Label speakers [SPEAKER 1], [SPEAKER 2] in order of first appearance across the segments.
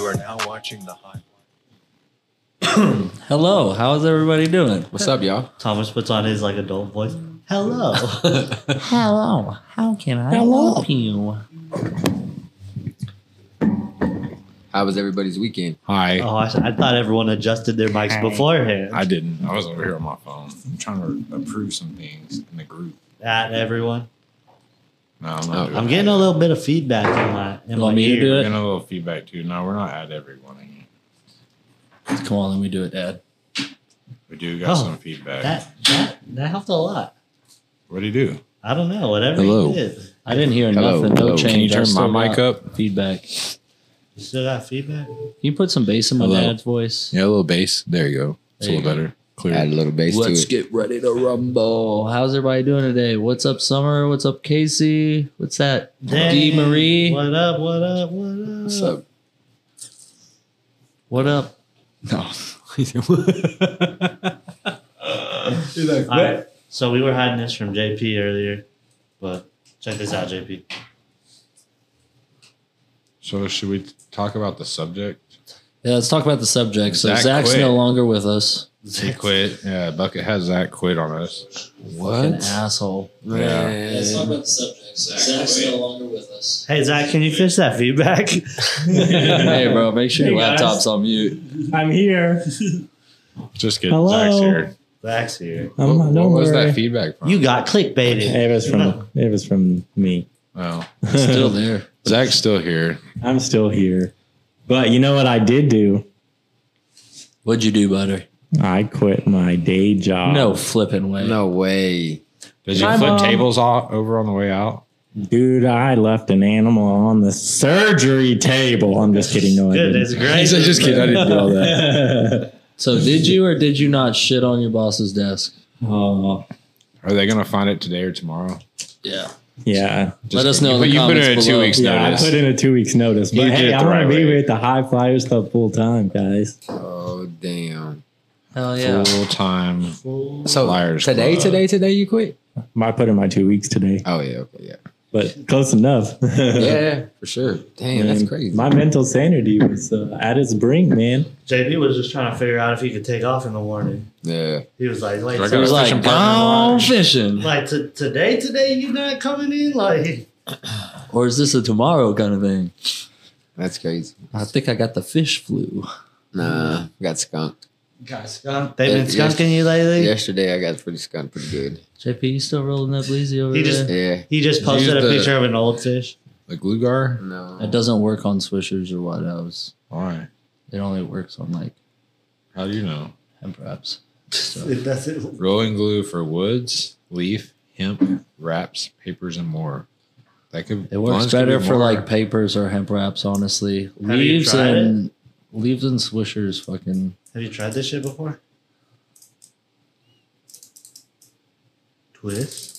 [SPEAKER 1] watching the highlight.
[SPEAKER 2] Hello, how's everybody doing?
[SPEAKER 3] What's up, y'all?
[SPEAKER 2] Thomas puts on his like adult voice. Hello.
[SPEAKER 4] Oh,
[SPEAKER 2] Hello. How can I
[SPEAKER 3] Hello.
[SPEAKER 2] help you?
[SPEAKER 3] How was everybody's weekend?
[SPEAKER 5] Hi.
[SPEAKER 4] Oh, I, I thought everyone adjusted their mics beforehand.
[SPEAKER 5] I didn't. I was over here on my phone. I'm trying to approve some things in the group.
[SPEAKER 4] At everyone,
[SPEAKER 5] No, I'm
[SPEAKER 3] Oh,
[SPEAKER 5] not. doing
[SPEAKER 4] I'm getting
[SPEAKER 5] that.
[SPEAKER 4] a little bit of feedback in my in
[SPEAKER 2] You want
[SPEAKER 4] my
[SPEAKER 2] me to
[SPEAKER 4] ear.
[SPEAKER 5] I'm
[SPEAKER 2] do it?
[SPEAKER 5] getting a little feedback too. No, we're not at everyone again.
[SPEAKER 2] Come on, let me do it, Dad.
[SPEAKER 5] We do got
[SPEAKER 4] Oh,
[SPEAKER 5] some feedback.
[SPEAKER 4] That that that helped a lot.
[SPEAKER 5] what do you do?
[SPEAKER 4] I don't know. Whatever
[SPEAKER 3] Hello.
[SPEAKER 4] you did,
[SPEAKER 2] I didn't hear
[SPEAKER 3] Hello,
[SPEAKER 2] nothing. No
[SPEAKER 3] hello.
[SPEAKER 2] change.
[SPEAKER 3] Can
[SPEAKER 5] Can you
[SPEAKER 2] I
[SPEAKER 5] turn
[SPEAKER 2] still
[SPEAKER 5] my mic
[SPEAKER 2] got
[SPEAKER 5] up?
[SPEAKER 2] Feedback. Can
[SPEAKER 4] you still got feedback.
[SPEAKER 2] you put some bass in my
[SPEAKER 5] Hello.
[SPEAKER 2] dad's voice?
[SPEAKER 5] Yeah, a little bass. There you go. It's
[SPEAKER 2] There
[SPEAKER 5] a
[SPEAKER 2] you
[SPEAKER 5] little better. Clear.
[SPEAKER 3] Add a little bass
[SPEAKER 2] Let's
[SPEAKER 3] to it.
[SPEAKER 2] get ready to rumble. How's everybody doing today? What's up, Summer? What's up, Casey? What's that? D
[SPEAKER 4] Dang.
[SPEAKER 2] Marie. What,
[SPEAKER 4] What up? What up? What up?
[SPEAKER 3] What's up?
[SPEAKER 2] up?
[SPEAKER 3] No.
[SPEAKER 4] All right. So we were hiding this from JP earlier, but check this out, JP.
[SPEAKER 5] So, should we talk about the subject?
[SPEAKER 2] Yeah, let's talk about the subject. So
[SPEAKER 5] Zach
[SPEAKER 2] Zach's
[SPEAKER 5] quit.
[SPEAKER 2] no longer with us.
[SPEAKER 5] He quit. Yeah, Bucket has Zach quit on us.
[SPEAKER 2] An
[SPEAKER 3] What?
[SPEAKER 2] asshole.
[SPEAKER 3] Man.
[SPEAKER 2] about the subject. Zach's no longer with us.
[SPEAKER 4] Hey Zach, can you fix that feedback?
[SPEAKER 2] hey, bro, make sure your
[SPEAKER 4] Hey, guys.
[SPEAKER 2] laptop's on mute.
[SPEAKER 6] I'm here.
[SPEAKER 5] Just get
[SPEAKER 6] Hello?
[SPEAKER 5] Zach's here.
[SPEAKER 4] Zach's here.
[SPEAKER 6] I'm,
[SPEAKER 5] what
[SPEAKER 6] don't
[SPEAKER 5] what was
[SPEAKER 6] worry.
[SPEAKER 5] that feedback from?
[SPEAKER 4] You got clickbaited.
[SPEAKER 6] It was from it was from me.
[SPEAKER 5] well,
[SPEAKER 2] It's still there.
[SPEAKER 5] Zach's still here.
[SPEAKER 6] I'm still here, but you know what I did do?
[SPEAKER 2] What'd you do, butter?
[SPEAKER 6] I quit my day job.
[SPEAKER 2] No flipping way.
[SPEAKER 3] No way.
[SPEAKER 5] Did you
[SPEAKER 6] Hi,
[SPEAKER 5] flip
[SPEAKER 6] Mom.
[SPEAKER 5] tables off, over on the way out?
[SPEAKER 6] dude, I left an animal on the surgery table. I'm just kidding. No, I
[SPEAKER 4] Good,
[SPEAKER 6] didn't.
[SPEAKER 4] that's great.
[SPEAKER 5] said, "Just kidding, I didn't do all
[SPEAKER 6] that.
[SPEAKER 2] So did you or did you not shit on your boss's desk?
[SPEAKER 5] Uh,
[SPEAKER 6] oh,
[SPEAKER 5] Are they going to find it today or tomorrow?
[SPEAKER 2] Yeah.
[SPEAKER 6] yeah,
[SPEAKER 2] Let us know in
[SPEAKER 5] But
[SPEAKER 2] the
[SPEAKER 5] you put in a
[SPEAKER 2] comments
[SPEAKER 5] two
[SPEAKER 2] below.
[SPEAKER 5] weeks
[SPEAKER 6] yeah.
[SPEAKER 5] notice.
[SPEAKER 6] I put in a two weeks notice,
[SPEAKER 5] You
[SPEAKER 6] but
[SPEAKER 5] did
[SPEAKER 6] hey,
[SPEAKER 5] it
[SPEAKER 6] I
[SPEAKER 5] the
[SPEAKER 6] want
[SPEAKER 5] right
[SPEAKER 6] to be
[SPEAKER 5] way.
[SPEAKER 6] with the High Flyers Club full time, guys.
[SPEAKER 3] Oh damn.
[SPEAKER 2] Hell yeah.
[SPEAKER 5] Full time.
[SPEAKER 3] So
[SPEAKER 5] Liars
[SPEAKER 3] today,
[SPEAKER 5] Club.
[SPEAKER 3] today, today, you quit?
[SPEAKER 6] I put in my two weeks today,
[SPEAKER 3] Oh yeah, okay, yeah,
[SPEAKER 6] but close enough.
[SPEAKER 3] yeah, for sure. Damn, that's
[SPEAKER 6] Man,
[SPEAKER 3] crazy.
[SPEAKER 6] My mental sanity was uh, at its brink, man.
[SPEAKER 4] JP was just trying to figure out if he could take off in the morning.
[SPEAKER 3] yeah,
[SPEAKER 4] He was like, wait,
[SPEAKER 5] I
[SPEAKER 2] It
[SPEAKER 4] so
[SPEAKER 2] was
[SPEAKER 5] Got a
[SPEAKER 2] like,
[SPEAKER 5] fishing partner
[SPEAKER 2] gone
[SPEAKER 5] line.
[SPEAKER 2] fishing.
[SPEAKER 4] like t- today, today you're not coming in. Like
[SPEAKER 2] Or is this a tomorrow kind of thing?
[SPEAKER 3] that's crazy.
[SPEAKER 2] I think I got the fish flu.
[SPEAKER 3] Nah, got skunked.
[SPEAKER 4] got skunk. They've been
[SPEAKER 3] Yeah, yeah.
[SPEAKER 4] skunking you lately.
[SPEAKER 3] Yesterday, I got pretty skunked, pretty good.
[SPEAKER 2] JP, you still rolling that bleezy over
[SPEAKER 4] He just-
[SPEAKER 2] there?
[SPEAKER 3] Yeah,
[SPEAKER 4] He just
[SPEAKER 5] Use
[SPEAKER 4] posted a
[SPEAKER 5] the-
[SPEAKER 4] picture of an old fish.
[SPEAKER 5] The glue gar?
[SPEAKER 3] no,
[SPEAKER 2] That doesn't work on swishers or what else.
[SPEAKER 5] Why?
[SPEAKER 2] It only works on like
[SPEAKER 5] How do you know?
[SPEAKER 2] hemp wraps.
[SPEAKER 4] It doesn't.
[SPEAKER 5] Rolling glue for woods, leaf, hemp, wraps, papers, and more. That could
[SPEAKER 2] It works
[SPEAKER 5] lawns could
[SPEAKER 2] better
[SPEAKER 5] be
[SPEAKER 2] for
[SPEAKER 5] more.
[SPEAKER 2] like papers or hemp wraps, honestly.
[SPEAKER 4] you
[SPEAKER 2] leaves
[SPEAKER 4] tried
[SPEAKER 2] and leaves and swishers fucking
[SPEAKER 4] Have you tried this shit before? Twist.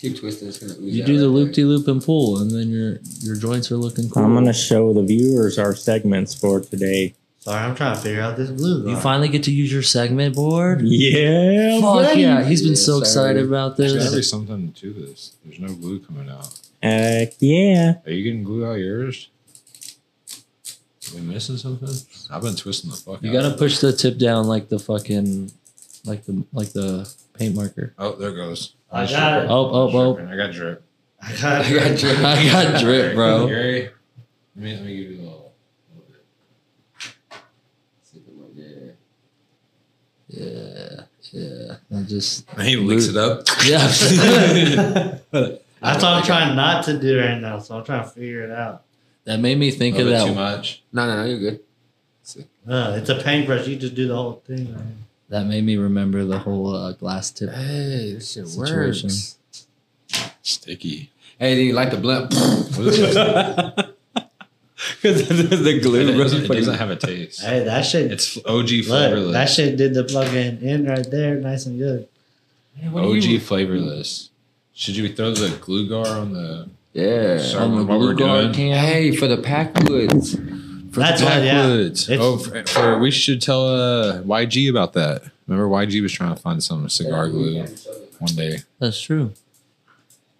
[SPEAKER 3] keep twisting. It's gonna ooze
[SPEAKER 2] You
[SPEAKER 3] out
[SPEAKER 2] do the
[SPEAKER 3] right
[SPEAKER 2] loop de loop and pull, and then your your joints are looking cool.
[SPEAKER 6] I'm gonna show the viewers our segments for today.
[SPEAKER 4] Sorry, I'm trying to figure out this glue.
[SPEAKER 2] you
[SPEAKER 4] guy.
[SPEAKER 2] finally get to use your segment board.
[SPEAKER 6] Yeah,
[SPEAKER 2] Fuck yeah! He's been
[SPEAKER 3] Yeah,
[SPEAKER 2] so
[SPEAKER 3] sorry.
[SPEAKER 2] excited about
[SPEAKER 5] There's gotta be
[SPEAKER 2] this.
[SPEAKER 5] something to this. There's no glue coming out.
[SPEAKER 6] Heck yeah!
[SPEAKER 5] Are you getting glue out yours? Are we missing something? I've been twisting the fuck
[SPEAKER 2] You
[SPEAKER 5] out.
[SPEAKER 2] gotta push the tip down like the fucking, like the like the paint marker.
[SPEAKER 5] Oh, there goes.
[SPEAKER 4] I got it.
[SPEAKER 2] Oh oh oh!
[SPEAKER 5] I got drip.
[SPEAKER 4] I got.
[SPEAKER 3] I got you.
[SPEAKER 2] I got drip, bro.
[SPEAKER 5] Gary, let me, let me give you a little. little bit.
[SPEAKER 3] Yeah.
[SPEAKER 2] Yeah yeah. I just
[SPEAKER 5] And he licks it up.
[SPEAKER 2] yeah.
[SPEAKER 4] That's what I'm trying not to do right now. So I'm trying to figure it out.
[SPEAKER 2] that made me think of
[SPEAKER 5] Little bit too
[SPEAKER 2] that.
[SPEAKER 5] much.
[SPEAKER 3] No, no, no, you're good. See.
[SPEAKER 4] Uh, it's a paintbrush. You just do the whole thing. Right?
[SPEAKER 2] That made me remember the whole uh, glass tip.
[SPEAKER 3] Hey, this shit
[SPEAKER 2] Situation.
[SPEAKER 3] works.
[SPEAKER 5] Sticky.
[SPEAKER 3] Hey, do you like the blunt?
[SPEAKER 6] Because the
[SPEAKER 5] It,
[SPEAKER 6] glue
[SPEAKER 5] doesn't, it doesn't have a taste.
[SPEAKER 4] Hey, that shit.
[SPEAKER 5] It's OG
[SPEAKER 4] look,
[SPEAKER 5] flavorless.
[SPEAKER 4] that shit did the plug in in right there, nice and good.
[SPEAKER 5] OG flavorless. Should you throw the glue gar on the?
[SPEAKER 3] yeah.
[SPEAKER 5] Sorry.
[SPEAKER 2] On the
[SPEAKER 5] What
[SPEAKER 2] blue
[SPEAKER 5] we're
[SPEAKER 2] guard
[SPEAKER 5] doing.
[SPEAKER 2] can.
[SPEAKER 3] Hey, for the Packwoods.
[SPEAKER 4] That's what, yeah.
[SPEAKER 5] Backwoods.
[SPEAKER 4] It's-
[SPEAKER 5] Oh, for, for- we should tell uh, YG about that. Remember, YG was trying to find some cigar glue one day.
[SPEAKER 2] That's true.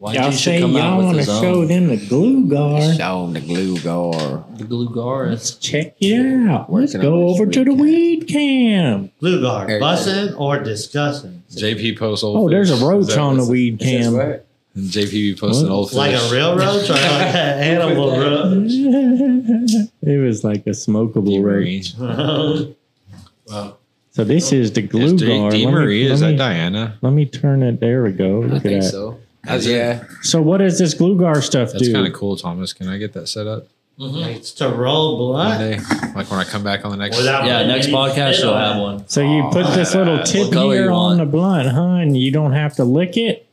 [SPEAKER 7] YG
[SPEAKER 6] Y'all say
[SPEAKER 7] should come out
[SPEAKER 6] y'all
[SPEAKER 7] with
[SPEAKER 6] want to
[SPEAKER 7] his own.
[SPEAKER 6] show them the glue guard.
[SPEAKER 3] Show 'em the glue gar.
[SPEAKER 7] the glue guard.
[SPEAKER 6] Let's check it out. Let's
[SPEAKER 3] Working on
[SPEAKER 6] go
[SPEAKER 3] this
[SPEAKER 6] over to the weed
[SPEAKER 3] weekend.
[SPEAKER 6] cam.
[SPEAKER 4] Blue guard,
[SPEAKER 3] There it
[SPEAKER 4] bussing or discussing?
[SPEAKER 5] JP posts old.
[SPEAKER 6] Oh, there's
[SPEAKER 5] fish.
[SPEAKER 6] a
[SPEAKER 5] Is
[SPEAKER 6] roach
[SPEAKER 5] that
[SPEAKER 6] on the
[SPEAKER 5] what's-
[SPEAKER 6] weed cam.
[SPEAKER 5] JP be posting
[SPEAKER 6] What?
[SPEAKER 5] old fish.
[SPEAKER 4] Like a real roach or like an animal roach?
[SPEAKER 6] it was like a smokable roach.
[SPEAKER 5] DeMarie.
[SPEAKER 3] Wow.
[SPEAKER 6] So this is the glue
[SPEAKER 5] Is De-
[SPEAKER 6] guard. Let me-
[SPEAKER 5] DeMarie, is
[SPEAKER 6] let
[SPEAKER 5] that
[SPEAKER 6] me-
[SPEAKER 5] Diana?
[SPEAKER 6] Let me turn it. There we go.
[SPEAKER 3] I
[SPEAKER 6] Look at
[SPEAKER 3] think
[SPEAKER 6] that. So.
[SPEAKER 3] so.
[SPEAKER 5] That's it.
[SPEAKER 3] yeah.
[SPEAKER 6] what does this glue guard stuff
[SPEAKER 5] That's
[SPEAKER 6] do?
[SPEAKER 5] kind of cool, Thomas. Can I get that set up
[SPEAKER 4] It's to roll
[SPEAKER 5] one
[SPEAKER 4] blunt.
[SPEAKER 5] day? Like when I come back on the next.
[SPEAKER 4] Without-
[SPEAKER 7] Yeah, next
[SPEAKER 4] Maybe
[SPEAKER 7] podcast
[SPEAKER 4] fiddle.
[SPEAKER 7] you'll have one.
[SPEAKER 6] So you
[SPEAKER 5] Aw,
[SPEAKER 6] put this little
[SPEAKER 5] badass.
[SPEAKER 6] tip
[SPEAKER 7] What color
[SPEAKER 6] here
[SPEAKER 7] you
[SPEAKER 6] on
[SPEAKER 7] want?
[SPEAKER 6] the blunt, huh? And you don't have to lick it.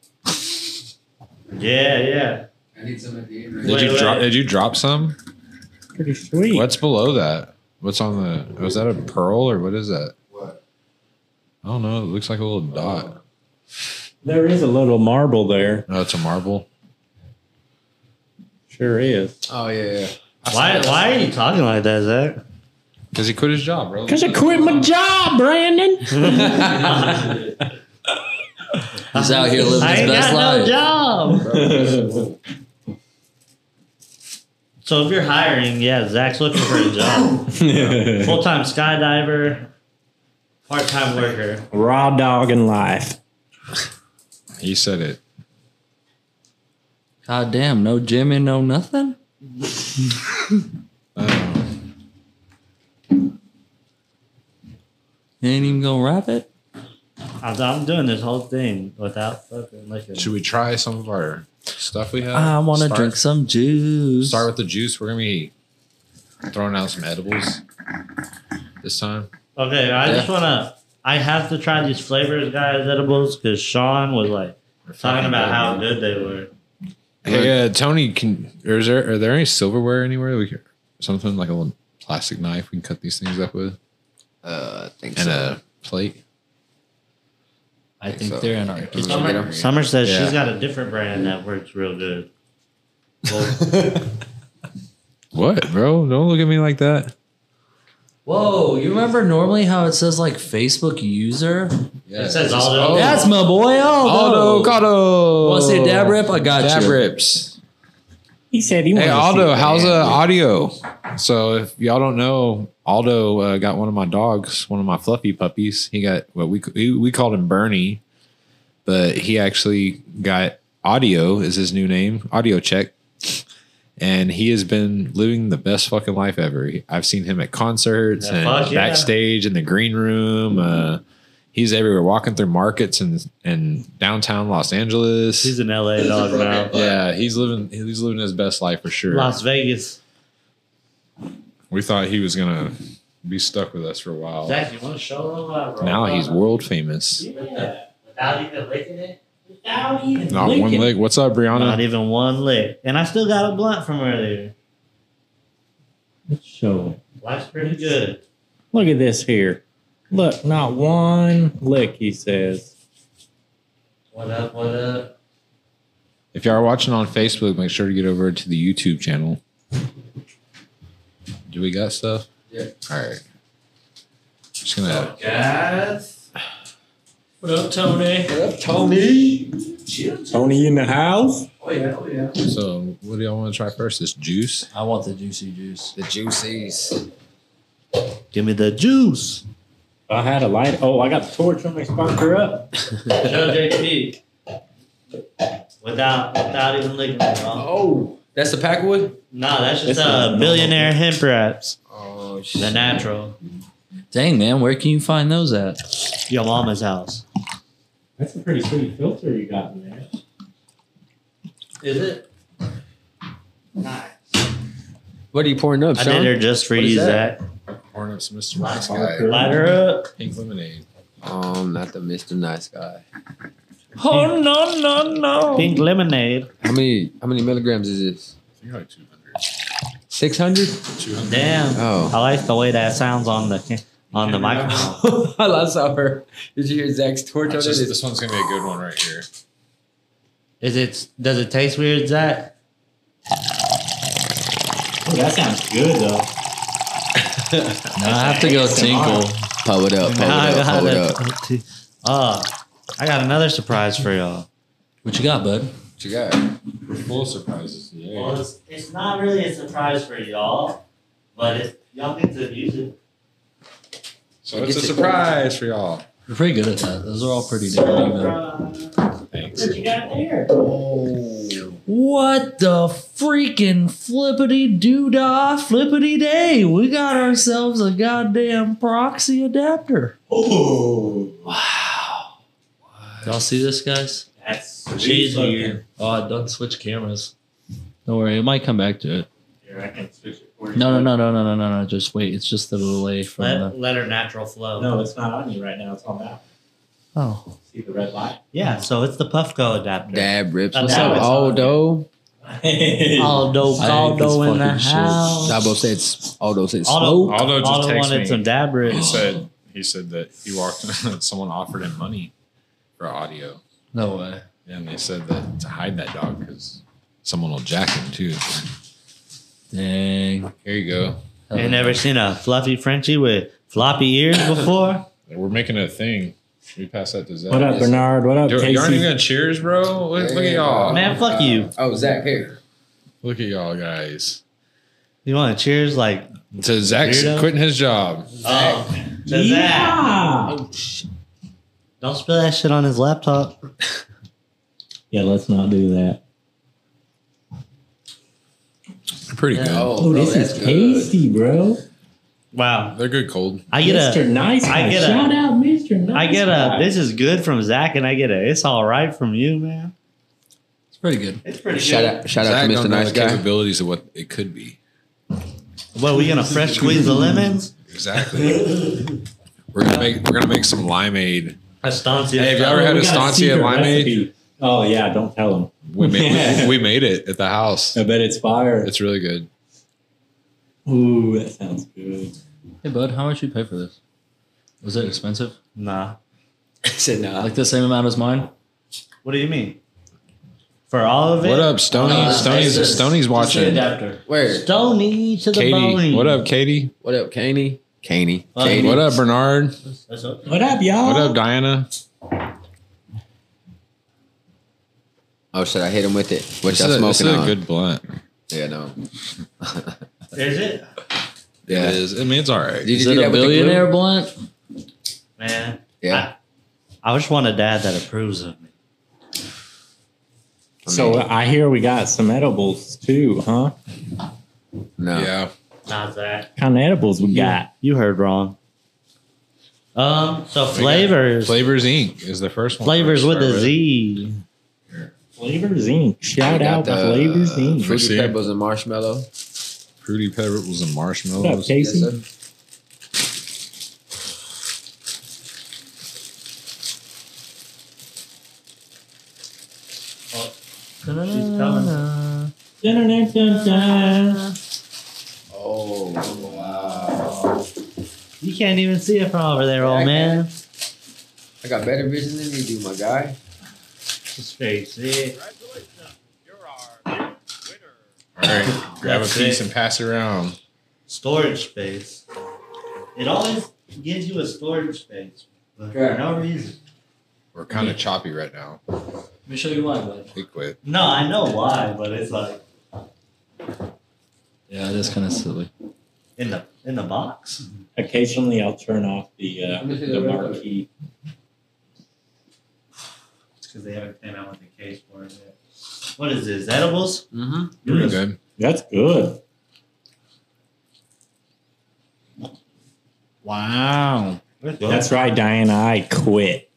[SPEAKER 4] Yeah, yeah.
[SPEAKER 3] I need some at the end.
[SPEAKER 5] Did you
[SPEAKER 4] Wait,
[SPEAKER 5] drop?
[SPEAKER 4] wait.
[SPEAKER 5] Did you drop some?
[SPEAKER 6] Pretty sweet.
[SPEAKER 5] What's below that? What's on the? Was that a pearl or what is that?
[SPEAKER 3] What?
[SPEAKER 5] I don't know. It looks like a little dot.
[SPEAKER 6] There is a little marble there.
[SPEAKER 5] No, it's a marble.
[SPEAKER 6] Sure is.
[SPEAKER 3] Oh yeah.
[SPEAKER 4] Why, why are you talking like that, Zach?
[SPEAKER 5] Because he quit his job, bro.
[SPEAKER 6] Cause I quit my job, Brandon.
[SPEAKER 7] He's out here living
[SPEAKER 4] I
[SPEAKER 7] his
[SPEAKER 4] ain't
[SPEAKER 7] best
[SPEAKER 4] got
[SPEAKER 7] life.
[SPEAKER 4] no job. So if you're hiring, yeah, Zach's looking for a job. Full time skydiver, part time worker.
[SPEAKER 6] Raw dog in life.
[SPEAKER 5] He said it.
[SPEAKER 7] God damn, no Jimmy, no nothing.
[SPEAKER 5] Um,
[SPEAKER 7] You ain't even gonna wrap it.
[SPEAKER 4] I'm, I'm doing this whole thing without fucking looking.
[SPEAKER 5] Should we try some of our stuff we have?
[SPEAKER 7] I want to
[SPEAKER 5] Start-
[SPEAKER 7] drink some juice.
[SPEAKER 5] Start with the juice. We're gonna be throwing out some edibles this time.
[SPEAKER 4] Okay, I just wanna. I have to try these flavors, guys, edibles, because Sean was like talking about how good they were.
[SPEAKER 5] Hey, uh, Tony, can or is there are there any silverware anywhere? We could, something like a little plastic knife we can cut these things up with,
[SPEAKER 3] Uh, I think
[SPEAKER 5] and
[SPEAKER 3] so.
[SPEAKER 5] a plate.
[SPEAKER 7] I
[SPEAKER 3] think
[SPEAKER 7] think
[SPEAKER 3] so.
[SPEAKER 7] they're in our kitchen.
[SPEAKER 3] Get
[SPEAKER 4] Summer,
[SPEAKER 3] 'em.
[SPEAKER 4] Summer says
[SPEAKER 5] Yeah.
[SPEAKER 4] she's got a different brand that works real good.
[SPEAKER 5] What, bro? Don't look at me like that.
[SPEAKER 7] Whoa, you remember normally how it says like Facebook user?
[SPEAKER 5] Yeah.
[SPEAKER 4] It says all the
[SPEAKER 5] Oh.
[SPEAKER 7] That's my boy Aldo.
[SPEAKER 5] Aldo Cotto.
[SPEAKER 7] Oh, Wanna see a dab rip? I got
[SPEAKER 5] dab
[SPEAKER 7] you.
[SPEAKER 5] rips.
[SPEAKER 6] He said he.
[SPEAKER 5] Hey
[SPEAKER 6] wanted to see
[SPEAKER 5] Aldo,
[SPEAKER 6] it.
[SPEAKER 5] how's uh, audio? So if y'all don't know, Aldo uh, got one of my dogs, one of my fluffy puppies. He got well, we we we called him Bernie, but he actually got Audio is his new name, Audio Check, and he has been living the best fucking life ever. I've seen him at concerts
[SPEAKER 4] Yeah, fuck
[SPEAKER 5] and
[SPEAKER 4] yeah.
[SPEAKER 5] backstage in the green room. Uh, he's everywhere, walking through markets and and downtown Los Angeles.
[SPEAKER 4] She's an LA dog now.
[SPEAKER 5] yeah, he's living he's living his best life for sure.
[SPEAKER 4] Las Vegas.
[SPEAKER 5] We thought he was gonna be stuck with us for a while.
[SPEAKER 4] Zach, you want to show them? Uh,
[SPEAKER 5] now he's
[SPEAKER 4] working.
[SPEAKER 5] world famous.
[SPEAKER 4] Yeah. Without even licking it. Without even.
[SPEAKER 5] Not one leg. What's up,
[SPEAKER 4] Not
[SPEAKER 5] Brianna?
[SPEAKER 4] even one lick. And I still got a blunt from earlier.
[SPEAKER 6] Let's show. him.
[SPEAKER 4] Life's pretty good.
[SPEAKER 6] Look at this here. Look, not one lick. He says.
[SPEAKER 4] What up? What up?
[SPEAKER 5] If y'all are watching on Facebook, make sure to get over to the YouTube channel. Do we got stuff?
[SPEAKER 3] Yeah.
[SPEAKER 5] All right. Just gonna.
[SPEAKER 4] Guys. What up, Tony?
[SPEAKER 6] Tony. Tony in the house.
[SPEAKER 3] Oh yeah. Oh yeah.
[SPEAKER 5] So, what do y'all want to try first? This juice.
[SPEAKER 7] I want the juicy juice.
[SPEAKER 3] The juices.
[SPEAKER 4] Give me the juice.
[SPEAKER 6] I had a light. Oh, I got the torch on my sparker up.
[SPEAKER 4] Show JP. Without, without even licking it. bro.
[SPEAKER 3] Oh, that's the packwood.
[SPEAKER 4] No, that's
[SPEAKER 6] This
[SPEAKER 4] just
[SPEAKER 6] is
[SPEAKER 4] uh,
[SPEAKER 6] normal.
[SPEAKER 4] millionaire hemp wraps.
[SPEAKER 3] Oh shit.
[SPEAKER 4] The natural.
[SPEAKER 7] Dang man, where can you find those at?
[SPEAKER 4] Your mama's house.
[SPEAKER 6] That's a pretty sweet filter you got in there.
[SPEAKER 4] Is it?
[SPEAKER 3] What are you pouring up,
[SPEAKER 4] I did her just for
[SPEAKER 3] What is
[SPEAKER 4] you,
[SPEAKER 3] that?
[SPEAKER 4] Zach.
[SPEAKER 5] Pouring up some Mr. Nice Guy
[SPEAKER 4] Light her up.
[SPEAKER 5] pink lemonade.
[SPEAKER 3] Um, not the Mr. Nice Guy.
[SPEAKER 7] Oh no no
[SPEAKER 3] Oh.
[SPEAKER 7] no!
[SPEAKER 4] Pink lemonade.
[SPEAKER 3] How many? How many milligrams is this?
[SPEAKER 5] I think like 200.
[SPEAKER 3] Six hundred.
[SPEAKER 4] Damn.
[SPEAKER 3] Oh.
[SPEAKER 4] I like the way that sounds on the on the microphone.
[SPEAKER 3] I last saw her. Did you hear Zach's torch on
[SPEAKER 5] It's just- this
[SPEAKER 3] it?
[SPEAKER 5] one's gonna be a good one right here.
[SPEAKER 4] Is it? Does it taste weird, Zach?
[SPEAKER 6] Oh, that sounds good though.
[SPEAKER 7] Now I have to go tinkle.
[SPEAKER 3] Pull it up. Pull it up. Pull it up.
[SPEAKER 4] Oh, I got another surprise for y'all.
[SPEAKER 7] What you got, bud?
[SPEAKER 5] What you got? We're full of surprises
[SPEAKER 4] Well, it's, it's not really a surprise for y'all, but it's, y'all get to use it.
[SPEAKER 5] So it's a surprise for y'all.
[SPEAKER 7] We're pretty good at that. Those are all pretty damn good.
[SPEAKER 5] Thanks.
[SPEAKER 4] uh, What you got there?
[SPEAKER 7] What the freaking flippity doo dah flippity day? We got ourselves a goddamn proxy adapter.
[SPEAKER 4] Oh,
[SPEAKER 7] Y'all see this, guys?
[SPEAKER 4] that's
[SPEAKER 7] She's
[SPEAKER 4] weird.
[SPEAKER 7] Oh, I done switch cameras. Don't worry, it might come back to it.
[SPEAKER 4] Here, I can switch it for you.
[SPEAKER 7] No, no, no, no, no, no, no, no. Just wait. It's just the delay from the.
[SPEAKER 4] Let, let her natural flow.
[SPEAKER 6] No, it's not on you right now. It's on that.
[SPEAKER 7] Oh,
[SPEAKER 6] See the red light?
[SPEAKER 4] Yeah, so it's the Puffco adapter.
[SPEAKER 3] Dab rips.
[SPEAKER 4] Uh,
[SPEAKER 3] What's
[SPEAKER 4] now
[SPEAKER 3] up,
[SPEAKER 4] it's on.
[SPEAKER 3] Aldo?
[SPEAKER 7] Aldo,
[SPEAKER 3] I hate this
[SPEAKER 7] Aldo in the
[SPEAKER 3] fucking shit.
[SPEAKER 7] house.
[SPEAKER 3] Dabo said. s- Aldo said
[SPEAKER 4] Aldo-
[SPEAKER 3] smoke.
[SPEAKER 5] Aldo just
[SPEAKER 4] All I
[SPEAKER 5] texted
[SPEAKER 4] wanted
[SPEAKER 5] me.
[SPEAKER 4] some dab
[SPEAKER 5] He
[SPEAKER 4] ribs.
[SPEAKER 5] said he said that he walked. someone offered him money for audio,
[SPEAKER 7] No way.
[SPEAKER 5] and they said that to hide that dog because someone will jack him too.
[SPEAKER 7] Dang.
[SPEAKER 5] Here you go.
[SPEAKER 4] You never seen a fluffy Frenchie with floppy ears before?
[SPEAKER 5] We're making a thing. Should We pass that to Zach.
[SPEAKER 6] What up, Bernard? What up,
[SPEAKER 5] You're,
[SPEAKER 6] Casey?
[SPEAKER 5] you aren't even gonna cheers, bro. Look, look at y'all.
[SPEAKER 4] Man, fuck you.
[SPEAKER 3] Oh, Zach, here.
[SPEAKER 5] Look at y'all guys.
[SPEAKER 4] You want to cheers like
[SPEAKER 5] To Zach
[SPEAKER 6] um,
[SPEAKER 4] Weirdo.
[SPEAKER 5] quitting his job.
[SPEAKER 4] oh, Um, to that?
[SPEAKER 6] yeah.
[SPEAKER 4] Don't spill that shit on his laptop.
[SPEAKER 6] yeah, let's not do that.
[SPEAKER 5] Pretty good.
[SPEAKER 3] Oh,
[SPEAKER 6] Oh,
[SPEAKER 3] bro,
[SPEAKER 6] this
[SPEAKER 3] that's
[SPEAKER 6] is
[SPEAKER 3] good.
[SPEAKER 6] tasty, bro.
[SPEAKER 4] Wow,
[SPEAKER 5] They're good cold.
[SPEAKER 4] I get
[SPEAKER 6] Mr.
[SPEAKER 4] a,
[SPEAKER 6] Nice
[SPEAKER 4] I
[SPEAKER 6] Guy.
[SPEAKER 4] get a-
[SPEAKER 6] Shout out, Mr. Nice
[SPEAKER 4] I get a.
[SPEAKER 6] Guy.
[SPEAKER 4] This is good from Zach, and I get a. It's all right from you, man.
[SPEAKER 7] It's pretty good.
[SPEAKER 4] It's pretty
[SPEAKER 3] Shout out, shout out
[SPEAKER 5] Zach
[SPEAKER 3] to
[SPEAKER 5] don't
[SPEAKER 3] Mr.
[SPEAKER 5] know
[SPEAKER 3] Nice
[SPEAKER 5] the
[SPEAKER 3] Guy.
[SPEAKER 5] capabilities of what it could be.
[SPEAKER 4] What we gonna fresh squeeze the lemons?
[SPEAKER 5] Exactly. we're gonna make we're gonna make some limeade.
[SPEAKER 4] Estancia.
[SPEAKER 5] Hey, have you ever had
[SPEAKER 6] We
[SPEAKER 5] a
[SPEAKER 6] got
[SPEAKER 5] Estancia
[SPEAKER 6] secret
[SPEAKER 5] limeade?
[SPEAKER 6] recipe. Oh yeah, don't tell him.
[SPEAKER 5] We made we, we made it at the house.
[SPEAKER 6] I bet it's fire.
[SPEAKER 5] It's really good.
[SPEAKER 6] Ooh, that sounds good.
[SPEAKER 7] Hey, bud, how much you pay for this? Was it expensive?
[SPEAKER 4] Nah.
[SPEAKER 3] I said, nah.
[SPEAKER 7] Like the same amount as mine?
[SPEAKER 4] What do you mean? For all of it.
[SPEAKER 5] What up, Stony?
[SPEAKER 7] Uh,
[SPEAKER 5] Stony's
[SPEAKER 7] it's-
[SPEAKER 5] Stony's watching.
[SPEAKER 7] adapter.
[SPEAKER 3] Where?
[SPEAKER 4] Stony to the
[SPEAKER 5] Katie,
[SPEAKER 4] bone.
[SPEAKER 5] what up, Katie?
[SPEAKER 3] What up, Caney? Caney.
[SPEAKER 4] Uh,
[SPEAKER 3] Katie.
[SPEAKER 5] What up, Bernard?
[SPEAKER 4] That's up.
[SPEAKER 6] What up, y'all?
[SPEAKER 5] What up, Diana?
[SPEAKER 3] Oh, should I hit him with it? What
[SPEAKER 5] This
[SPEAKER 3] y'all
[SPEAKER 5] is, a, this
[SPEAKER 3] smoking
[SPEAKER 5] is a
[SPEAKER 3] on?
[SPEAKER 5] good blunt.
[SPEAKER 3] yeah, no.
[SPEAKER 4] Is it?
[SPEAKER 5] It
[SPEAKER 3] Yeah.
[SPEAKER 5] is. I mean, it's all right.
[SPEAKER 3] Did
[SPEAKER 7] Is
[SPEAKER 3] you
[SPEAKER 7] it
[SPEAKER 3] do
[SPEAKER 7] a
[SPEAKER 3] that with the glue?
[SPEAKER 7] billionaire blunt?
[SPEAKER 4] Man,
[SPEAKER 3] Yeah.
[SPEAKER 4] I just want a dad that approves of me.
[SPEAKER 6] So I hear we got some edibles too, huh? uh,
[SPEAKER 3] No.
[SPEAKER 5] Yeah.
[SPEAKER 4] Not that.
[SPEAKER 6] Kind of edibles we got?
[SPEAKER 4] You heard wrong. Um. So flavors.
[SPEAKER 5] Flavors Inc. is the first one.
[SPEAKER 4] Flavors with a
[SPEAKER 5] Start
[SPEAKER 4] Z.
[SPEAKER 6] Flavors Inc. Shout
[SPEAKER 3] We got
[SPEAKER 6] out
[SPEAKER 3] the
[SPEAKER 6] Flavors Inc.
[SPEAKER 3] Fruity
[SPEAKER 5] Proceed.
[SPEAKER 3] pebbles and marshmallow.
[SPEAKER 5] Fruity pebbles and
[SPEAKER 6] What up,
[SPEAKER 5] marshmallows.
[SPEAKER 6] Casey?
[SPEAKER 3] Yes, sir.
[SPEAKER 4] Ah.
[SPEAKER 7] Uh,
[SPEAKER 4] coming.
[SPEAKER 6] Dun-dun-dun-dun-dun.
[SPEAKER 3] Oh wow!
[SPEAKER 4] You can't even see it from over there,
[SPEAKER 3] Yeah, I
[SPEAKER 4] old
[SPEAKER 3] can.
[SPEAKER 4] man.
[SPEAKER 3] I got better vision than you do, my guy.
[SPEAKER 4] It's very sick.
[SPEAKER 5] All right, grab a
[SPEAKER 4] That's
[SPEAKER 5] piece
[SPEAKER 4] it.
[SPEAKER 5] and pass it around.
[SPEAKER 4] Storage space. It always gives you a storage space, but for
[SPEAKER 3] Yeah.
[SPEAKER 4] no reason.
[SPEAKER 5] We're kind of choppy right now.
[SPEAKER 7] Let me show you mine, bud.
[SPEAKER 5] He quit.
[SPEAKER 4] No, I know why, but it's like
[SPEAKER 7] Yeah, it is kind of silly.
[SPEAKER 4] in the in the box.
[SPEAKER 6] Mm-hmm. Occasionally, I'll turn off the uh,
[SPEAKER 3] Let me see
[SPEAKER 6] the
[SPEAKER 3] the red light.
[SPEAKER 6] marquee.
[SPEAKER 4] It's because they haven't came out with a case for it yet. What is this? Edibles?
[SPEAKER 3] Mm-hmm.
[SPEAKER 5] Pretty
[SPEAKER 6] Mm,
[SPEAKER 5] good.
[SPEAKER 6] That's good.
[SPEAKER 5] Wow.
[SPEAKER 6] That's right, Diana. I quit.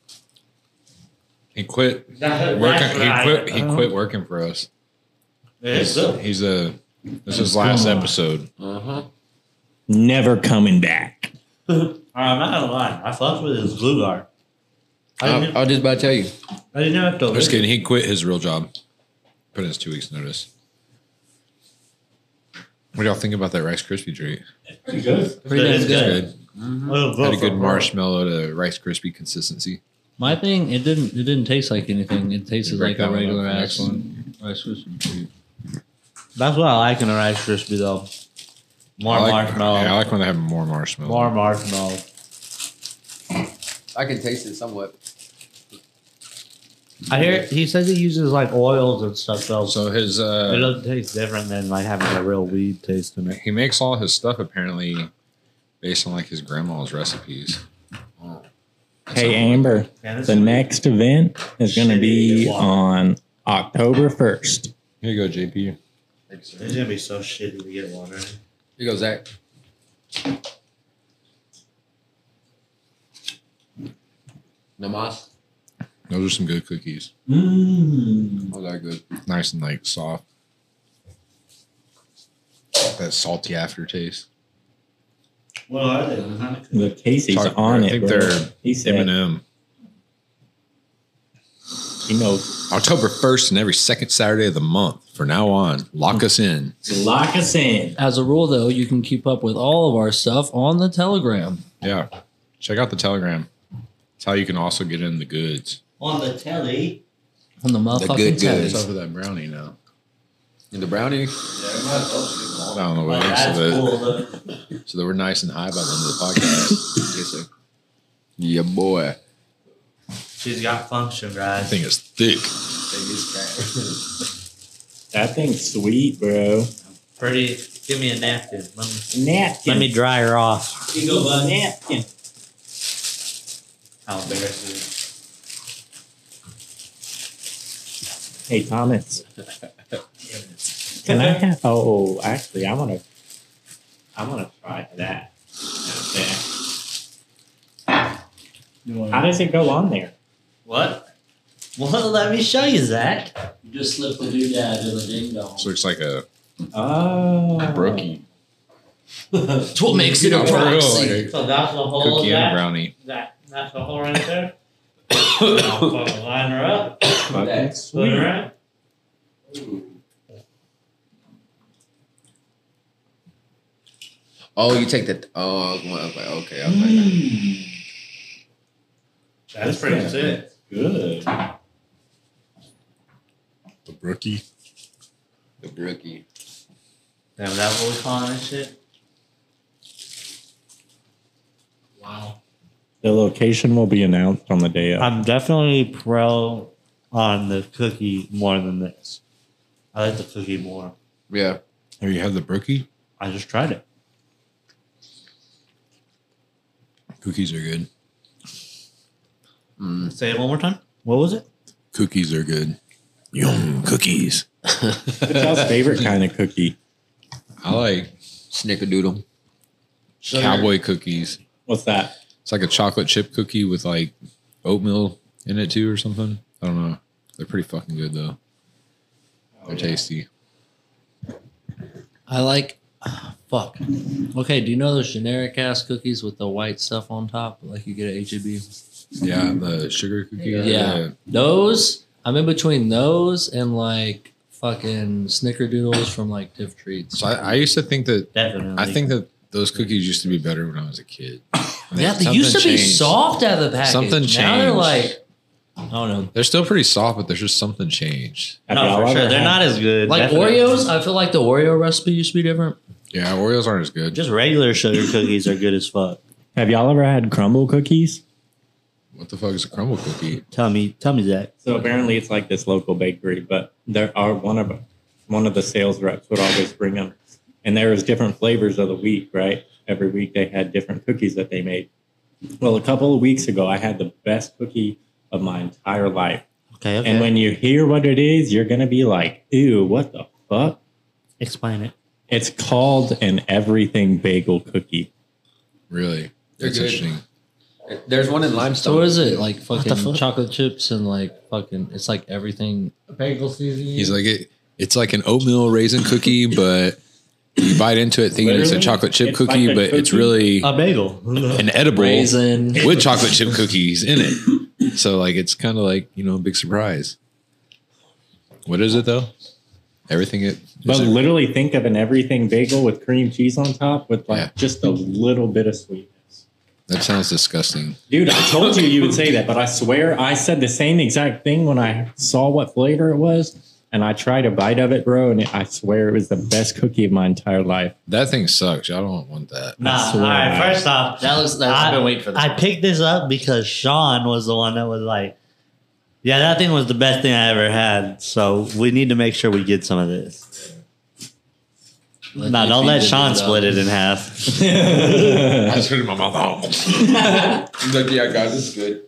[SPEAKER 5] He quit
[SPEAKER 4] That's
[SPEAKER 5] working. He
[SPEAKER 4] right. Uh-huh.
[SPEAKER 5] quit. He quit working for us.
[SPEAKER 4] It's
[SPEAKER 5] He's,
[SPEAKER 4] good.
[SPEAKER 5] he's a. This is his last episode.
[SPEAKER 3] Uh-huh.
[SPEAKER 6] Never coming back.
[SPEAKER 4] I'm not gonna lie. I fucked with his glue guard. I
[SPEAKER 5] Oh.
[SPEAKER 3] I,
[SPEAKER 4] didn't,
[SPEAKER 3] I was just about to tell you.
[SPEAKER 4] I didn't have to.
[SPEAKER 5] I'm just kidding. Oh, He quit his real job. Put in his two weeks notice. What do y'all think about that Rice Krispie treat?
[SPEAKER 6] Pretty good.
[SPEAKER 7] Pretty
[SPEAKER 4] It's
[SPEAKER 7] damn good.
[SPEAKER 4] good. Mm-hmm.
[SPEAKER 5] Good.
[SPEAKER 4] We'll vote
[SPEAKER 5] Had a
[SPEAKER 4] for
[SPEAKER 5] good
[SPEAKER 4] her.
[SPEAKER 5] marshmallow to Rice Krispie consistency.
[SPEAKER 7] My thing, it didn't. It didn't taste like anything. It tasted
[SPEAKER 5] Break
[SPEAKER 7] like
[SPEAKER 5] that
[SPEAKER 7] a
[SPEAKER 5] one up
[SPEAKER 7] regular
[SPEAKER 5] for the
[SPEAKER 7] ass
[SPEAKER 5] next
[SPEAKER 7] one. Rice Krispie treat.
[SPEAKER 4] That's what I like in a Rice Krispie though. More
[SPEAKER 5] I like,
[SPEAKER 4] marshmallow.
[SPEAKER 5] Yeah, I like when they have more marshmallow.
[SPEAKER 4] More marshmallow.
[SPEAKER 3] I can taste it somewhat.
[SPEAKER 4] I hear he says he uses like oils and stuff though. So
[SPEAKER 5] So his
[SPEAKER 4] it
[SPEAKER 5] uh,
[SPEAKER 4] doesn't taste different than like having a real weed taste in it.
[SPEAKER 5] he makes all his stuff apparently based on like his grandma's recipes.
[SPEAKER 6] Hey, Amber, the next event is going to be on October 1st.
[SPEAKER 5] Here you go, JP.
[SPEAKER 4] It's gonna be so shitty to get one. Right?
[SPEAKER 3] Here goes Zach. Namas.
[SPEAKER 5] Those are some good cookies.
[SPEAKER 3] Those are Oh, good.
[SPEAKER 5] Nice and like soft. That salty aftertaste.
[SPEAKER 4] What are they? What kind of cookies?
[SPEAKER 6] The Casey's
[SPEAKER 5] Sorry,
[SPEAKER 6] on
[SPEAKER 5] I
[SPEAKER 6] it.
[SPEAKER 5] think
[SPEAKER 6] bro.
[SPEAKER 5] they're
[SPEAKER 6] he said,
[SPEAKER 5] M&M.
[SPEAKER 6] you know,
[SPEAKER 5] October 1st and every second Saturday of the month. For now on, lock us in.
[SPEAKER 6] lock us in.
[SPEAKER 7] As a rule, though, you can keep up with all of our stuff on the Telegram.
[SPEAKER 5] Yeah. Check out the Telegram. It's how you can also get in the goods.
[SPEAKER 4] On the telly.
[SPEAKER 7] On the motherfucking
[SPEAKER 3] The good
[SPEAKER 7] Telegram.
[SPEAKER 3] goods.
[SPEAKER 5] Except for that brownie now.
[SPEAKER 3] And the brownie.
[SPEAKER 5] Hold on the
[SPEAKER 4] Oh,
[SPEAKER 5] way
[SPEAKER 4] that's
[SPEAKER 5] so, that,
[SPEAKER 4] cool. Look.
[SPEAKER 5] so that we're nice and high by the end of the podcast.
[SPEAKER 3] Yes, sir. Yeah, boy.
[SPEAKER 4] She's got function,
[SPEAKER 5] I
[SPEAKER 4] guys.
[SPEAKER 5] think it's thick.
[SPEAKER 6] That thing's sweet, bro.
[SPEAKER 4] Pretty. Give me a napkin. Let me,
[SPEAKER 6] Napkin.
[SPEAKER 4] let me dry her off.
[SPEAKER 6] you go, bud. Napkin.
[SPEAKER 4] How embarrassing.
[SPEAKER 6] Hey, Thomas. Can I have? Oh, actually, I want to. I want to try that. out there.
[SPEAKER 7] You wanna-
[SPEAKER 6] How does it go on there?
[SPEAKER 4] What? Well, let me show you, Zach.
[SPEAKER 7] you just slip the doodad in the ding dong.
[SPEAKER 5] So it's like a
[SPEAKER 6] Oh,
[SPEAKER 5] brookie.
[SPEAKER 7] That's what makes it a
[SPEAKER 5] Yeah, for real,
[SPEAKER 7] proxy.
[SPEAKER 5] like
[SPEAKER 4] So that's the
[SPEAKER 5] a
[SPEAKER 4] whole
[SPEAKER 5] cookie and a
[SPEAKER 4] that,
[SPEAKER 5] brownie.
[SPEAKER 4] that that's the whole right there. I'll fucking line her up,
[SPEAKER 6] Fucking
[SPEAKER 3] That's
[SPEAKER 4] put her in.
[SPEAKER 6] sweet.
[SPEAKER 3] Oh, you take the. Oh, I was like, okay. I was like,
[SPEAKER 6] Mm.
[SPEAKER 4] That's pretty sick.
[SPEAKER 6] Good.
[SPEAKER 5] The brookie.
[SPEAKER 3] the brookie.
[SPEAKER 4] Damn, that what we calling this shit? Wow.
[SPEAKER 6] The location will be announced on the day of.
[SPEAKER 4] I'm definitely pro on the cookie more than this. I like the cookie more.
[SPEAKER 3] Yeah.
[SPEAKER 5] Have you had the brookie?
[SPEAKER 4] I just tried it.
[SPEAKER 5] Cookies are good.
[SPEAKER 3] Mm.
[SPEAKER 4] Say it one more time. What was it?
[SPEAKER 5] Cookies are good. Yum cookies.
[SPEAKER 6] Y'all's favorite kind of cookie?
[SPEAKER 5] I like
[SPEAKER 3] Snickerdoodle.
[SPEAKER 5] cowboy cookies.
[SPEAKER 6] What's that?
[SPEAKER 5] It's like a chocolate chip cookie with like oatmeal in it too or something. I don't know. They're pretty fucking good though. They're tasty.
[SPEAKER 7] I like. ah, fuck. Okay, do you know those generic ass cookies with the white stuff on top, like you get E at HEB?
[SPEAKER 5] Yeah, the sugar cookie.
[SPEAKER 7] Yeah. Those. I'm in between those and like fucking snickerdoodles from like Div Treats.
[SPEAKER 5] So I, I used to think that
[SPEAKER 4] Definitely.
[SPEAKER 5] I think that those cookies used to be better when I was a kid. And
[SPEAKER 7] Yeah,
[SPEAKER 5] then
[SPEAKER 7] they used to
[SPEAKER 5] something
[SPEAKER 7] be
[SPEAKER 5] changed.
[SPEAKER 7] soft out of the package.
[SPEAKER 5] Something
[SPEAKER 7] Now they're
[SPEAKER 5] changed.
[SPEAKER 7] like, I don't know.
[SPEAKER 5] They're still pretty soft, but there's just something changed.
[SPEAKER 6] Have y'all
[SPEAKER 4] no, for
[SPEAKER 6] ever
[SPEAKER 4] sure. They're
[SPEAKER 6] had-
[SPEAKER 4] not as good.
[SPEAKER 7] Like
[SPEAKER 4] definitely.
[SPEAKER 7] Oreos, I feel like the Oreo recipe used to be different.
[SPEAKER 5] Yeah, Oreos aren't as good.
[SPEAKER 4] Just regular sugar cookies are good as fuck.
[SPEAKER 6] Have y'all ever had crumble cookies?
[SPEAKER 5] What the fuck is a crumble cookie?
[SPEAKER 4] Tell me, tell me that.
[SPEAKER 6] So apparently, it's like this local bakery, but there are one of one of the sales reps would always bring them, and there was different flavors of the week. Right, every week they had different cookies that they made. Well, a couple of weeks ago, I had the best cookie of my entire life,
[SPEAKER 4] Okay, okay.
[SPEAKER 6] and when you hear what it is, you're gonna be like, "Ew, what the fuck."
[SPEAKER 4] Explain it.
[SPEAKER 6] It's called an everything bagel cookie.
[SPEAKER 5] Really?
[SPEAKER 3] They're
[SPEAKER 5] That's
[SPEAKER 3] good.
[SPEAKER 5] interesting.
[SPEAKER 6] Mm.
[SPEAKER 3] There's one in
[SPEAKER 7] So
[SPEAKER 3] limestone.
[SPEAKER 7] what is it? Like fucking
[SPEAKER 4] fuck?
[SPEAKER 7] chocolate chips and like fucking it's like everything bagel seasoning.
[SPEAKER 5] He's like it. It's like an oatmeal raisin cookie, but you bite into it thinking it's a
[SPEAKER 6] Literally,
[SPEAKER 5] chocolate chip
[SPEAKER 6] it's like
[SPEAKER 5] cookie,
[SPEAKER 6] a
[SPEAKER 5] but it's
[SPEAKER 6] cookie. Uh,
[SPEAKER 5] really
[SPEAKER 4] A bagel.
[SPEAKER 5] an edible
[SPEAKER 7] raisin.
[SPEAKER 5] with chocolate chip cookies in it. So like it's kind of like you know a big surprise. What is it though? Everything it.
[SPEAKER 6] But
[SPEAKER 5] is it-
[SPEAKER 6] literally, think of an everything bagel with cream cheese on top with like
[SPEAKER 5] Yeah.
[SPEAKER 6] just a little bit of sweetness.
[SPEAKER 5] that sounds disgusting.
[SPEAKER 6] Dude, I told you you would say that, but I swear I said the same exact thing when I saw what flavor it was, and I tried a bite of it, bro, and it, I swear it was the best cookie of my entire life.
[SPEAKER 5] That thing sucks. I don't want that.
[SPEAKER 4] Nah,
[SPEAKER 6] I swear.
[SPEAKER 4] all right. First off,
[SPEAKER 7] That was that's
[SPEAKER 4] I-
[SPEAKER 7] I've been waiting for this.
[SPEAKER 4] I picked this up because Sean was the one that was like, Yeah, that thing was the best thing I ever had. So we need to make sure we get some of this. Nah, don't let Sean split it in half.
[SPEAKER 5] I just put it in my mouth.
[SPEAKER 3] Lucky I got this good.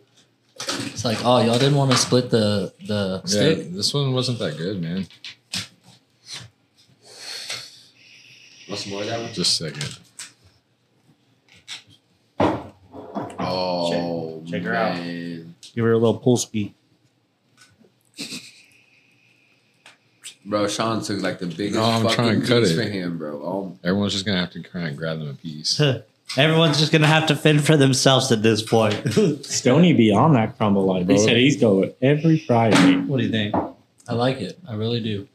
[SPEAKER 2] It's like, oh, y'all didn't want to split the the
[SPEAKER 5] Yeah,
[SPEAKER 2] stick.
[SPEAKER 5] this one wasn't that good, man.
[SPEAKER 3] Want some more of that one?
[SPEAKER 5] Just a second.
[SPEAKER 3] Oh,
[SPEAKER 4] Check- check her out.
[SPEAKER 3] man.
[SPEAKER 4] Give her a little pool ski.
[SPEAKER 3] Bro, Sean took like the biggest
[SPEAKER 5] No, I'm
[SPEAKER 3] fucking
[SPEAKER 5] trying to cut
[SPEAKER 3] piece
[SPEAKER 5] it.
[SPEAKER 3] for him, bro. Oh,
[SPEAKER 5] Everyone's just gonna have to try and grab them a piece.
[SPEAKER 4] Everyone's just gonna have to fend for themselves at this point.
[SPEAKER 6] Stony be on that crumble line. He said he's going every Friday.
[SPEAKER 4] what do you think?
[SPEAKER 2] I like it. I really do.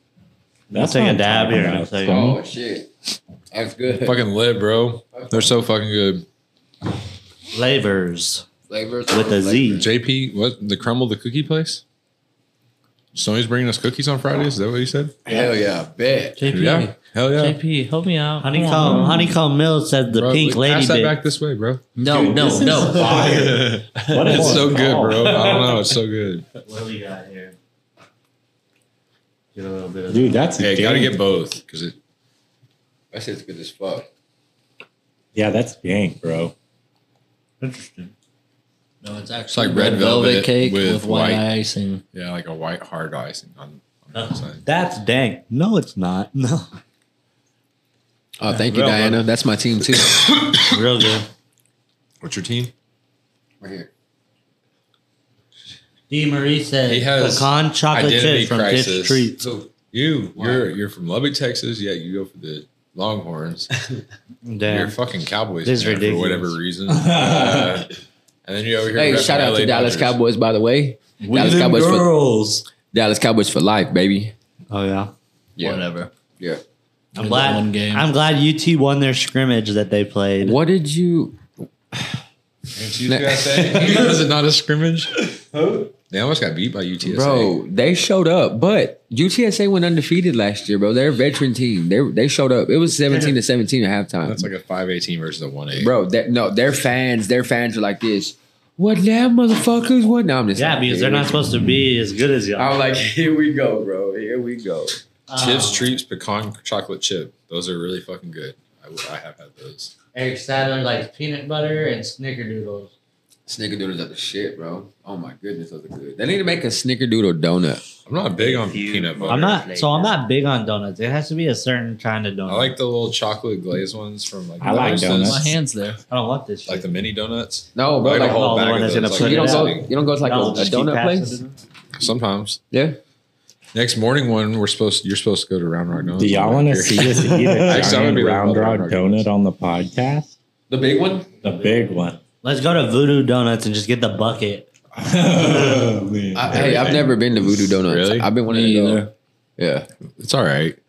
[SPEAKER 6] That's
[SPEAKER 4] take
[SPEAKER 6] what
[SPEAKER 4] a
[SPEAKER 6] I'm
[SPEAKER 4] dab
[SPEAKER 6] talking
[SPEAKER 4] here.
[SPEAKER 6] about,
[SPEAKER 4] I'll take-
[SPEAKER 6] Stoney.
[SPEAKER 3] oh shit. That's good.
[SPEAKER 5] fucking lit, bro. They're so fucking good.
[SPEAKER 4] Flavors.
[SPEAKER 3] Flavors
[SPEAKER 4] With a Z.
[SPEAKER 5] JP, what the crumble the cookie place? Sony's bringing us cookies on Fridays. Is that what you said?
[SPEAKER 3] Hell yeah, bet.
[SPEAKER 2] JP,
[SPEAKER 5] Yeah, hell yeah.
[SPEAKER 2] JP, help me out. Come on,
[SPEAKER 4] Honeycomb,
[SPEAKER 2] bro.
[SPEAKER 4] honeycomb mill said the
[SPEAKER 5] Bro,
[SPEAKER 4] pink
[SPEAKER 5] look,
[SPEAKER 4] lady
[SPEAKER 5] pass that
[SPEAKER 4] bit.
[SPEAKER 5] back this way, bro.
[SPEAKER 2] No,
[SPEAKER 6] Dude,
[SPEAKER 2] no,
[SPEAKER 6] this is
[SPEAKER 2] no.
[SPEAKER 6] fire. What is
[SPEAKER 5] It's so
[SPEAKER 6] it
[SPEAKER 5] good,
[SPEAKER 6] called?
[SPEAKER 5] bro. I don't know. It's so good.
[SPEAKER 4] What do we got here? Get a little bit of
[SPEAKER 6] Dude, that's
[SPEAKER 5] Hey, you gotta
[SPEAKER 6] dank.
[SPEAKER 5] get both because it.
[SPEAKER 3] That shit's good as fuck.
[SPEAKER 6] Yeah, that's dank, bro.
[SPEAKER 4] interesting.
[SPEAKER 2] No, it's actually
[SPEAKER 5] like red velvet
[SPEAKER 2] cake
[SPEAKER 5] with
[SPEAKER 2] with, white,
[SPEAKER 5] white.
[SPEAKER 2] icing.
[SPEAKER 5] Yeah, like a white hard icing on, on
[SPEAKER 4] Uh-huh.
[SPEAKER 5] the outside.
[SPEAKER 4] That's dank. No, it's not. No.
[SPEAKER 3] Oh, thank you,
[SPEAKER 4] Real,
[SPEAKER 3] Diana.
[SPEAKER 4] brother.
[SPEAKER 3] That's my team too.
[SPEAKER 4] Real good.
[SPEAKER 5] What's your team?
[SPEAKER 3] right here.
[SPEAKER 4] D. Marie said
[SPEAKER 5] He has
[SPEAKER 4] pecan chocolate
[SPEAKER 5] Identity
[SPEAKER 4] chip from Dish
[SPEAKER 5] crisis.
[SPEAKER 4] Treat.
[SPEAKER 5] You, you're you're from Lubbock, Texas. Yeah, you go for the Longhorns. You're a
[SPEAKER 4] Damn.
[SPEAKER 5] fucking Cowboys
[SPEAKER 4] This is
[SPEAKER 5] fan for
[SPEAKER 4] ridiculous.
[SPEAKER 5] whatever reason. Uh, and then you're over here.
[SPEAKER 3] Hey,
[SPEAKER 5] repping
[SPEAKER 3] shout out
[SPEAKER 5] LA
[SPEAKER 3] to Dallas
[SPEAKER 5] Dodgers.
[SPEAKER 3] Cowboys, by the way. Dallas
[SPEAKER 6] Them
[SPEAKER 3] Cowboys for
[SPEAKER 6] girls.
[SPEAKER 3] Dallas Cowboys for life, baby.
[SPEAKER 4] Oh yeah.
[SPEAKER 3] Yeah.
[SPEAKER 2] Whatever.
[SPEAKER 3] Yeah.
[SPEAKER 4] I'm
[SPEAKER 2] Is
[SPEAKER 4] glad.
[SPEAKER 2] that one game?
[SPEAKER 4] I'm glad UT won their scrimmage that they played.
[SPEAKER 3] What did you
[SPEAKER 5] Ain't you gotta say? Is it not a scrimmage? They almost got beat by UTSA.
[SPEAKER 3] Bro, they showed up, but UTSA went undefeated last year, bro. They're a veteran team. They they showed up. It was 17 to 17 at halftime.
[SPEAKER 5] that's like a five A team versus a one A.
[SPEAKER 3] bro, that no, their fans, their fans are like this. What now, motherfuckers? What now? I'm just
[SPEAKER 4] Yeah,
[SPEAKER 3] like,
[SPEAKER 4] because
[SPEAKER 3] here
[SPEAKER 4] they're
[SPEAKER 3] we
[SPEAKER 4] not
[SPEAKER 3] go.
[SPEAKER 4] supposed to be as good as y'all.
[SPEAKER 3] I'm like, here we go, bro. Here we go.
[SPEAKER 5] Tips, treats, pecan chocolate chip. Those are really fucking good. I, I have had those.
[SPEAKER 2] Eric Sadler likes peanut butter and snickerdoodles.
[SPEAKER 3] Snickerdoodles are the shit, bro. Oh my goodness, those are good. They need to make a snickerdoodle donut.
[SPEAKER 5] I'm not big on peanut butter.
[SPEAKER 4] I'm not. So I'm not big on donuts. It has to be a certain kind of donut.
[SPEAKER 5] I like the little chocolate glazed ones from like.
[SPEAKER 6] I like
[SPEAKER 5] Rose's.
[SPEAKER 6] donuts.
[SPEAKER 2] My hand's there.
[SPEAKER 4] I don't want this. Shit.
[SPEAKER 5] Like the mini donuts.
[SPEAKER 3] No, bro.
[SPEAKER 5] I
[SPEAKER 3] Like,
[SPEAKER 5] a whole
[SPEAKER 4] Oh, the
[SPEAKER 5] bag
[SPEAKER 4] one
[SPEAKER 5] of
[SPEAKER 4] that's in
[SPEAKER 5] those.
[SPEAKER 4] a
[SPEAKER 3] so you
[SPEAKER 4] put
[SPEAKER 3] don't
[SPEAKER 4] it
[SPEAKER 3] go.
[SPEAKER 4] out.
[SPEAKER 3] You don't go to like a,
[SPEAKER 4] Y'all
[SPEAKER 3] a
[SPEAKER 4] just keep
[SPEAKER 3] donut
[SPEAKER 4] passing
[SPEAKER 3] place.
[SPEAKER 4] it.
[SPEAKER 5] Sometimes
[SPEAKER 3] Yeah.
[SPEAKER 5] next morning one we're supposed. You're supposed to go to Round Rock Donuts.
[SPEAKER 6] Do y'all want to see us eat a
[SPEAKER 5] Actually, I would be
[SPEAKER 6] giant round
[SPEAKER 5] with
[SPEAKER 6] rock
[SPEAKER 5] Rob Rock.
[SPEAKER 6] donut on the podcast?
[SPEAKER 3] The big one.
[SPEAKER 6] The big one.
[SPEAKER 4] Let's go to Voodoo Donuts and just get the bucket.
[SPEAKER 6] Oh, man.
[SPEAKER 3] I, hey, I've never been to Voodoo Donuts.
[SPEAKER 5] Really?
[SPEAKER 3] I've been wanting
[SPEAKER 2] Me
[SPEAKER 3] to
[SPEAKER 2] either.
[SPEAKER 3] go. Yeah.
[SPEAKER 5] It's all right.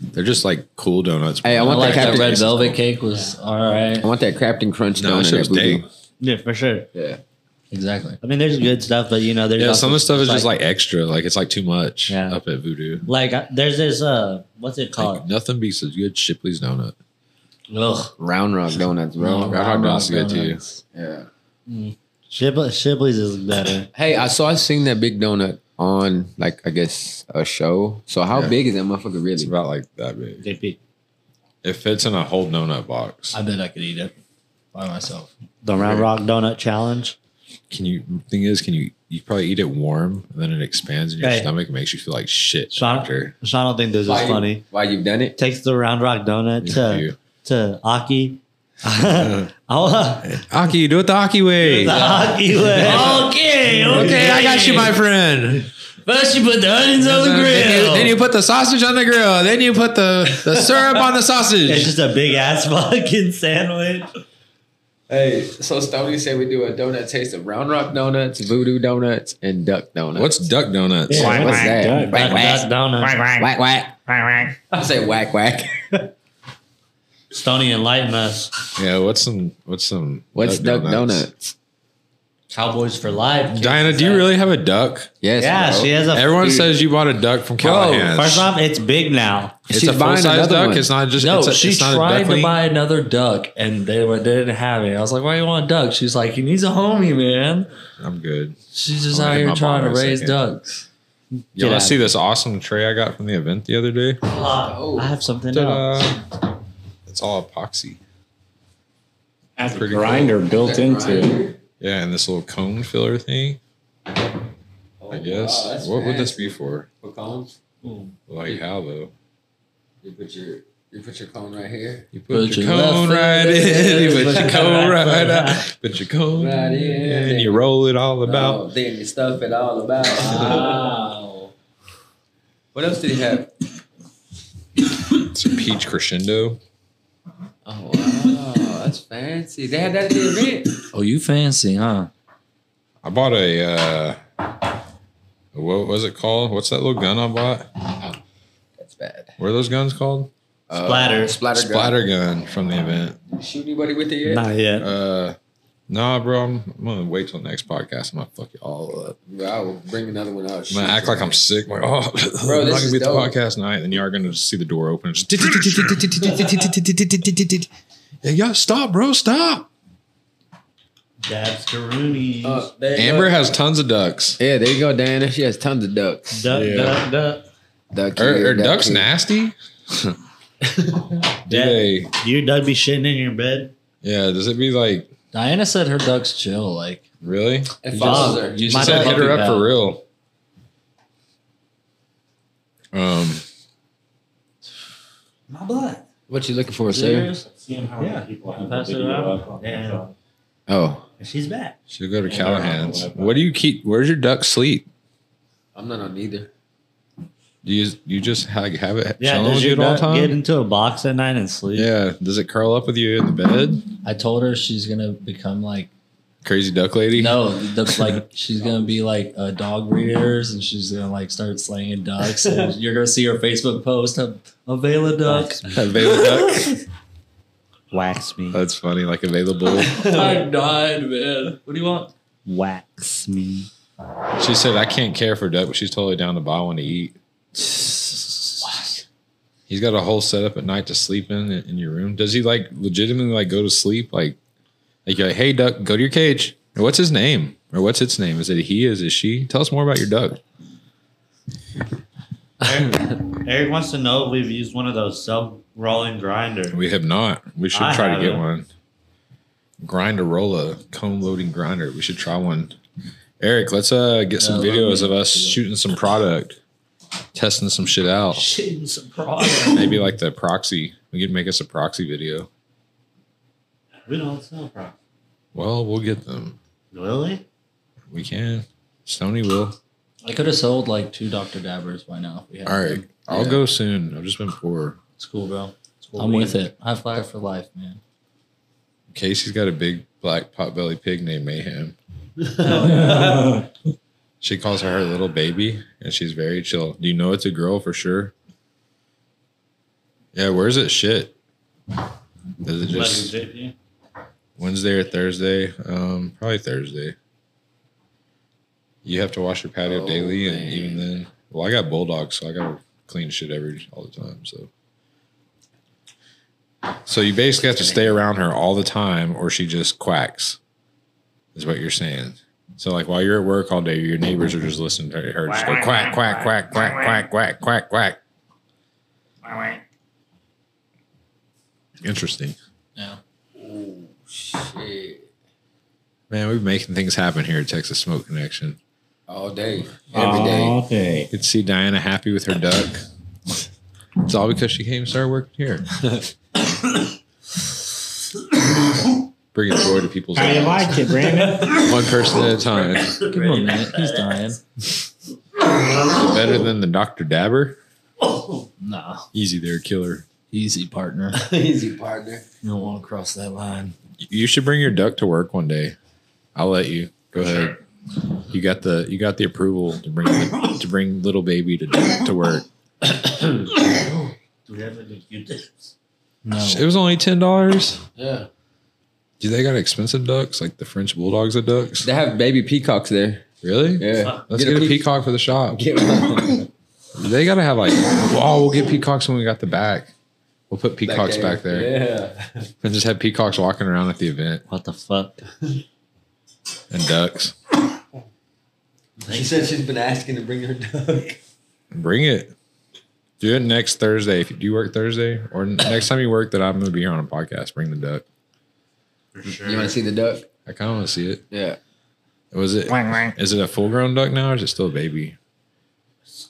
[SPEAKER 5] They're just like cool donuts.
[SPEAKER 3] Hey, I want
[SPEAKER 2] I
[SPEAKER 3] that
[SPEAKER 2] like that
[SPEAKER 3] Captain
[SPEAKER 2] red velvet cake was all right.
[SPEAKER 3] I want that Captain Crunch
[SPEAKER 5] No, that
[SPEAKER 3] donut.
[SPEAKER 5] shit was
[SPEAKER 3] at Voodoo.
[SPEAKER 5] dank.
[SPEAKER 4] Yeah, for sure.
[SPEAKER 3] Yeah.
[SPEAKER 2] Exactly.
[SPEAKER 4] I mean, there's good stuff, but you know, there's
[SPEAKER 5] Yeah,
[SPEAKER 4] also
[SPEAKER 5] some of the stuff is just like extra. Like it's like too much
[SPEAKER 4] Yeah.
[SPEAKER 5] up at Voodoo.
[SPEAKER 4] like uh, there's this uh, what's it
[SPEAKER 5] Like,
[SPEAKER 4] called?
[SPEAKER 5] nothing beats a good Shipley's donut.
[SPEAKER 4] Ugh,
[SPEAKER 3] Round Rock Donuts, bro.
[SPEAKER 5] Round Rock Donuts is good too.
[SPEAKER 3] Yeah.
[SPEAKER 4] Shipley, Shipley's is better.
[SPEAKER 3] Hey, I saw I seen that big donut on like I guess a show. So how
[SPEAKER 5] Yeah.
[SPEAKER 3] big is that motherfucker
[SPEAKER 5] It's
[SPEAKER 3] really?
[SPEAKER 5] about like that big.
[SPEAKER 4] JP,
[SPEAKER 5] It fits in a whole donut box.
[SPEAKER 2] I bet I could eat it by myself.
[SPEAKER 4] the Round Rock Donut Challenge.
[SPEAKER 5] Can you? Thing is, can you? You probably eat it warm, and then it expands in your
[SPEAKER 4] Hey.
[SPEAKER 5] stomach and makes you feel like shit
[SPEAKER 4] Sean-
[SPEAKER 5] after.
[SPEAKER 4] So I don't think this is
[SPEAKER 3] Why you-
[SPEAKER 4] funny.
[SPEAKER 3] Why you've done it?
[SPEAKER 4] Takes the Round Rock Donut to
[SPEAKER 5] You-
[SPEAKER 4] to Aki. I want
[SPEAKER 5] Aki, do it the Aki way.
[SPEAKER 4] the Aki way.
[SPEAKER 2] Okay,
[SPEAKER 5] Okay, I got you, my friend.
[SPEAKER 2] First you put the onions on the
[SPEAKER 5] Then,
[SPEAKER 2] grill.
[SPEAKER 5] you, then you put the sausage on the grill. Then you put the, the syrup on the
[SPEAKER 4] It's
[SPEAKER 5] sausage.
[SPEAKER 4] just a big ass fucking sandwich.
[SPEAKER 3] Hey, so Stony said we do a donut taste of Round Rock Donuts, Voodoo Donuts, and Duck Donuts.
[SPEAKER 5] What's duck donuts?
[SPEAKER 6] Yeah.
[SPEAKER 3] what's
[SPEAKER 6] Whack,
[SPEAKER 3] that?
[SPEAKER 6] whack,
[SPEAKER 3] Whack
[SPEAKER 4] Round
[SPEAKER 3] whack.
[SPEAKER 4] Rock
[SPEAKER 3] Whack
[SPEAKER 4] Donut.
[SPEAKER 3] whack. I say whack whack.
[SPEAKER 4] Stony enlighten us.
[SPEAKER 5] Yeah, what's some what's some
[SPEAKER 3] What's Duck, donuts?
[SPEAKER 4] Cowboys for life.
[SPEAKER 5] Diana, do you really have a duck?
[SPEAKER 3] Yes.
[SPEAKER 4] Yeah,
[SPEAKER 3] bro.
[SPEAKER 4] she has a.
[SPEAKER 5] Everyone
[SPEAKER 4] dude,
[SPEAKER 5] says you bought a duck from Callahan's.
[SPEAKER 4] First off, it's big now.
[SPEAKER 5] it's
[SPEAKER 3] She's
[SPEAKER 5] a
[SPEAKER 3] buying
[SPEAKER 5] full size
[SPEAKER 3] another
[SPEAKER 5] duck.
[SPEAKER 3] one.
[SPEAKER 5] It's not just
[SPEAKER 2] No,
[SPEAKER 5] it's a,
[SPEAKER 2] she
[SPEAKER 5] it's not a
[SPEAKER 2] tried to
[SPEAKER 5] duckling.
[SPEAKER 2] buy another duck and they, were, they didn't have it. I was like, why you want a duck? She's like, he needs a homie, man.
[SPEAKER 5] I'm good.
[SPEAKER 2] She's just
[SPEAKER 5] I'm gonna
[SPEAKER 2] out
[SPEAKER 5] hit
[SPEAKER 2] here
[SPEAKER 5] my
[SPEAKER 2] trying
[SPEAKER 5] bar
[SPEAKER 2] to
[SPEAKER 5] in a
[SPEAKER 2] raise
[SPEAKER 5] second.
[SPEAKER 2] ducks.
[SPEAKER 5] You
[SPEAKER 4] Get
[SPEAKER 5] want
[SPEAKER 4] out.
[SPEAKER 5] to see this awesome tray I got from the event the other day?
[SPEAKER 3] Oh,
[SPEAKER 4] Uh, I have something else.
[SPEAKER 5] Ta-da. It's all epoxy.
[SPEAKER 6] Has a
[SPEAKER 5] Pretty
[SPEAKER 6] grinder built into it.
[SPEAKER 5] Yeah, and this little cone filler thing.
[SPEAKER 3] Oh,
[SPEAKER 5] I guess. what would this be for?
[SPEAKER 8] Pecans?
[SPEAKER 5] Like how though?
[SPEAKER 8] You put your you put your cone right here.
[SPEAKER 5] You put,
[SPEAKER 2] Put
[SPEAKER 5] your,
[SPEAKER 2] your
[SPEAKER 5] cone
[SPEAKER 2] left
[SPEAKER 5] right in.
[SPEAKER 2] in,
[SPEAKER 5] You put your cone
[SPEAKER 4] right
[SPEAKER 5] right
[SPEAKER 4] foot
[SPEAKER 5] out. Put your cone
[SPEAKER 8] Right
[SPEAKER 5] right
[SPEAKER 8] in,
[SPEAKER 5] in.
[SPEAKER 8] then
[SPEAKER 5] You roll it all about.
[SPEAKER 8] Oh, then you stuff it all about. Ah.
[SPEAKER 4] Wow.
[SPEAKER 3] What else did he have?
[SPEAKER 5] It's a peach crescendo.
[SPEAKER 3] Oh,
[SPEAKER 8] Oh, that's fancy. They had that at the event.
[SPEAKER 2] Oh, you fancy, huh?
[SPEAKER 5] I bought a uh what was it called? What's that little gun I bought?
[SPEAKER 8] That's bad.
[SPEAKER 5] What are those guns called?
[SPEAKER 8] Splatter.
[SPEAKER 4] Splatter.
[SPEAKER 8] Splatter.
[SPEAKER 5] Splatter gun from the event.
[SPEAKER 8] Shoot anybody with it yet?
[SPEAKER 4] Not yet.
[SPEAKER 5] Uh nah, bro, I'm, I'm gonna wait till next podcast. I'm gonna fuck you all up.
[SPEAKER 8] Bro, I will bring another one out.
[SPEAKER 5] I'm gonna act like I'm sick. like,
[SPEAKER 8] Bro,
[SPEAKER 5] oh, I'm
[SPEAKER 8] this
[SPEAKER 5] not gonna
[SPEAKER 8] is
[SPEAKER 5] be at the
[SPEAKER 8] dope.
[SPEAKER 5] podcast night, and y'all are gonna just see the door open. Just, yeah, y'all stop, bro, stop.
[SPEAKER 4] That's Garoonies.
[SPEAKER 8] Uh, there you
[SPEAKER 5] Amber
[SPEAKER 8] go.
[SPEAKER 5] has tons of ducks.
[SPEAKER 3] yeah, there you go, Diana. She has tons of ducks.
[SPEAKER 4] duck,
[SPEAKER 5] yeah.
[SPEAKER 4] duck, duck.
[SPEAKER 3] Duck
[SPEAKER 5] Are,
[SPEAKER 3] here,
[SPEAKER 5] are ducks
[SPEAKER 3] here.
[SPEAKER 5] nasty? Do
[SPEAKER 4] Yeah.
[SPEAKER 5] they?
[SPEAKER 4] Your duck be shitting in your bed.
[SPEAKER 5] Yeah. Does it be like
[SPEAKER 2] Diana said her ducks chill. Like,
[SPEAKER 5] really?
[SPEAKER 8] It follows
[SPEAKER 2] Bob,
[SPEAKER 8] her.
[SPEAKER 2] you
[SPEAKER 5] Just
[SPEAKER 2] said
[SPEAKER 5] hit her
[SPEAKER 2] puppy
[SPEAKER 5] up for
[SPEAKER 2] pal.
[SPEAKER 5] real. Um,
[SPEAKER 4] My butt.
[SPEAKER 3] What you looking for, sir?
[SPEAKER 4] Serious?
[SPEAKER 6] Seeing how
[SPEAKER 4] Yeah.
[SPEAKER 6] people have
[SPEAKER 4] Pass
[SPEAKER 6] the
[SPEAKER 4] it
[SPEAKER 6] video
[SPEAKER 4] around.
[SPEAKER 6] up on
[SPEAKER 4] Yeah.
[SPEAKER 6] themselves.
[SPEAKER 3] Oh,
[SPEAKER 4] And she's back.
[SPEAKER 5] she'll go to
[SPEAKER 6] Yeah, they're on the
[SPEAKER 5] Callahan's.
[SPEAKER 6] website.
[SPEAKER 5] What do you keep? Where's your duck sleep?
[SPEAKER 8] I'm not on either.
[SPEAKER 5] Do you you just like have it
[SPEAKER 4] Yeah,
[SPEAKER 5] chilling
[SPEAKER 4] does
[SPEAKER 5] with you
[SPEAKER 4] your
[SPEAKER 5] at all
[SPEAKER 4] duck
[SPEAKER 5] time?
[SPEAKER 4] get into a box at night and sleep?
[SPEAKER 5] yeah. Does it curl up with you in the bed?
[SPEAKER 2] I told her she's gonna become like
[SPEAKER 5] Crazy duck lady.
[SPEAKER 2] no, the, like she's gonna be like a dog breeders and she's gonna like start slaying ducks. And you're gonna see her Facebook post of Avela duck.
[SPEAKER 5] Available duck.
[SPEAKER 4] Wax me.
[SPEAKER 5] That's funny. Like available.
[SPEAKER 2] I died, man. What do you want?
[SPEAKER 4] Wax me.
[SPEAKER 5] She said, I can't care for duck, but she's totally down to buy one to eat. He's got a whole setup at night to sleep in in your room. Does he like legitimately like go to sleep? Like, like you're like, hey duck, go to your cage. Or what's his name? Or what's its name? Is it a he? Is it she? Tell us more about your duck.
[SPEAKER 4] Eric wants to know if we've used one of those sub rolling grinders.
[SPEAKER 5] We have not. We should
[SPEAKER 4] I
[SPEAKER 5] try to get
[SPEAKER 4] haven't.
[SPEAKER 5] one. Grinderola, cone loading grinder. We should try one. Eric, let's uh get some
[SPEAKER 2] Yeah, let
[SPEAKER 5] videos
[SPEAKER 2] me-
[SPEAKER 5] of us shooting some product, testing some shit out.
[SPEAKER 4] Shitting some product.
[SPEAKER 5] Maybe like the proxy. We could make us a proxy video.
[SPEAKER 4] we don't sell product.
[SPEAKER 5] Well, we'll get them.
[SPEAKER 4] Really?
[SPEAKER 5] We can. Sony will.
[SPEAKER 2] I could have sold like two Dr. Dabbers by now. If we had
[SPEAKER 5] All right.
[SPEAKER 2] them.
[SPEAKER 5] I'll
[SPEAKER 3] Yeah.
[SPEAKER 5] go soon. I've just been poor.
[SPEAKER 2] it's cool, bro. I'm with it. High five for life, man.
[SPEAKER 5] Casey's got a big black potbelly pig named Mayhem. She calls her her little baby, and she's very chill. Do you know it's a girl for sure? Yeah, where's it shit? Is it just Wednesday or Thursday? Um, probably Thursday. You have to wash your patio
[SPEAKER 8] Oh,
[SPEAKER 5] daily, and
[SPEAKER 8] man.
[SPEAKER 5] even then, well, I got bulldogs, so I gotta clean shit every all the time. So, so you basically have to stay around her all the time, or she just quacks. Is what you're saying. So, like while you're at work all day, your neighbors are just listening to her just go quack quack quack quack quack quack quack quack. Interesting,
[SPEAKER 8] Oh shit!
[SPEAKER 5] man. We're making things happen here at Texas Smoke Connection.
[SPEAKER 8] All day, every day.
[SPEAKER 6] All day.
[SPEAKER 5] You could see Diana happy with her duck. It's all because she came and started working here. Bringing joy to people's
[SPEAKER 6] How you
[SPEAKER 5] lives.
[SPEAKER 6] like it, Brandon?
[SPEAKER 5] One person at a time.
[SPEAKER 2] Give him a minute. He's dying.
[SPEAKER 5] Better than the Dr. Dabber.
[SPEAKER 2] Nah.
[SPEAKER 5] Easy there, killer.
[SPEAKER 2] Easy partner.
[SPEAKER 8] Easy partner.
[SPEAKER 2] You don't want to cross that line.
[SPEAKER 5] You should bring your duck to work one day. I'll let you. Go ahead. You got the you got the approval to bring the, to bring little baby to to work.
[SPEAKER 4] Do we have any Q-tips?
[SPEAKER 2] No.
[SPEAKER 5] It was only ten dollars.
[SPEAKER 8] Yeah.
[SPEAKER 5] Do they got expensive ducks? Like the French bulldogs of ducks?
[SPEAKER 3] They have baby peacocks there.
[SPEAKER 5] Really?
[SPEAKER 3] Yeah.
[SPEAKER 5] Let's get, a peacock for the shop. They gotta have like, oh, we'll get peacocks when we got the back. We'll put peacocks
[SPEAKER 8] there.
[SPEAKER 5] back there
[SPEAKER 3] Yeah.
[SPEAKER 5] and just have peacocks walking around at the event
[SPEAKER 2] What the fuck?
[SPEAKER 5] and ducks.
[SPEAKER 8] She said she's been asking to bring her duck.
[SPEAKER 5] Bring it. Do it next Thursday. If you do work Thursday or n- next time you work, that I'm gonna be here on a podcast. Bring the duck.
[SPEAKER 4] For
[SPEAKER 3] You want
[SPEAKER 4] sure.
[SPEAKER 3] to see the duck?
[SPEAKER 5] I kind of want to see it.
[SPEAKER 3] Yeah.
[SPEAKER 5] Was it? Is it a full grown duck now or is it still a baby?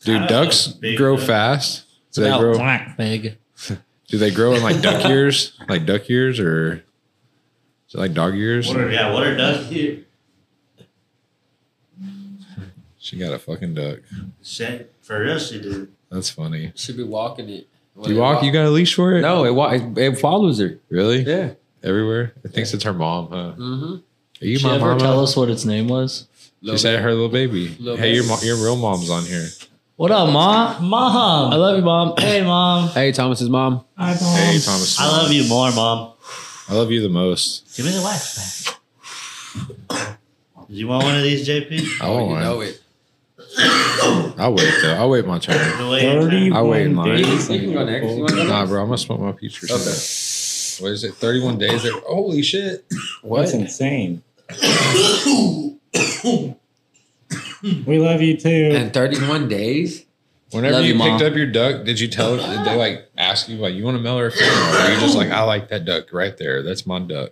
[SPEAKER 5] Dude,
[SPEAKER 4] Kinda
[SPEAKER 5] ducks
[SPEAKER 4] a big
[SPEAKER 5] grow
[SPEAKER 4] duck.
[SPEAKER 5] fast. Do they grow?
[SPEAKER 2] Quack, big.
[SPEAKER 5] Do they grow in like duck years? Like duck years or is it like dog years?
[SPEAKER 4] What are, yeah, what are ducks here?
[SPEAKER 5] She got a fucking duck.
[SPEAKER 4] Shit, for real, she did.
[SPEAKER 5] That's funny.
[SPEAKER 8] Should be walking it.
[SPEAKER 5] You walk. You got a leash for it?
[SPEAKER 3] No, it wa- it, it follows her.
[SPEAKER 5] Really?
[SPEAKER 3] Yeah.
[SPEAKER 5] Everywhere? It thinks it's her mom, huh?
[SPEAKER 8] Mm-hmm.
[SPEAKER 5] Are you
[SPEAKER 2] Did she
[SPEAKER 5] my
[SPEAKER 2] ever
[SPEAKER 5] mama?
[SPEAKER 2] tell us what its name was?
[SPEAKER 5] she said her little baby.
[SPEAKER 8] Little
[SPEAKER 5] hey, your
[SPEAKER 8] baby.
[SPEAKER 5] mo- your real mom's on here.
[SPEAKER 2] What up, ma? I
[SPEAKER 4] Mom.
[SPEAKER 2] love you, mom. Hey, mom.
[SPEAKER 3] Hey, Thomas's mom.
[SPEAKER 4] Hi, mom.
[SPEAKER 5] Hey, Thomas.
[SPEAKER 4] I love you more, mom.
[SPEAKER 5] I love you the most.
[SPEAKER 4] Give me the wife back. Do you want one of these, JP?
[SPEAKER 5] I
[SPEAKER 8] Oh,
[SPEAKER 5] want
[SPEAKER 8] you
[SPEAKER 5] one.
[SPEAKER 8] know it.
[SPEAKER 5] I'll wait though. I'll wait my turn.
[SPEAKER 4] The way it turned.
[SPEAKER 5] I wait in line.
[SPEAKER 3] You can go next. You wanna go
[SPEAKER 5] Nah,
[SPEAKER 3] next?
[SPEAKER 5] bro. I'm gonna smoke my peach for
[SPEAKER 3] Okay.
[SPEAKER 5] something. What is it? 31 days. There. Holy shit.
[SPEAKER 6] That's insane. we love you too.
[SPEAKER 3] And 31 days?
[SPEAKER 5] Whenever
[SPEAKER 2] Love
[SPEAKER 5] you,
[SPEAKER 2] you,
[SPEAKER 5] picked
[SPEAKER 2] Mom.
[SPEAKER 5] up your duck, did you tell? Did they like ask you like you want a male or a female? Or are you just like I like that duck right there. That's my duck.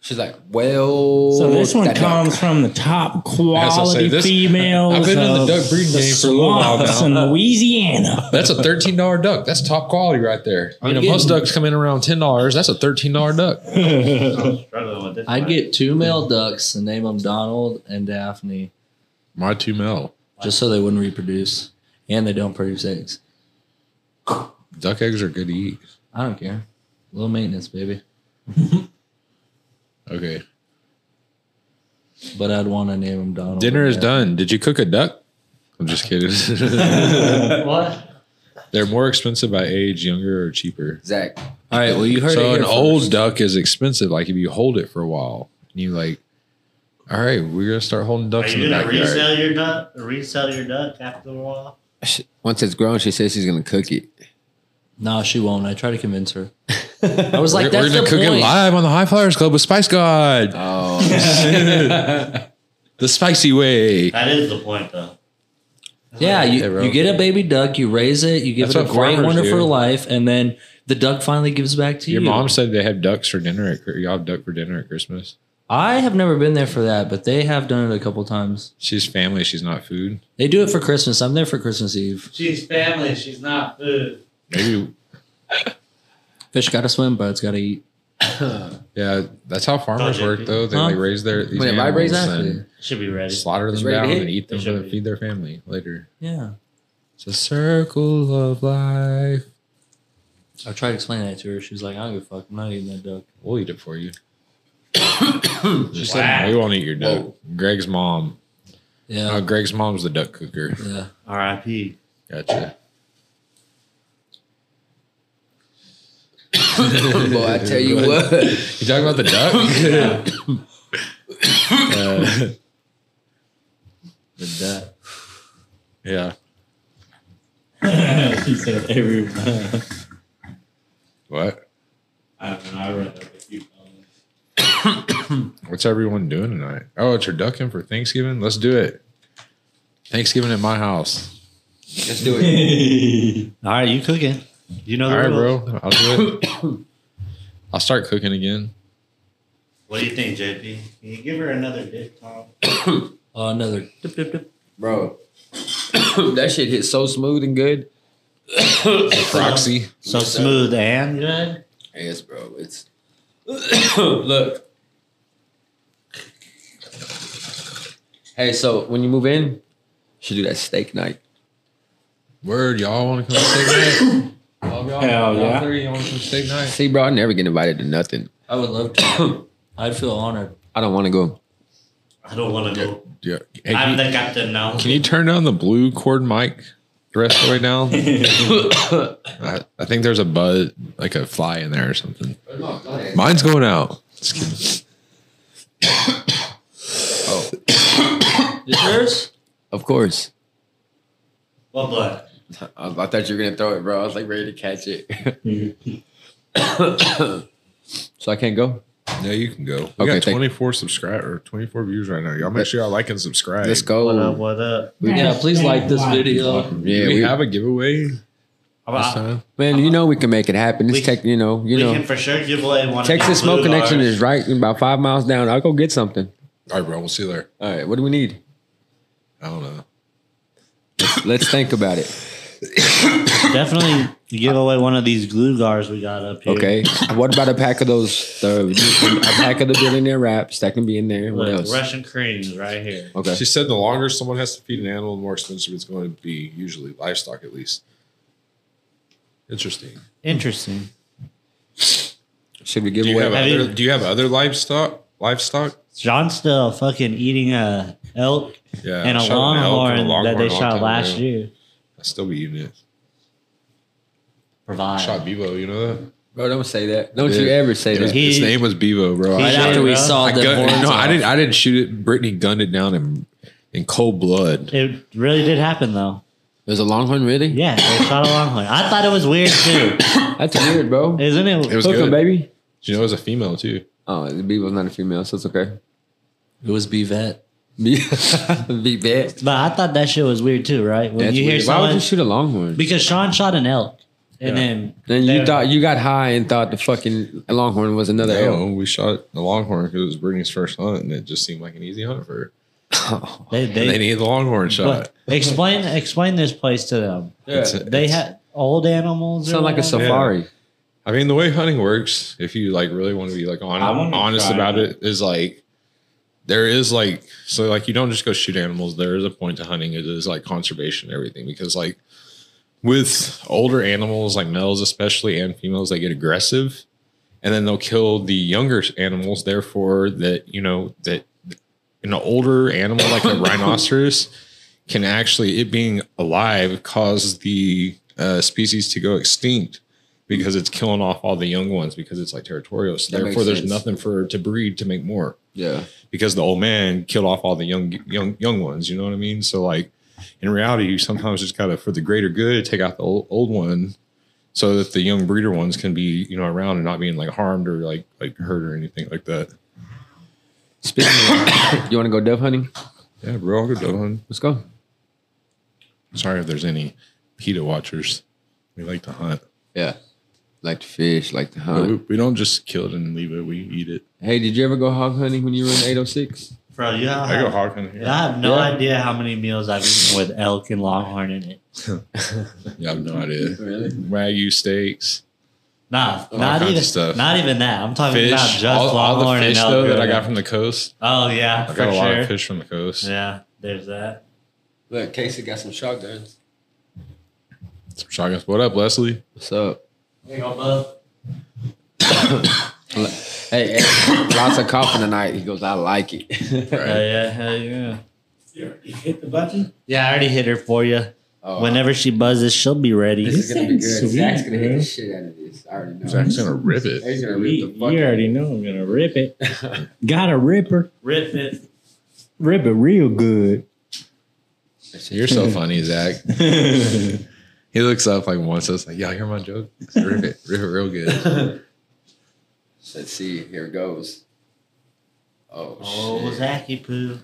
[SPEAKER 3] She's like, well.
[SPEAKER 6] So this one
[SPEAKER 3] that duck.
[SPEAKER 6] comes from the top
[SPEAKER 5] As I say,
[SPEAKER 6] quality
[SPEAKER 5] this-
[SPEAKER 6] females
[SPEAKER 5] I've been in the
[SPEAKER 6] of
[SPEAKER 5] duck breeding
[SPEAKER 6] the
[SPEAKER 5] game for a little while
[SPEAKER 6] swamps
[SPEAKER 5] now.
[SPEAKER 6] in Louisiana.
[SPEAKER 5] That's a thirteen dollar duck. That's top quality right there. You know, most ducks come in around ten dollars. That's a thirteen dollar duck.
[SPEAKER 4] I'm struggling with this.
[SPEAKER 2] I'd
[SPEAKER 4] one.
[SPEAKER 2] get two male ducks and name them Donald and Daphne
[SPEAKER 5] My two male
[SPEAKER 2] just so they wouldn't reproduce. And they don't produce eggs.
[SPEAKER 5] duck eggs are good to eat.
[SPEAKER 2] I don't care. Low maintenance, baby.
[SPEAKER 5] Okay,
[SPEAKER 2] But I'd want to name them Donald.
[SPEAKER 5] dinner
[SPEAKER 2] and
[SPEAKER 5] is
[SPEAKER 2] Daphne.
[SPEAKER 5] done. Did you cook a duck? I'm just kidding.
[SPEAKER 4] what?
[SPEAKER 5] They're more expensive by age, younger or cheaper.
[SPEAKER 3] Zach.
[SPEAKER 2] All right. Well, you heard it.
[SPEAKER 5] so
[SPEAKER 2] here
[SPEAKER 5] an old
[SPEAKER 2] first.
[SPEAKER 5] duck is expensive. Like if you hold it for a while and you like, all right, we're gonna start holding
[SPEAKER 4] Are
[SPEAKER 5] ducks in
[SPEAKER 4] you
[SPEAKER 5] the
[SPEAKER 4] gonna
[SPEAKER 5] backyard.
[SPEAKER 4] resell your duck? Resell your duck after a while?
[SPEAKER 3] She, once it's grown, she says she's going to cook it.
[SPEAKER 2] No, she won't. I try to convince her. I was
[SPEAKER 5] We're,
[SPEAKER 2] like,
[SPEAKER 5] we're
[SPEAKER 2] that's
[SPEAKER 5] gonna
[SPEAKER 2] the
[SPEAKER 5] cook it
[SPEAKER 2] point.
[SPEAKER 5] live on the High Flyers Club with Spice God,
[SPEAKER 3] Oh.
[SPEAKER 5] the spicy way.
[SPEAKER 4] That is the point, though.
[SPEAKER 5] Yeah,
[SPEAKER 2] Yeah, you,
[SPEAKER 5] bro.
[SPEAKER 2] you get a baby duck, you raise it, you give
[SPEAKER 5] That's
[SPEAKER 2] it a
[SPEAKER 5] what
[SPEAKER 2] great,
[SPEAKER 5] farmers
[SPEAKER 2] wonderful
[SPEAKER 5] do.
[SPEAKER 2] life, and then the duck finally gives back to
[SPEAKER 5] Your
[SPEAKER 2] you.
[SPEAKER 5] mom said they have ducks for dinner. At, y'all have duck for dinner at Christmas.
[SPEAKER 2] I have never been there for that, but they have done it a couple times.
[SPEAKER 5] She's family. She's not food.
[SPEAKER 2] They do it for Christmas. I'm there for Christmas Eve.
[SPEAKER 4] She's family. She's not food.
[SPEAKER 5] Maybe
[SPEAKER 2] Fish gotta swim, birds gotta eat.
[SPEAKER 5] yeah. That's how farmers
[SPEAKER 4] Don't you-
[SPEAKER 5] work though. They
[SPEAKER 2] Huh?
[SPEAKER 5] like raise their these
[SPEAKER 3] When it
[SPEAKER 5] animals
[SPEAKER 3] vibrates,
[SPEAKER 5] and
[SPEAKER 4] Should be ready.
[SPEAKER 5] slaughter
[SPEAKER 3] It's
[SPEAKER 5] them
[SPEAKER 3] ready to
[SPEAKER 5] down
[SPEAKER 3] hit.
[SPEAKER 5] and eat them
[SPEAKER 4] It
[SPEAKER 5] to
[SPEAKER 4] should be.
[SPEAKER 5] feed their family later.
[SPEAKER 2] Yeah,
[SPEAKER 5] It's a circle of life.
[SPEAKER 2] I tried to explain that to her. She was like, "I don't give a fuck. I'm not eating that duck."
[SPEAKER 5] We'll eat it for you. she
[SPEAKER 4] Wow.
[SPEAKER 5] said we won't eat your duck.
[SPEAKER 3] Whoa.
[SPEAKER 5] Greg's mom. Uh,
[SPEAKER 2] Yeah,
[SPEAKER 5] Greg's mom's the duck cooker.
[SPEAKER 2] yeah.
[SPEAKER 4] R.I.P.
[SPEAKER 5] Gotcha.
[SPEAKER 3] Boy, I tell you what.
[SPEAKER 5] You talking about the duck? Uh,
[SPEAKER 2] The duck.
[SPEAKER 5] yeah.
[SPEAKER 6] she said everyone.
[SPEAKER 5] What?
[SPEAKER 6] I don't know. I read like a few comments.
[SPEAKER 5] What's everyone doing tonight? Oh, it's your ducking for Thanksgiving. Let's do it. Thanksgiving at my house.
[SPEAKER 8] Let's do it.
[SPEAKER 4] All right, you cooking? You know
[SPEAKER 5] All
[SPEAKER 4] the
[SPEAKER 5] right,
[SPEAKER 4] rules.
[SPEAKER 5] bro. I'll do it. I'll start cooking again.
[SPEAKER 4] What do you think, JP? Can you give her another dick, Tom?
[SPEAKER 2] Oh, another dip, dip, dip.
[SPEAKER 3] Bro. that shit hit so smooth and good.
[SPEAKER 5] Proxy.
[SPEAKER 4] So smooth and good.
[SPEAKER 3] Yes, bro. It's. Look. Hey, so when you move in, you should do that steak night.
[SPEAKER 5] Word, y'all want to come steak night? All y'all,
[SPEAKER 6] Hell
[SPEAKER 5] y'all
[SPEAKER 6] yeah.
[SPEAKER 5] three, y'all want to come steak night?
[SPEAKER 3] See, bro, I never get invited to nothing.
[SPEAKER 2] I would love to. I'd feel honored.
[SPEAKER 3] I don't want to go.
[SPEAKER 4] I don't want to go.
[SPEAKER 5] Yeah. Hey,
[SPEAKER 4] I'm
[SPEAKER 5] can, you,
[SPEAKER 4] the captain now.
[SPEAKER 5] can you turn down the blue cord mic? the rest of the way down.
[SPEAKER 6] That's
[SPEAKER 5] I, I think there's a buzz, like a fly in there or something.
[SPEAKER 8] No, go ahead.
[SPEAKER 5] Mine's going out. Just kidding.
[SPEAKER 4] Is yours?
[SPEAKER 3] Of course.
[SPEAKER 4] What blood?
[SPEAKER 3] I, I thought you were gonna throw it, bro. I was like ready to catch it. so I can't go.
[SPEAKER 5] Yeah, you can go. We
[SPEAKER 3] Okay,
[SPEAKER 5] got
[SPEAKER 3] thank-
[SPEAKER 5] 24 subscribe or 24 views right now. Y'all make sure y'all like and subscribe.
[SPEAKER 3] Let's
[SPEAKER 4] What up?
[SPEAKER 3] go.
[SPEAKER 4] Uh, What up?
[SPEAKER 2] Yeah, please like this video.
[SPEAKER 5] Do
[SPEAKER 3] Yeah,
[SPEAKER 5] we,
[SPEAKER 3] we,
[SPEAKER 5] have a giveaway this
[SPEAKER 4] I'm out.
[SPEAKER 5] time?
[SPEAKER 3] man. You know we can make it happen. It's
[SPEAKER 4] We-
[SPEAKER 3] tech. You know. You
[SPEAKER 4] we
[SPEAKER 3] know.
[SPEAKER 4] can for sure give away one. of
[SPEAKER 3] Texas
[SPEAKER 4] these
[SPEAKER 3] Smoke
[SPEAKER 4] blue
[SPEAKER 3] Connection
[SPEAKER 4] bars.
[SPEAKER 3] is right about five miles down. I'll go get something.
[SPEAKER 5] All right, bro. We'll see you there.
[SPEAKER 3] All right. What do we need?
[SPEAKER 5] I don't know.
[SPEAKER 3] Let's think about it.
[SPEAKER 4] definitely give away one of these glue gars we got up here.
[SPEAKER 3] Okay. what about a pack of those? The, a pack of the billionaire wraps that can be in there. What
[SPEAKER 4] Look,
[SPEAKER 3] else?
[SPEAKER 4] Russian creams right here.
[SPEAKER 3] Okay.
[SPEAKER 5] She said the longer someone has to feed an animal, the more expensive it's going to be, usually livestock at least. Interesting.
[SPEAKER 4] Interesting.
[SPEAKER 3] Should we give
[SPEAKER 5] Do you have
[SPEAKER 3] away?
[SPEAKER 4] Have
[SPEAKER 5] other
[SPEAKER 4] you-
[SPEAKER 5] do you have other livestock? Livestock?
[SPEAKER 4] John's still fucking eating a elk
[SPEAKER 5] Yeah.
[SPEAKER 4] and a
[SPEAKER 5] I shot an elk
[SPEAKER 4] longhorn
[SPEAKER 5] and a
[SPEAKER 4] that they
[SPEAKER 5] longhorn a long
[SPEAKER 4] shot
[SPEAKER 5] time
[SPEAKER 4] last
[SPEAKER 5] ago.
[SPEAKER 4] year.
[SPEAKER 5] I still be eating it.
[SPEAKER 4] Provide.
[SPEAKER 5] Shot Bevo, you know that?
[SPEAKER 3] Bro, don't say that. Don't
[SPEAKER 5] Yeah.
[SPEAKER 3] you ever say
[SPEAKER 5] It was-
[SPEAKER 3] that.
[SPEAKER 4] He-
[SPEAKER 5] his name was Bevo, bro.
[SPEAKER 4] He
[SPEAKER 5] I,
[SPEAKER 4] shot
[SPEAKER 5] shot-
[SPEAKER 2] After we
[SPEAKER 4] bro.
[SPEAKER 2] saw
[SPEAKER 5] I
[SPEAKER 2] the
[SPEAKER 5] gun-
[SPEAKER 2] horns
[SPEAKER 5] no, I
[SPEAKER 2] off.
[SPEAKER 5] didn't I didn't shoot it. Brittany gunned it down in in cold blood.
[SPEAKER 4] It really did happen though.
[SPEAKER 3] There's a longhorn, really?
[SPEAKER 4] Yeah, they shot a longhorn. I thought it was weird too.
[SPEAKER 3] That's weird, bro.
[SPEAKER 4] Isn't it?
[SPEAKER 5] It was
[SPEAKER 3] Hook 'em,
[SPEAKER 5] good.
[SPEAKER 3] baby.
[SPEAKER 5] You know, it was a female too.
[SPEAKER 3] Oh, the Bevo's not a female, so it's okay.
[SPEAKER 2] It was Bevette.
[SPEAKER 3] Be, be bad.
[SPEAKER 4] but I thought that shit was weird too, right? When
[SPEAKER 3] That's
[SPEAKER 4] you hear
[SPEAKER 3] weird. Why
[SPEAKER 4] someone
[SPEAKER 3] would you shoot a longhorn?
[SPEAKER 4] because Sean shot an elk and then
[SPEAKER 3] Then you
[SPEAKER 4] There.
[SPEAKER 3] thought you got high and thought the fucking longhorn was another elk.
[SPEAKER 5] No, we shot the longhorn because it was Brittany's first hunt, and it just seemed like an easy hunt for her.
[SPEAKER 3] Oh.
[SPEAKER 4] they
[SPEAKER 5] And they
[SPEAKER 4] they
[SPEAKER 5] needed the longhorn shot.
[SPEAKER 4] but explain explain this place to them.
[SPEAKER 3] Yeah.
[SPEAKER 5] It's-
[SPEAKER 4] They
[SPEAKER 5] it's-
[SPEAKER 4] had old animals. or
[SPEAKER 3] Sound like a
[SPEAKER 4] whatever?
[SPEAKER 3] safari.
[SPEAKER 5] I mean, the way hunting works, if you like really want to be like on,
[SPEAKER 6] I wanna
[SPEAKER 5] honest
[SPEAKER 6] try
[SPEAKER 5] about
[SPEAKER 6] it.
[SPEAKER 5] it, is like there is like so like you don't just go shoot animals. There is a point to hunting. It is like conservation, and everything because like with older animals, like males especially and females, they get aggressive, and then they'll kill the younger animals. Therefore, that you know that an older animal like a rhinoceros can actually it being alive cause the uh, species to go extinct because it's killing off all the young ones because it's like territorial. So
[SPEAKER 3] That makes
[SPEAKER 5] therefore, there's
[SPEAKER 3] sense.
[SPEAKER 5] nothing for it to breed to make more
[SPEAKER 3] Yeah.
[SPEAKER 5] because the old man killed off all the young young young ones. You know what I mean? So like in reality, you sometimes just gotta for the greater good take out the old, old one so that the young breeder ones can be you know around and not being like harmed or like like hurt or anything like that.
[SPEAKER 3] Speaking of, you want to go dove hunting?
[SPEAKER 5] Yeah, bro, I'll go dove hunting.
[SPEAKER 3] Let's go.
[SPEAKER 5] Sorry if there's any PETA watchers. We like to hunt.
[SPEAKER 3] Yeah. Like to fish, like to
[SPEAKER 5] But we,
[SPEAKER 3] hunt.
[SPEAKER 5] we don't just kill it and leave it. We eat it.
[SPEAKER 3] Hey, did you ever go hog hunting when you were in 806?
[SPEAKER 4] Bro, you have,
[SPEAKER 5] I go hog hunting.
[SPEAKER 4] I
[SPEAKER 5] Here.
[SPEAKER 4] have no
[SPEAKER 3] Yeah.
[SPEAKER 4] idea how many meals I've eaten with elk and longhorn in it.
[SPEAKER 5] Yeah, I have no idea.
[SPEAKER 3] Really?
[SPEAKER 5] Wagyu steaks.
[SPEAKER 4] Nah,
[SPEAKER 5] All
[SPEAKER 4] not
[SPEAKER 5] kinds of
[SPEAKER 4] even
[SPEAKER 5] stuff.
[SPEAKER 4] not even that. I'm talking
[SPEAKER 5] fish,
[SPEAKER 4] about just
[SPEAKER 5] all, all
[SPEAKER 4] longhorn
[SPEAKER 5] the fish
[SPEAKER 4] and elk.
[SPEAKER 5] though that I
[SPEAKER 4] really.
[SPEAKER 5] got from the coast.
[SPEAKER 4] oh yeah,
[SPEAKER 5] I
[SPEAKER 4] for
[SPEAKER 5] got a
[SPEAKER 4] sure.
[SPEAKER 5] lot of fish from the coast.
[SPEAKER 4] Yeah, there's that.
[SPEAKER 8] Look, Casey got some shotguns.
[SPEAKER 5] Some shotguns. What up, Leslie?
[SPEAKER 3] What's up?
[SPEAKER 4] There you go, bud.
[SPEAKER 3] Hey, hey, lots of coughing tonight. He goes, I like it.
[SPEAKER 4] Hell yeah, hell yeah.
[SPEAKER 6] hit the button.
[SPEAKER 4] Yeah, I already hit her for you.
[SPEAKER 3] Oh,
[SPEAKER 4] Whenever she buzzes, she'll be ready.
[SPEAKER 8] This is gonna be
[SPEAKER 6] sounds
[SPEAKER 8] good.
[SPEAKER 6] sweet,
[SPEAKER 8] Zach's gonna hit
[SPEAKER 6] bro.
[SPEAKER 8] the shit out of this. I already know.
[SPEAKER 5] Zach's gonna rip it.
[SPEAKER 8] He's gonna
[SPEAKER 6] You,
[SPEAKER 8] rip the fuck out
[SPEAKER 6] already know I'm gonna rip it. got a ripper,
[SPEAKER 4] Rip it.
[SPEAKER 6] rip it real good.
[SPEAKER 5] You're so funny, Zach.
[SPEAKER 6] That's
[SPEAKER 5] He looks up like once. I was like, "Y'all hear my joke? Rip it, rip it real good."
[SPEAKER 3] Let's see. Here it goes. Oh,
[SPEAKER 4] Oh,
[SPEAKER 3] shit.
[SPEAKER 4] Zacky poo.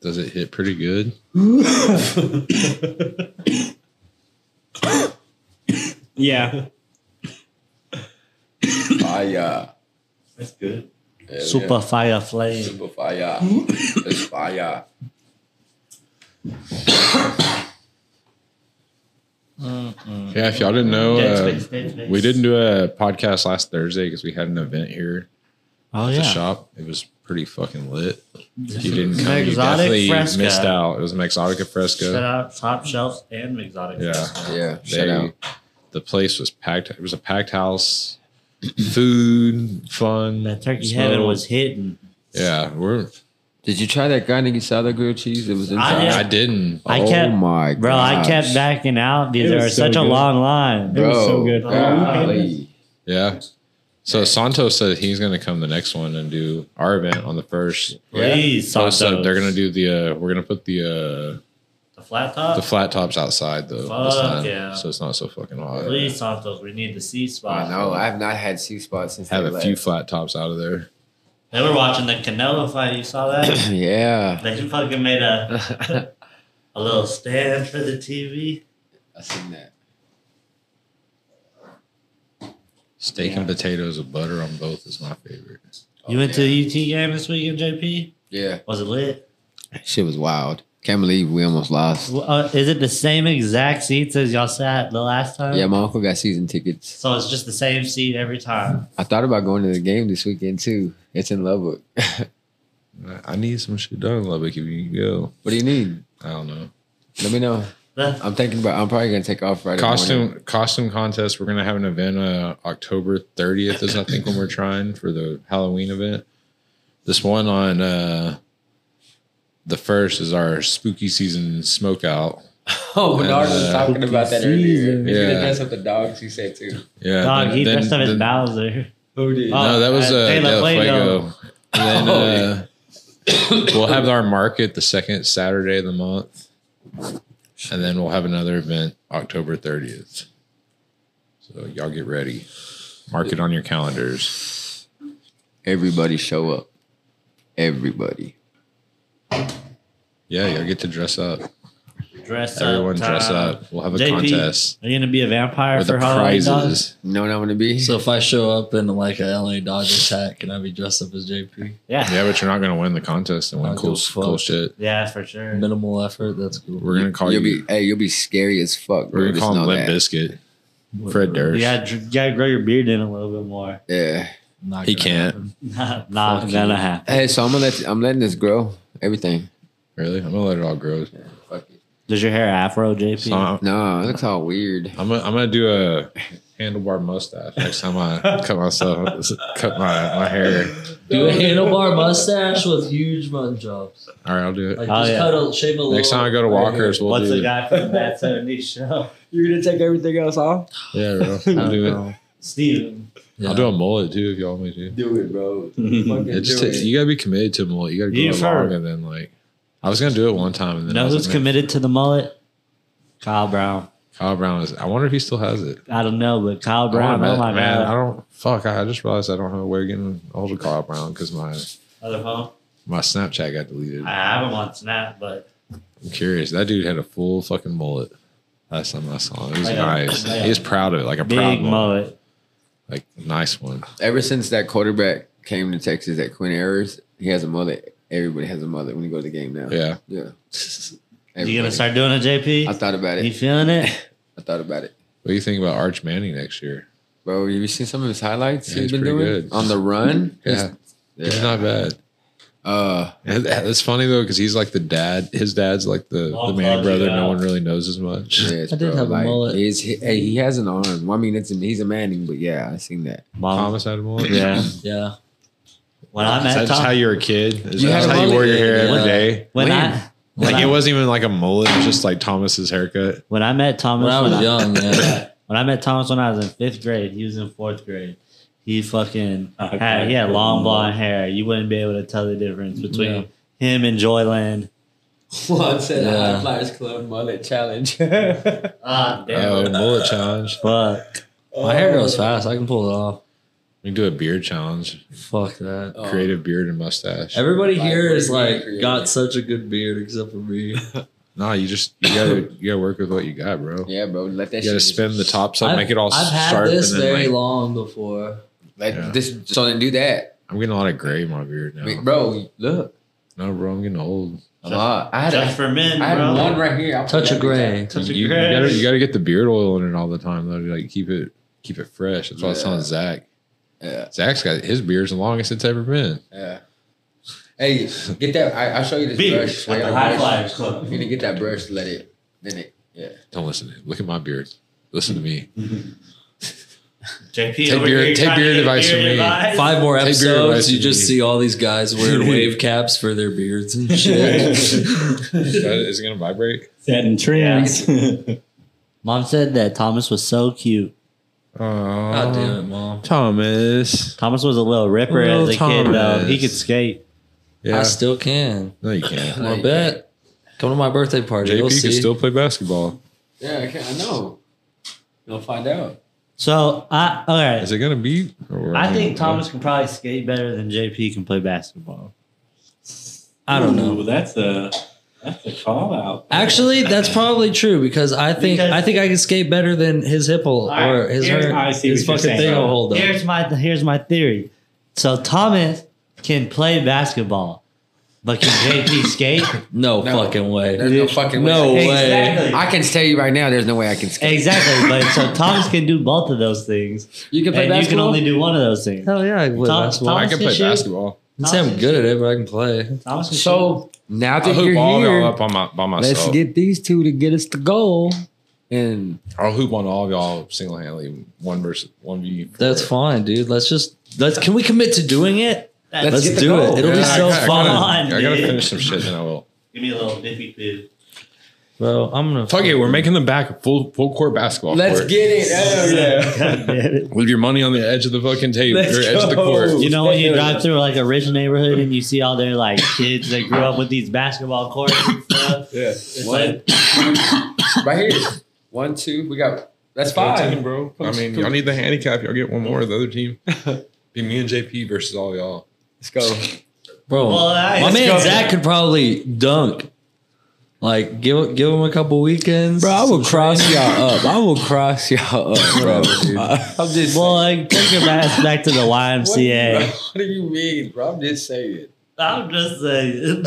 [SPEAKER 5] Does it hit pretty good?
[SPEAKER 6] yeah,
[SPEAKER 3] Fire.
[SPEAKER 6] good.
[SPEAKER 3] Hell yeah.
[SPEAKER 4] Super fire flame.
[SPEAKER 3] Super fire. it's fire.
[SPEAKER 5] Yeah. If y'all didn't know,
[SPEAKER 4] Dead
[SPEAKER 5] uh,
[SPEAKER 4] space, dead space.
[SPEAKER 5] we didn't do a podcast last Thursday because we had an event here
[SPEAKER 4] Oh
[SPEAKER 5] at the
[SPEAKER 4] yeah.
[SPEAKER 5] shop. It was pretty fucking lit. If you didn't come, you
[SPEAKER 4] Exotic
[SPEAKER 5] definitely
[SPEAKER 4] Fresca.
[SPEAKER 5] missed out. It was an Exotica
[SPEAKER 4] Shout
[SPEAKER 5] Fresca.
[SPEAKER 4] out top shelf and exotic.
[SPEAKER 5] uh, Yeah.
[SPEAKER 4] Fresca.
[SPEAKER 3] Yeah. Shout
[SPEAKER 5] They-
[SPEAKER 3] out.
[SPEAKER 5] The place was packed. It was a packed house. Food, fun.
[SPEAKER 4] That turkey
[SPEAKER 5] smoke.
[SPEAKER 4] heaven was hitting.
[SPEAKER 5] Yeah, we're
[SPEAKER 3] Did you try that garlic asada grilled cheese? It was
[SPEAKER 4] I
[SPEAKER 3] inside.
[SPEAKER 5] I
[SPEAKER 4] didn't-
[SPEAKER 5] didn't.
[SPEAKER 4] I
[SPEAKER 3] oh
[SPEAKER 4] kept-
[SPEAKER 3] my
[SPEAKER 4] Bro, I kept
[SPEAKER 3] gosh.
[SPEAKER 4] backing out because
[SPEAKER 6] It
[SPEAKER 4] there
[SPEAKER 6] was
[SPEAKER 4] was
[SPEAKER 6] so
[SPEAKER 4] such a
[SPEAKER 6] good.
[SPEAKER 4] long line.
[SPEAKER 6] It
[SPEAKER 3] Bro,
[SPEAKER 6] was so good.
[SPEAKER 3] golly.
[SPEAKER 5] Yeah. So Santos said he's going to come the next one and do our event on the first.
[SPEAKER 4] Please,
[SPEAKER 5] So
[SPEAKER 4] Santos.
[SPEAKER 5] so they're going to do the. Uh, we're going to put the
[SPEAKER 4] the flat
[SPEAKER 5] uh,
[SPEAKER 4] top.
[SPEAKER 5] the flat tops outside though. this
[SPEAKER 4] Fuck
[SPEAKER 5] time,
[SPEAKER 4] yeah.
[SPEAKER 5] So it's not so fucking hot.
[SPEAKER 4] Please, Santos, we need the C spot.
[SPEAKER 9] I know. I have not had C spots since
[SPEAKER 5] Have
[SPEAKER 9] they
[SPEAKER 5] a
[SPEAKER 9] left.
[SPEAKER 5] few flat tops out of there.
[SPEAKER 4] They were watching the Canelo fight. You saw that?
[SPEAKER 3] yeah.
[SPEAKER 4] they fucking made a a little stand for the TV.
[SPEAKER 9] I seen that.
[SPEAKER 5] Steak and potatoes with butter on both is my favorite.
[SPEAKER 4] You went
[SPEAKER 9] yeah.
[SPEAKER 4] to the UT game this weekend, JP?
[SPEAKER 9] Yeah.
[SPEAKER 4] Was it lit?
[SPEAKER 3] Shit was wild. Can't believe we almost lost.
[SPEAKER 4] Well, Uh, is it the same exact seats as y'all sat the last time?
[SPEAKER 3] Yeah, my uncle got season tickets.
[SPEAKER 4] So it's just the same seat every time.
[SPEAKER 3] I thought about going to the game this weekend too. It's in Lubbock.
[SPEAKER 5] I- I need some shit done in Lubbock if you can go.
[SPEAKER 3] What do you need?
[SPEAKER 5] I don't know.
[SPEAKER 3] Let me know.
[SPEAKER 4] The-
[SPEAKER 3] I'm thinking about. I'm probably gonna take off right
[SPEAKER 5] Costume costume contest. We're gonna have an event uh, October 30th is I think when we're trying for the Halloween event. This one on uh, the first is our spooky season smoke out.
[SPEAKER 9] Oh, Bernard was
[SPEAKER 5] Uh,
[SPEAKER 9] talking about that
[SPEAKER 2] spooky
[SPEAKER 9] earlier.
[SPEAKER 2] season.
[SPEAKER 9] He's gonna
[SPEAKER 5] Yeah.
[SPEAKER 9] dress up the dogs. He said too.
[SPEAKER 5] Yeah,
[SPEAKER 4] dog,
[SPEAKER 5] then-
[SPEAKER 4] he
[SPEAKER 5] then-
[SPEAKER 4] dressed up as
[SPEAKER 5] then-
[SPEAKER 4] Bowser.
[SPEAKER 9] Who did?
[SPEAKER 4] Oh,
[SPEAKER 5] No, that was
[SPEAKER 4] uh,
[SPEAKER 5] uh,
[SPEAKER 4] De La
[SPEAKER 5] Del
[SPEAKER 4] Fuego.
[SPEAKER 5] Fuego. And then uh, we'll have our market the second Saturday of the month, and then we'll have another event October 30th. So y'all get ready. Mark it on your calendars.
[SPEAKER 3] Everybody show up. Everybody.
[SPEAKER 5] Yeah, y'all get to dress up.
[SPEAKER 4] Dress
[SPEAKER 5] Everyone
[SPEAKER 4] up.
[SPEAKER 5] dress
[SPEAKER 4] time.
[SPEAKER 5] up. We'll have a
[SPEAKER 4] JP,
[SPEAKER 5] contest
[SPEAKER 4] Are you gonna be a vampire
[SPEAKER 5] with the
[SPEAKER 4] for Halloween? dog?
[SPEAKER 5] prizes.
[SPEAKER 3] You know what I'm gonna be?
[SPEAKER 2] So if I show up in like a LA Dodgers hat, can I be dressed up as JP?
[SPEAKER 4] Yeah.
[SPEAKER 5] Yeah, but you're not gonna win the contest and
[SPEAKER 2] I
[SPEAKER 5] win
[SPEAKER 2] go
[SPEAKER 5] cool
[SPEAKER 2] fuck.
[SPEAKER 5] cool shit.
[SPEAKER 4] Yeah, for sure.
[SPEAKER 2] Minimal effort. That's cool.
[SPEAKER 5] We're gonna call
[SPEAKER 3] you'll
[SPEAKER 5] you.
[SPEAKER 3] be. Hey, you'll be scary as fuck. Bro.
[SPEAKER 5] we're gonna
[SPEAKER 3] Just
[SPEAKER 5] call him
[SPEAKER 3] know
[SPEAKER 5] Limp
[SPEAKER 3] that.
[SPEAKER 5] Biscuit. Fred Durst.
[SPEAKER 4] You gotta, you gotta grow your beard in a little bit more.
[SPEAKER 3] Yeah.
[SPEAKER 2] Not
[SPEAKER 5] He
[SPEAKER 2] gonna
[SPEAKER 5] can't.
[SPEAKER 2] happen.
[SPEAKER 4] Not, not
[SPEAKER 2] Fuck
[SPEAKER 4] gonna
[SPEAKER 2] you.
[SPEAKER 4] happen.
[SPEAKER 3] Hey, so I'm gonna let. I'm letting this grow. Everything.
[SPEAKER 5] Really? I'm gonna let it all grow.
[SPEAKER 3] Fuck it.
[SPEAKER 4] Does your hair afro, JP?
[SPEAKER 5] So I'm-
[SPEAKER 3] Nah, it looks all weird.
[SPEAKER 5] I'm gonna, I'm gonna do a handlebar mustache next time I cut myself, cut my, my hair.
[SPEAKER 2] Do a handlebar mustache with huge mutton chops.
[SPEAKER 5] All right, I'll do it.
[SPEAKER 2] Like
[SPEAKER 4] Oh,
[SPEAKER 2] just
[SPEAKER 4] yeah.
[SPEAKER 2] cut a shave a little.
[SPEAKER 5] Next time I go to Walker's, we'll
[SPEAKER 4] What's
[SPEAKER 5] do
[SPEAKER 4] the guy from that 70s show?
[SPEAKER 9] You're gonna take everything else off?
[SPEAKER 5] Yeah, bro. I'll do it.
[SPEAKER 4] Steven.
[SPEAKER 2] Yeah.
[SPEAKER 5] I'll do a mullet too if you want me to.
[SPEAKER 9] Do it, bro.
[SPEAKER 6] Mhm.
[SPEAKER 9] Fucking
[SPEAKER 5] Hmm, It just
[SPEAKER 9] do
[SPEAKER 5] takes, you gotta be committed to a mullet. You gotta
[SPEAKER 4] You've
[SPEAKER 5] go along
[SPEAKER 4] heard.
[SPEAKER 5] and then like, I was gonna do it one time and
[SPEAKER 4] You
[SPEAKER 5] then
[SPEAKER 4] know
[SPEAKER 5] I was
[SPEAKER 4] who's
[SPEAKER 5] like, man,
[SPEAKER 4] committed to the mullet? Kyle Brown.
[SPEAKER 5] Kyle Brown is. I wonder if he still has it.
[SPEAKER 4] I don't know, but Kyle
[SPEAKER 5] I wanna
[SPEAKER 4] Brown.
[SPEAKER 5] ma-
[SPEAKER 4] Oh my
[SPEAKER 5] man, I
[SPEAKER 4] god.
[SPEAKER 5] don't. Fuck, I just realized I don't have a way of getting hold of Kyle Brown because my
[SPEAKER 4] Other phone.
[SPEAKER 5] my Snapchat got deleted.
[SPEAKER 4] I haven't on Snap, but
[SPEAKER 5] I'm curious. That dude had a full fucking mullet last time I saw him. It was
[SPEAKER 4] I know.
[SPEAKER 5] nice.
[SPEAKER 4] I know.
[SPEAKER 5] He was proud of it, like a proud
[SPEAKER 4] Oh, big
[SPEAKER 5] mullet.
[SPEAKER 4] mullet.
[SPEAKER 5] Like nice one.
[SPEAKER 3] Ever since that quarterback came to Texas at Quinn Errors, he has a mullet. Everybody has a mullet when you go to the game now.
[SPEAKER 5] Yeah.
[SPEAKER 3] Yeah.
[SPEAKER 4] You gonna
[SPEAKER 3] Everybody.
[SPEAKER 4] start doing it, JP?
[SPEAKER 3] I thought about
[SPEAKER 4] you
[SPEAKER 3] it.
[SPEAKER 4] feeling it?
[SPEAKER 3] I thought about it.
[SPEAKER 5] What do you think about Arch Manning next year?
[SPEAKER 3] Bro, have you seen some of his highlights
[SPEAKER 5] Yeah,
[SPEAKER 3] he's
[SPEAKER 5] he's
[SPEAKER 3] been
[SPEAKER 5] pretty
[SPEAKER 3] doing?
[SPEAKER 5] good.
[SPEAKER 3] On the run?
[SPEAKER 5] Yeah,
[SPEAKER 3] He's-
[SPEAKER 5] he's
[SPEAKER 3] yeah.
[SPEAKER 5] not bad.
[SPEAKER 3] uh
[SPEAKER 5] And It's funny though because he's like the dad. His dad's like the
[SPEAKER 4] Long
[SPEAKER 5] the Manning
[SPEAKER 4] closet
[SPEAKER 5] brother.
[SPEAKER 4] guy.
[SPEAKER 5] No one really knows as much.
[SPEAKER 3] yes,
[SPEAKER 2] I did
[SPEAKER 3] bro,
[SPEAKER 2] have a
[SPEAKER 3] like,
[SPEAKER 2] mullet.
[SPEAKER 3] He's, he, hey, he has an arm. Well, I mean, it's he's a Manning, but yeah, I seen that.
[SPEAKER 4] Mom.
[SPEAKER 5] Thomas had a mullet.
[SPEAKER 4] Yeah.
[SPEAKER 2] Yeah.
[SPEAKER 4] When I
[SPEAKER 5] Is
[SPEAKER 4] met
[SPEAKER 5] that just how
[SPEAKER 4] Tom,
[SPEAKER 5] you were a kid? Is
[SPEAKER 3] You
[SPEAKER 5] that
[SPEAKER 3] had
[SPEAKER 5] just how
[SPEAKER 3] a
[SPEAKER 5] you
[SPEAKER 3] mullet?
[SPEAKER 5] wore your hair
[SPEAKER 2] Yeah.
[SPEAKER 5] every day?
[SPEAKER 4] when I when
[SPEAKER 5] Like
[SPEAKER 4] I,
[SPEAKER 5] it wasn't even like a mullet. It was just like Thomas's haircut.
[SPEAKER 4] when I met Thomas
[SPEAKER 2] When I was young, yeah.
[SPEAKER 4] When I met Thomas when I was in fifth grade, he was in fourth grade. He fucking
[SPEAKER 6] Okay.
[SPEAKER 4] had he had long blonde hair. You wouldn't be able to tell the difference between
[SPEAKER 2] Yeah.
[SPEAKER 4] him and Joyland.
[SPEAKER 9] Juan said
[SPEAKER 2] Yeah.
[SPEAKER 9] High Flyers Club mullet challenge. My
[SPEAKER 4] Ah,
[SPEAKER 5] Oh, mullet challenge.
[SPEAKER 4] Fuck.
[SPEAKER 2] My hair grows fast. I can pull it off.
[SPEAKER 5] We can do a beard challenge.
[SPEAKER 2] Fuck that.
[SPEAKER 3] Oh.
[SPEAKER 5] Creative beard and mustache.
[SPEAKER 2] Everybody
[SPEAKER 9] Like,
[SPEAKER 2] here
[SPEAKER 9] we're
[SPEAKER 2] is
[SPEAKER 9] really
[SPEAKER 2] like
[SPEAKER 9] creative.
[SPEAKER 2] got such a good beard except for me.
[SPEAKER 5] No, you just you gotta you gotta work with what you got, bro.
[SPEAKER 3] Yeah, bro. Let that
[SPEAKER 5] You gotta
[SPEAKER 3] shit
[SPEAKER 5] spin the tops up, make it all
[SPEAKER 2] I've had
[SPEAKER 5] sharp.
[SPEAKER 2] this
[SPEAKER 5] and then,
[SPEAKER 2] very
[SPEAKER 5] like,
[SPEAKER 2] long before.
[SPEAKER 3] Let
[SPEAKER 5] Yeah.
[SPEAKER 3] this so then do that.
[SPEAKER 5] I'm getting a lot of gray in my beard now.
[SPEAKER 3] I mean, bro, look.
[SPEAKER 5] No, bro, I'm getting old.
[SPEAKER 3] A lot. I had
[SPEAKER 4] Just
[SPEAKER 3] a,
[SPEAKER 4] for men,
[SPEAKER 9] I had
[SPEAKER 4] bro.
[SPEAKER 9] one right here. I'll put
[SPEAKER 2] Touch
[SPEAKER 9] that
[SPEAKER 2] of gray.
[SPEAKER 4] Such a
[SPEAKER 5] You, you
[SPEAKER 4] great-
[SPEAKER 5] gotta you gotta get the beard oil in it all the time though. to, Like keep it keep it fresh. That's why I was telling
[SPEAKER 3] Yeah.
[SPEAKER 5] Zach.
[SPEAKER 3] yeah,
[SPEAKER 5] Zach's got his beard's the longest it's ever been.
[SPEAKER 3] yeah. Hey, get that. I, I'll show you this
[SPEAKER 4] Beat
[SPEAKER 3] brush. I
[SPEAKER 4] with
[SPEAKER 3] got
[SPEAKER 4] the
[SPEAKER 3] a
[SPEAKER 4] high
[SPEAKER 3] brush.
[SPEAKER 4] flyers club.
[SPEAKER 3] You need to get that brush. Let it. Then it. Yeah.
[SPEAKER 5] Don't listen to him. Look at my beard. Listen to me.
[SPEAKER 4] JP,
[SPEAKER 5] Take
[SPEAKER 4] over
[SPEAKER 5] your-
[SPEAKER 4] here
[SPEAKER 5] take
[SPEAKER 4] trying to
[SPEAKER 5] your
[SPEAKER 4] get
[SPEAKER 5] advice from
[SPEAKER 4] beard
[SPEAKER 5] me.
[SPEAKER 4] advice.
[SPEAKER 2] Five more
[SPEAKER 5] Take your advice
[SPEAKER 2] episodes, you
[SPEAKER 5] from
[SPEAKER 2] just
[SPEAKER 5] me.
[SPEAKER 2] see all these guys wearing wave caps for their beards and shit.
[SPEAKER 5] Is it gonna vibrate?
[SPEAKER 6] Setting trends.
[SPEAKER 4] Mom said that Thomas was so cute.
[SPEAKER 5] Oh,
[SPEAKER 2] God damn it, mom.
[SPEAKER 5] Thomas.
[SPEAKER 4] Thomas was a little ripper
[SPEAKER 5] Little
[SPEAKER 4] as a kid, though.
[SPEAKER 5] Thomas.
[SPEAKER 4] He could skate.
[SPEAKER 2] I
[SPEAKER 5] Yeah,
[SPEAKER 2] still can.
[SPEAKER 5] no, you can't.
[SPEAKER 2] I bet. Come to my birthday party. You'll
[SPEAKER 5] JP
[SPEAKER 2] see.
[SPEAKER 5] can still play basketball.
[SPEAKER 9] Yeah, I, can, I know. You'll find out.
[SPEAKER 4] So, I, all right.
[SPEAKER 5] Is it gonna be? or-
[SPEAKER 4] I think Thomas can probably skate better than JP can play basketball.
[SPEAKER 2] I don't know.
[SPEAKER 6] Ooh, that's a that's a call out.
[SPEAKER 2] Actually, that's probably true because I think
[SPEAKER 4] Because-
[SPEAKER 2] I think I can skate better than his hipple
[SPEAKER 4] All right,
[SPEAKER 2] or his
[SPEAKER 4] here's-
[SPEAKER 2] her,
[SPEAKER 6] I see
[SPEAKER 2] his
[SPEAKER 6] what you're
[SPEAKER 2] fucking
[SPEAKER 6] saying.
[SPEAKER 2] thing will hold up.
[SPEAKER 4] Here's my here's my theory. So Thomas can play basketball, but can JP skate?
[SPEAKER 2] No,
[SPEAKER 9] No.
[SPEAKER 2] fucking way.
[SPEAKER 9] There's no fucking way.
[SPEAKER 2] No way.
[SPEAKER 4] exactly.
[SPEAKER 3] I can tell you right now, there's no way I can skate.
[SPEAKER 4] Exactly. But so Thomas can do both of those things,
[SPEAKER 3] You can play
[SPEAKER 4] and you can
[SPEAKER 3] basketball.
[SPEAKER 4] only do one of those things.
[SPEAKER 2] Hell yeah, I can play
[SPEAKER 4] Tom-
[SPEAKER 2] basketball.
[SPEAKER 4] Tom-
[SPEAKER 5] I can play
[SPEAKER 4] Shoot.
[SPEAKER 5] basketball.
[SPEAKER 2] I can say I'm good at it, but I can play.
[SPEAKER 4] Thomas can
[SPEAKER 3] so now
[SPEAKER 5] I'll
[SPEAKER 3] that
[SPEAKER 5] hoop
[SPEAKER 3] you're
[SPEAKER 5] all
[SPEAKER 3] here,
[SPEAKER 5] y'all up on my, by myself.
[SPEAKER 3] let's get these two to get us the goal. And
[SPEAKER 5] I'll hoop on all of y'all single handedly, one versus one v. four.
[SPEAKER 2] That's fine, dude. Let's just let's can we commit to doing it?
[SPEAKER 4] shoot.
[SPEAKER 2] Let's,
[SPEAKER 3] get the
[SPEAKER 2] do
[SPEAKER 3] goal.
[SPEAKER 2] it. It'll
[SPEAKER 5] Yeah,
[SPEAKER 2] be so
[SPEAKER 5] I gotta-
[SPEAKER 2] fun.
[SPEAKER 5] I gotta, I gotta
[SPEAKER 4] dude.
[SPEAKER 5] finish some shit, then I will.
[SPEAKER 4] Give me a little nippy food.
[SPEAKER 2] Bro, I'm gonna
[SPEAKER 5] Fuck it, we're making them back a full full court basketball.
[SPEAKER 9] Let's
[SPEAKER 5] court.
[SPEAKER 9] get it. Oh, yeah.
[SPEAKER 4] God damn it.
[SPEAKER 5] leave your money on the edge of the fucking table
[SPEAKER 9] Let's
[SPEAKER 5] or edge of the
[SPEAKER 9] go.
[SPEAKER 5] court.
[SPEAKER 4] You know when you
[SPEAKER 9] Yeah.
[SPEAKER 4] drive through like a rich neighborhood and you see all their like kids that grew up with these basketball courts and stuff.
[SPEAKER 9] yeah.
[SPEAKER 4] It's
[SPEAKER 9] One,
[SPEAKER 4] like
[SPEAKER 9] Right here. One, two. We got. That's five.
[SPEAKER 5] bro. I mean, y'all need the handicap. Y'all get one more. The other team. Be me and JP versus all y'all.
[SPEAKER 9] Let's go.
[SPEAKER 2] bro.
[SPEAKER 4] Well, I-
[SPEAKER 2] my
[SPEAKER 4] let's
[SPEAKER 2] man
[SPEAKER 4] go.
[SPEAKER 2] Zach could probably dunk. Like give give him a couple weekends.
[SPEAKER 3] bro, I will
[SPEAKER 2] some
[SPEAKER 3] cross
[SPEAKER 2] training.
[SPEAKER 3] y'all up. I will cross y'all up, bro.
[SPEAKER 2] Whatever, dude.
[SPEAKER 3] I- I'm just
[SPEAKER 4] Well, like, take your ass back to the
[SPEAKER 9] What do you-
[SPEAKER 4] YMCA.
[SPEAKER 9] What do you mean, bro? I'm just saying.
[SPEAKER 4] I'm just saying.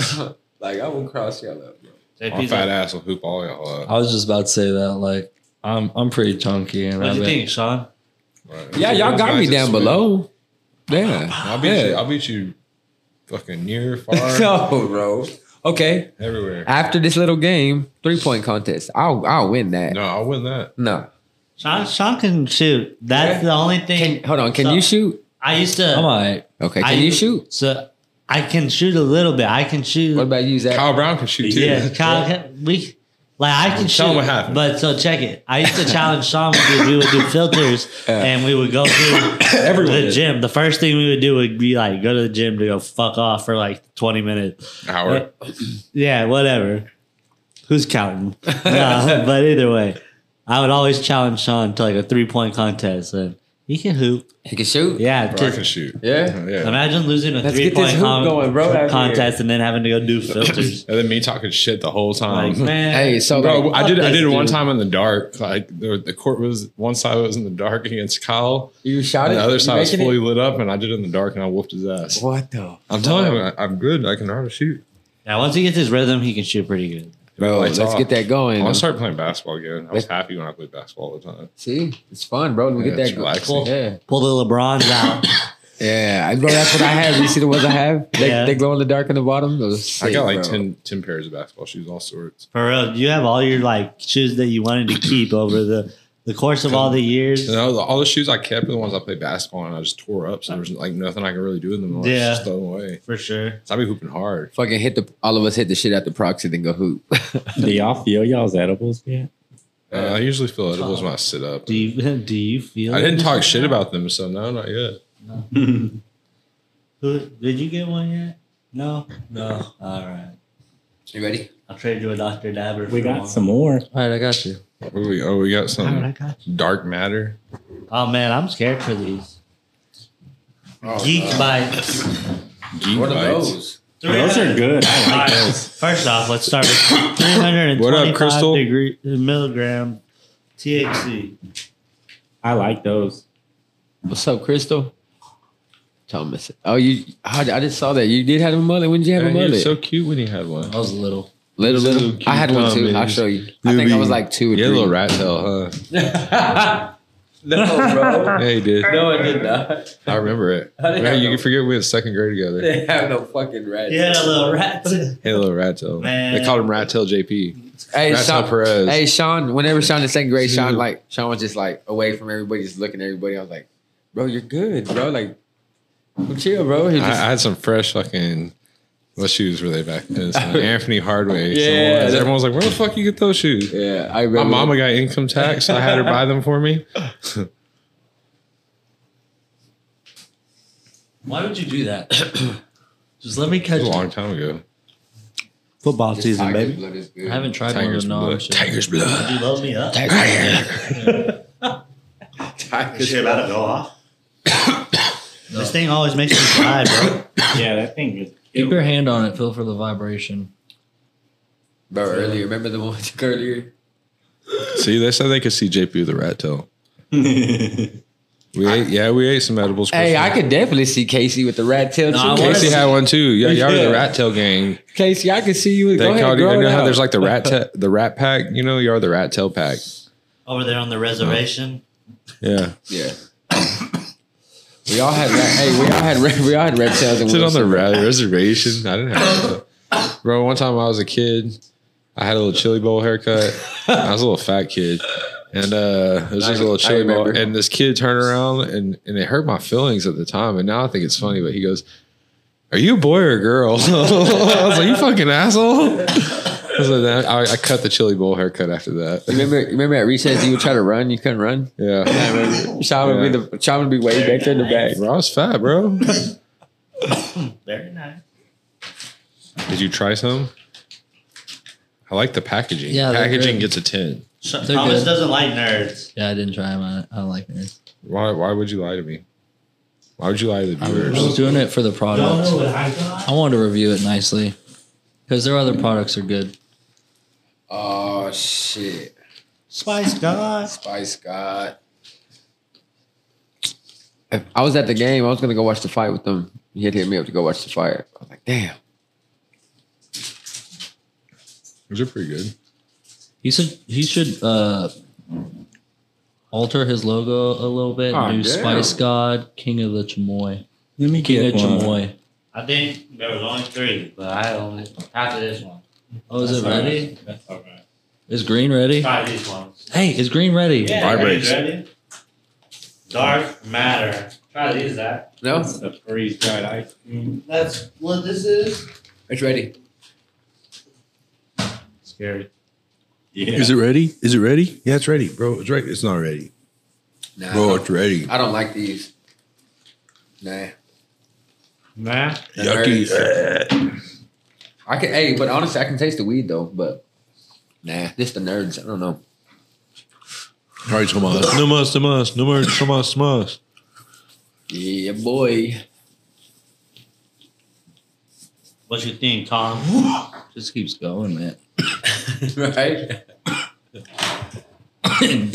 [SPEAKER 9] Like, I won't cross y'all up, bro.
[SPEAKER 5] My fat ass will hoop all y'all up.
[SPEAKER 2] I was just about to say that. Like I'm I'm pretty chunky and I
[SPEAKER 4] What do you
[SPEAKER 2] bet-
[SPEAKER 4] think, Sean?
[SPEAKER 5] Right.
[SPEAKER 3] yeah, y'all got me down below. Yeah.
[SPEAKER 5] I'll beat you. I'll beat you. Fucking near, far,
[SPEAKER 3] No, bro. Okay.
[SPEAKER 5] everywhere.
[SPEAKER 3] After this little game, three point contest. I'll I'll win that.
[SPEAKER 5] No, I'll win that.
[SPEAKER 3] No.
[SPEAKER 4] Sean, Sean can shoot. That's
[SPEAKER 3] Okay.
[SPEAKER 4] the only thing.
[SPEAKER 3] Hold on. Can
[SPEAKER 4] So-
[SPEAKER 3] you shoot?
[SPEAKER 4] I used to.
[SPEAKER 2] I'm all right.
[SPEAKER 3] Okay.
[SPEAKER 4] I
[SPEAKER 3] Can you
[SPEAKER 4] used-
[SPEAKER 3] shoot?
[SPEAKER 4] So I can shoot a little bit. I can shoot.
[SPEAKER 3] What about you, Zach?
[SPEAKER 5] Kyle Brown can shoot too.
[SPEAKER 4] yeah, Kyle, can- we like I
[SPEAKER 5] Tell
[SPEAKER 4] can shoot.
[SPEAKER 5] him what happened.
[SPEAKER 4] But so check it. I used to challenge Sean. We, do- we would do filters,
[SPEAKER 3] Yeah.
[SPEAKER 4] and we would go through
[SPEAKER 5] Everyone
[SPEAKER 4] the
[SPEAKER 5] did.
[SPEAKER 4] gym. The first thing we would do would be like go to the gym to go fuck off for like twenty minutes.
[SPEAKER 5] Howard.
[SPEAKER 4] Yeah, whatever. Who's counting? No, but either way, I would always challenge Sean to like a three point contest, and he can hoop.
[SPEAKER 3] You can shoot?
[SPEAKER 4] Yeah,
[SPEAKER 5] Bro, I
[SPEAKER 4] just-
[SPEAKER 5] can shoot.
[SPEAKER 9] Yeah?
[SPEAKER 5] yeah.
[SPEAKER 4] imagine losing a
[SPEAKER 3] Let's
[SPEAKER 4] three
[SPEAKER 3] get this
[SPEAKER 4] point
[SPEAKER 3] hoop
[SPEAKER 4] con-
[SPEAKER 9] going, bro, out here.
[SPEAKER 4] contest and then having to go do filters.
[SPEAKER 5] And then me talking shit the whole time.
[SPEAKER 4] like, man,
[SPEAKER 3] Hey, so
[SPEAKER 5] Bro,
[SPEAKER 3] like,
[SPEAKER 5] I did. I
[SPEAKER 4] this
[SPEAKER 5] did it one
[SPEAKER 4] dude.
[SPEAKER 5] time in the dark. Like the, the court was one side was in the dark against Kyle,
[SPEAKER 3] you shot
[SPEAKER 5] and
[SPEAKER 3] it.
[SPEAKER 5] the other
[SPEAKER 3] You
[SPEAKER 5] side was
[SPEAKER 3] making
[SPEAKER 5] fully lit up, and I did it in the dark, and I whooped his
[SPEAKER 3] it?
[SPEAKER 5] ass.
[SPEAKER 3] What the?
[SPEAKER 5] I'm telling you, I- I'm good. I can know how to shoot.
[SPEAKER 4] now once he gets his rhythm, he can shoot pretty good.
[SPEAKER 3] Bro,
[SPEAKER 5] Lights
[SPEAKER 3] let's
[SPEAKER 5] off.
[SPEAKER 3] get that
[SPEAKER 5] I
[SPEAKER 3] going.
[SPEAKER 5] want to start playing basketball again. I was happy when I played basketball all the time.
[SPEAKER 3] See, it's fun, bro. We
[SPEAKER 5] Yeah,
[SPEAKER 3] get
[SPEAKER 5] it's
[SPEAKER 3] that
[SPEAKER 5] relaxing.
[SPEAKER 3] going. Yeah,
[SPEAKER 4] Pull the LeBrons out.
[SPEAKER 3] yeah, I- bro. That's what I have. You see the ones I have? They,
[SPEAKER 4] Yeah.
[SPEAKER 3] they glow in the dark in the bottom. Those
[SPEAKER 5] I
[SPEAKER 3] sick,
[SPEAKER 5] got like
[SPEAKER 3] bro.
[SPEAKER 5] 10, 10 pairs of basketball shoes, all sorts.
[SPEAKER 4] For real, you have all your like shoes that you wanted to keep over the the course of all the years.
[SPEAKER 5] And all the, all the shoes I kept were the ones I played basketball, and I just tore up. So there's like nothing I could really do with them. I
[SPEAKER 4] Yeah.
[SPEAKER 5] just throw them away.
[SPEAKER 4] For sure.
[SPEAKER 5] So I be hooping hard.
[SPEAKER 3] Fucking hit the all of us hit the shit out the proxy then go hoop.
[SPEAKER 6] Do y'all feel y'all's edibles yet?
[SPEAKER 5] Uh, I usually feel edibles when I sit up.
[SPEAKER 4] Do you do you feel?
[SPEAKER 5] I didn't
[SPEAKER 4] it?
[SPEAKER 5] talk shit about them, so no, not yet.
[SPEAKER 4] Who, did you get one yet? No.
[SPEAKER 2] No.
[SPEAKER 4] All right.
[SPEAKER 9] You ready?
[SPEAKER 4] I'll trade you a Dr. Dabber.
[SPEAKER 6] We
[SPEAKER 4] for
[SPEAKER 6] got
[SPEAKER 4] one.
[SPEAKER 6] some more.
[SPEAKER 2] All right, I got you.
[SPEAKER 5] What do we, oh, we got
[SPEAKER 4] All right,
[SPEAKER 5] some
[SPEAKER 4] I got
[SPEAKER 5] dark matter.
[SPEAKER 4] you. Oh man, I'm scared for these.
[SPEAKER 9] Oh,
[SPEAKER 4] Geek
[SPEAKER 9] God.
[SPEAKER 4] bites.
[SPEAKER 5] Geek
[SPEAKER 9] What are
[SPEAKER 5] bites.
[SPEAKER 9] those?
[SPEAKER 6] Those are good. I like
[SPEAKER 4] All right,
[SPEAKER 6] those.
[SPEAKER 4] First off, let's start with 325
[SPEAKER 5] What up, Crystal?
[SPEAKER 4] degree uh, milligram THC.
[SPEAKER 6] I like those.
[SPEAKER 3] What's up, Crystal? Thomas. Oh, you. I, I just saw that you did have a mullet. When did you have a
[SPEAKER 5] Man, he
[SPEAKER 3] mullet?
[SPEAKER 5] was so cute when he had one.
[SPEAKER 2] I was little.
[SPEAKER 3] little,
[SPEAKER 5] so
[SPEAKER 3] little.
[SPEAKER 5] cute,
[SPEAKER 3] I had one too.
[SPEAKER 5] Thomas.
[SPEAKER 3] I'll show you. I think I was like two or
[SPEAKER 5] Yeah,
[SPEAKER 3] three.
[SPEAKER 5] little rat tail, huh?
[SPEAKER 9] No, bro.
[SPEAKER 5] Yeah, he did.
[SPEAKER 9] No, I did not.
[SPEAKER 5] I remember it.
[SPEAKER 9] I didn't
[SPEAKER 5] Man,
[SPEAKER 9] have
[SPEAKER 5] you
[SPEAKER 9] no-
[SPEAKER 5] can forget we were in second grade together.
[SPEAKER 9] They have no fucking red.
[SPEAKER 4] Yeah, little rat.
[SPEAKER 5] Hey, little rat tail.
[SPEAKER 4] Man.
[SPEAKER 5] They called him Rat Tail JP.
[SPEAKER 3] Hey,
[SPEAKER 5] Rat Tail
[SPEAKER 3] Sean,
[SPEAKER 5] Perez.
[SPEAKER 3] hey, Sean. Whenever Sean in second grade, Sean like Sean was just like away from everybody, just looking at everybody. I was like, bro, you're good, bro. Like, chill, bro. He
[SPEAKER 5] I,
[SPEAKER 3] just-
[SPEAKER 5] I had some fresh fucking. What shoes were they back then? Some Anthony Hardway. some
[SPEAKER 3] Yeah.
[SPEAKER 5] ones. everyone was like, "Where the fuck you get those shoes?"
[SPEAKER 3] yeah, I
[SPEAKER 5] My
[SPEAKER 3] remember.
[SPEAKER 5] mama got income tax. So I had her buy them for me.
[SPEAKER 2] Why would you do that? Just let me
[SPEAKER 5] It
[SPEAKER 2] catch.
[SPEAKER 5] was a
[SPEAKER 2] I
[SPEAKER 5] long time ago.
[SPEAKER 4] Football
[SPEAKER 8] This
[SPEAKER 4] season,
[SPEAKER 8] tiger's
[SPEAKER 4] baby.
[SPEAKER 8] blood is good.
[SPEAKER 2] haven't tried
[SPEAKER 5] Tiger's
[SPEAKER 2] one
[SPEAKER 5] blood.
[SPEAKER 2] of the non.
[SPEAKER 5] Tiger's blood.
[SPEAKER 2] You love me up.
[SPEAKER 10] Shit about to go off.
[SPEAKER 4] This thing always makes me cry, bro.
[SPEAKER 6] Yeah, that thing is.
[SPEAKER 2] Keep your hand on it. Feel for the vibration.
[SPEAKER 8] Bro, earlier, remember the one we took earlier?
[SPEAKER 5] See, they said they could see JP the rat tail. We ate, yeah, we ate some edibles.
[SPEAKER 3] Hey, I
[SPEAKER 5] Christmas.
[SPEAKER 3] could definitely see Casey with the rat tail.
[SPEAKER 2] No, I
[SPEAKER 3] too.
[SPEAKER 2] wanna
[SPEAKER 5] Casey
[SPEAKER 2] see-
[SPEAKER 5] had one too. Yeah, y'all were
[SPEAKER 3] Yeah.
[SPEAKER 5] the rat tail gang.
[SPEAKER 3] Casey, I could see you. With,
[SPEAKER 5] They
[SPEAKER 3] go ahead,
[SPEAKER 5] called you.
[SPEAKER 3] grow
[SPEAKER 5] You
[SPEAKER 3] it
[SPEAKER 5] know how
[SPEAKER 3] out.
[SPEAKER 5] there's like the rat ta- the rat pack. You know, y'all are the rat tail pack.
[SPEAKER 4] Over there on the reservation.
[SPEAKER 5] Yeah,
[SPEAKER 3] yeah. We all had rat, hey, we all had rat, we all had rat tails and
[SPEAKER 5] sit on the
[SPEAKER 3] Wilson.
[SPEAKER 5] rat reservation. I didn't have. That. Bro, one time I was a kid, I had a little chili bowl haircut. I was a little fat kid, and uh, it was just a little
[SPEAKER 3] I
[SPEAKER 5] chili bowl.
[SPEAKER 3] remember.
[SPEAKER 5] And this kid turned around, and and it hurt my feelings at the time. And now I think it's funny, but he goes, "Are you a boy or a girl?" I was like, "You fucking asshole." I, was like, I, I cut the chili bowl haircut after
[SPEAKER 3] You
[SPEAKER 5] that.
[SPEAKER 3] remember, you remember at recess you would try to run, you couldn't run.
[SPEAKER 5] Yeah.
[SPEAKER 3] Sean would be the Sean would be way back there in the back.
[SPEAKER 5] Bro, I was fat, bro.
[SPEAKER 4] Very nice.
[SPEAKER 5] Did you try some? I like the packaging.
[SPEAKER 2] Yeah, they're
[SPEAKER 5] packaging
[SPEAKER 2] good.
[SPEAKER 5] gets a ten.
[SPEAKER 4] So,
[SPEAKER 2] They're
[SPEAKER 4] Thomas
[SPEAKER 2] good.
[SPEAKER 4] doesn't like nerds.
[SPEAKER 2] Yeah, I didn't try them. I, I don't like it.
[SPEAKER 5] Why? Why would you lie to me? Why would you lie to the
[SPEAKER 2] I was
[SPEAKER 5] viewers?
[SPEAKER 2] just doing it for the product.
[SPEAKER 4] what I got?
[SPEAKER 2] I wanted to review it nicely because their other products are good.
[SPEAKER 8] Oh, shit.
[SPEAKER 4] Spice God.
[SPEAKER 8] Spice God.
[SPEAKER 3] I was at the game. I was gonna go watch the fight with them. He had hit me up to go watch the fight. I was like, damn.
[SPEAKER 5] Those are pretty good.
[SPEAKER 2] He should he should uh, alter his logo a little bit.
[SPEAKER 9] Aw, damn.
[SPEAKER 2] do Spice God, King of the Chamoy,
[SPEAKER 6] Let me
[SPEAKER 2] King of
[SPEAKER 6] get one.
[SPEAKER 2] Chamoy.
[SPEAKER 4] I think there was only three, but I only after this one.
[SPEAKER 2] Oh, is
[SPEAKER 6] That's
[SPEAKER 2] it
[SPEAKER 6] all right.
[SPEAKER 2] ready?
[SPEAKER 6] That's all right.
[SPEAKER 2] Is green ready?
[SPEAKER 4] Try these ones.
[SPEAKER 2] Hey, is green ready?
[SPEAKER 5] Vibrates.
[SPEAKER 4] ready? Dark matter. Try these, Zach.
[SPEAKER 3] No,
[SPEAKER 6] That's the freeze dried ice cream.
[SPEAKER 4] That's what this is.
[SPEAKER 3] it's ready.
[SPEAKER 4] Scary.
[SPEAKER 6] Yeah.
[SPEAKER 10] Is it ready? Is it ready? Yeah, it's ready, bro. It's ready. It's not ready,
[SPEAKER 8] Nah, I
[SPEAKER 10] bro.
[SPEAKER 8] don't,
[SPEAKER 10] It's ready.
[SPEAKER 8] I don't like these. Nah.
[SPEAKER 4] Nah.
[SPEAKER 8] That
[SPEAKER 10] Yucky.
[SPEAKER 8] hurts.
[SPEAKER 3] I can. Hey, but honestly, I can taste the weed though. But nah, just the nerds. I don't know.
[SPEAKER 10] All right, come on. No mas, no mas, no mas, no mas, no mas.
[SPEAKER 3] Yeah, boy.
[SPEAKER 4] What you think, Tom?
[SPEAKER 2] Just keeps going, man.
[SPEAKER 8] right?
[SPEAKER 2] Cuckoo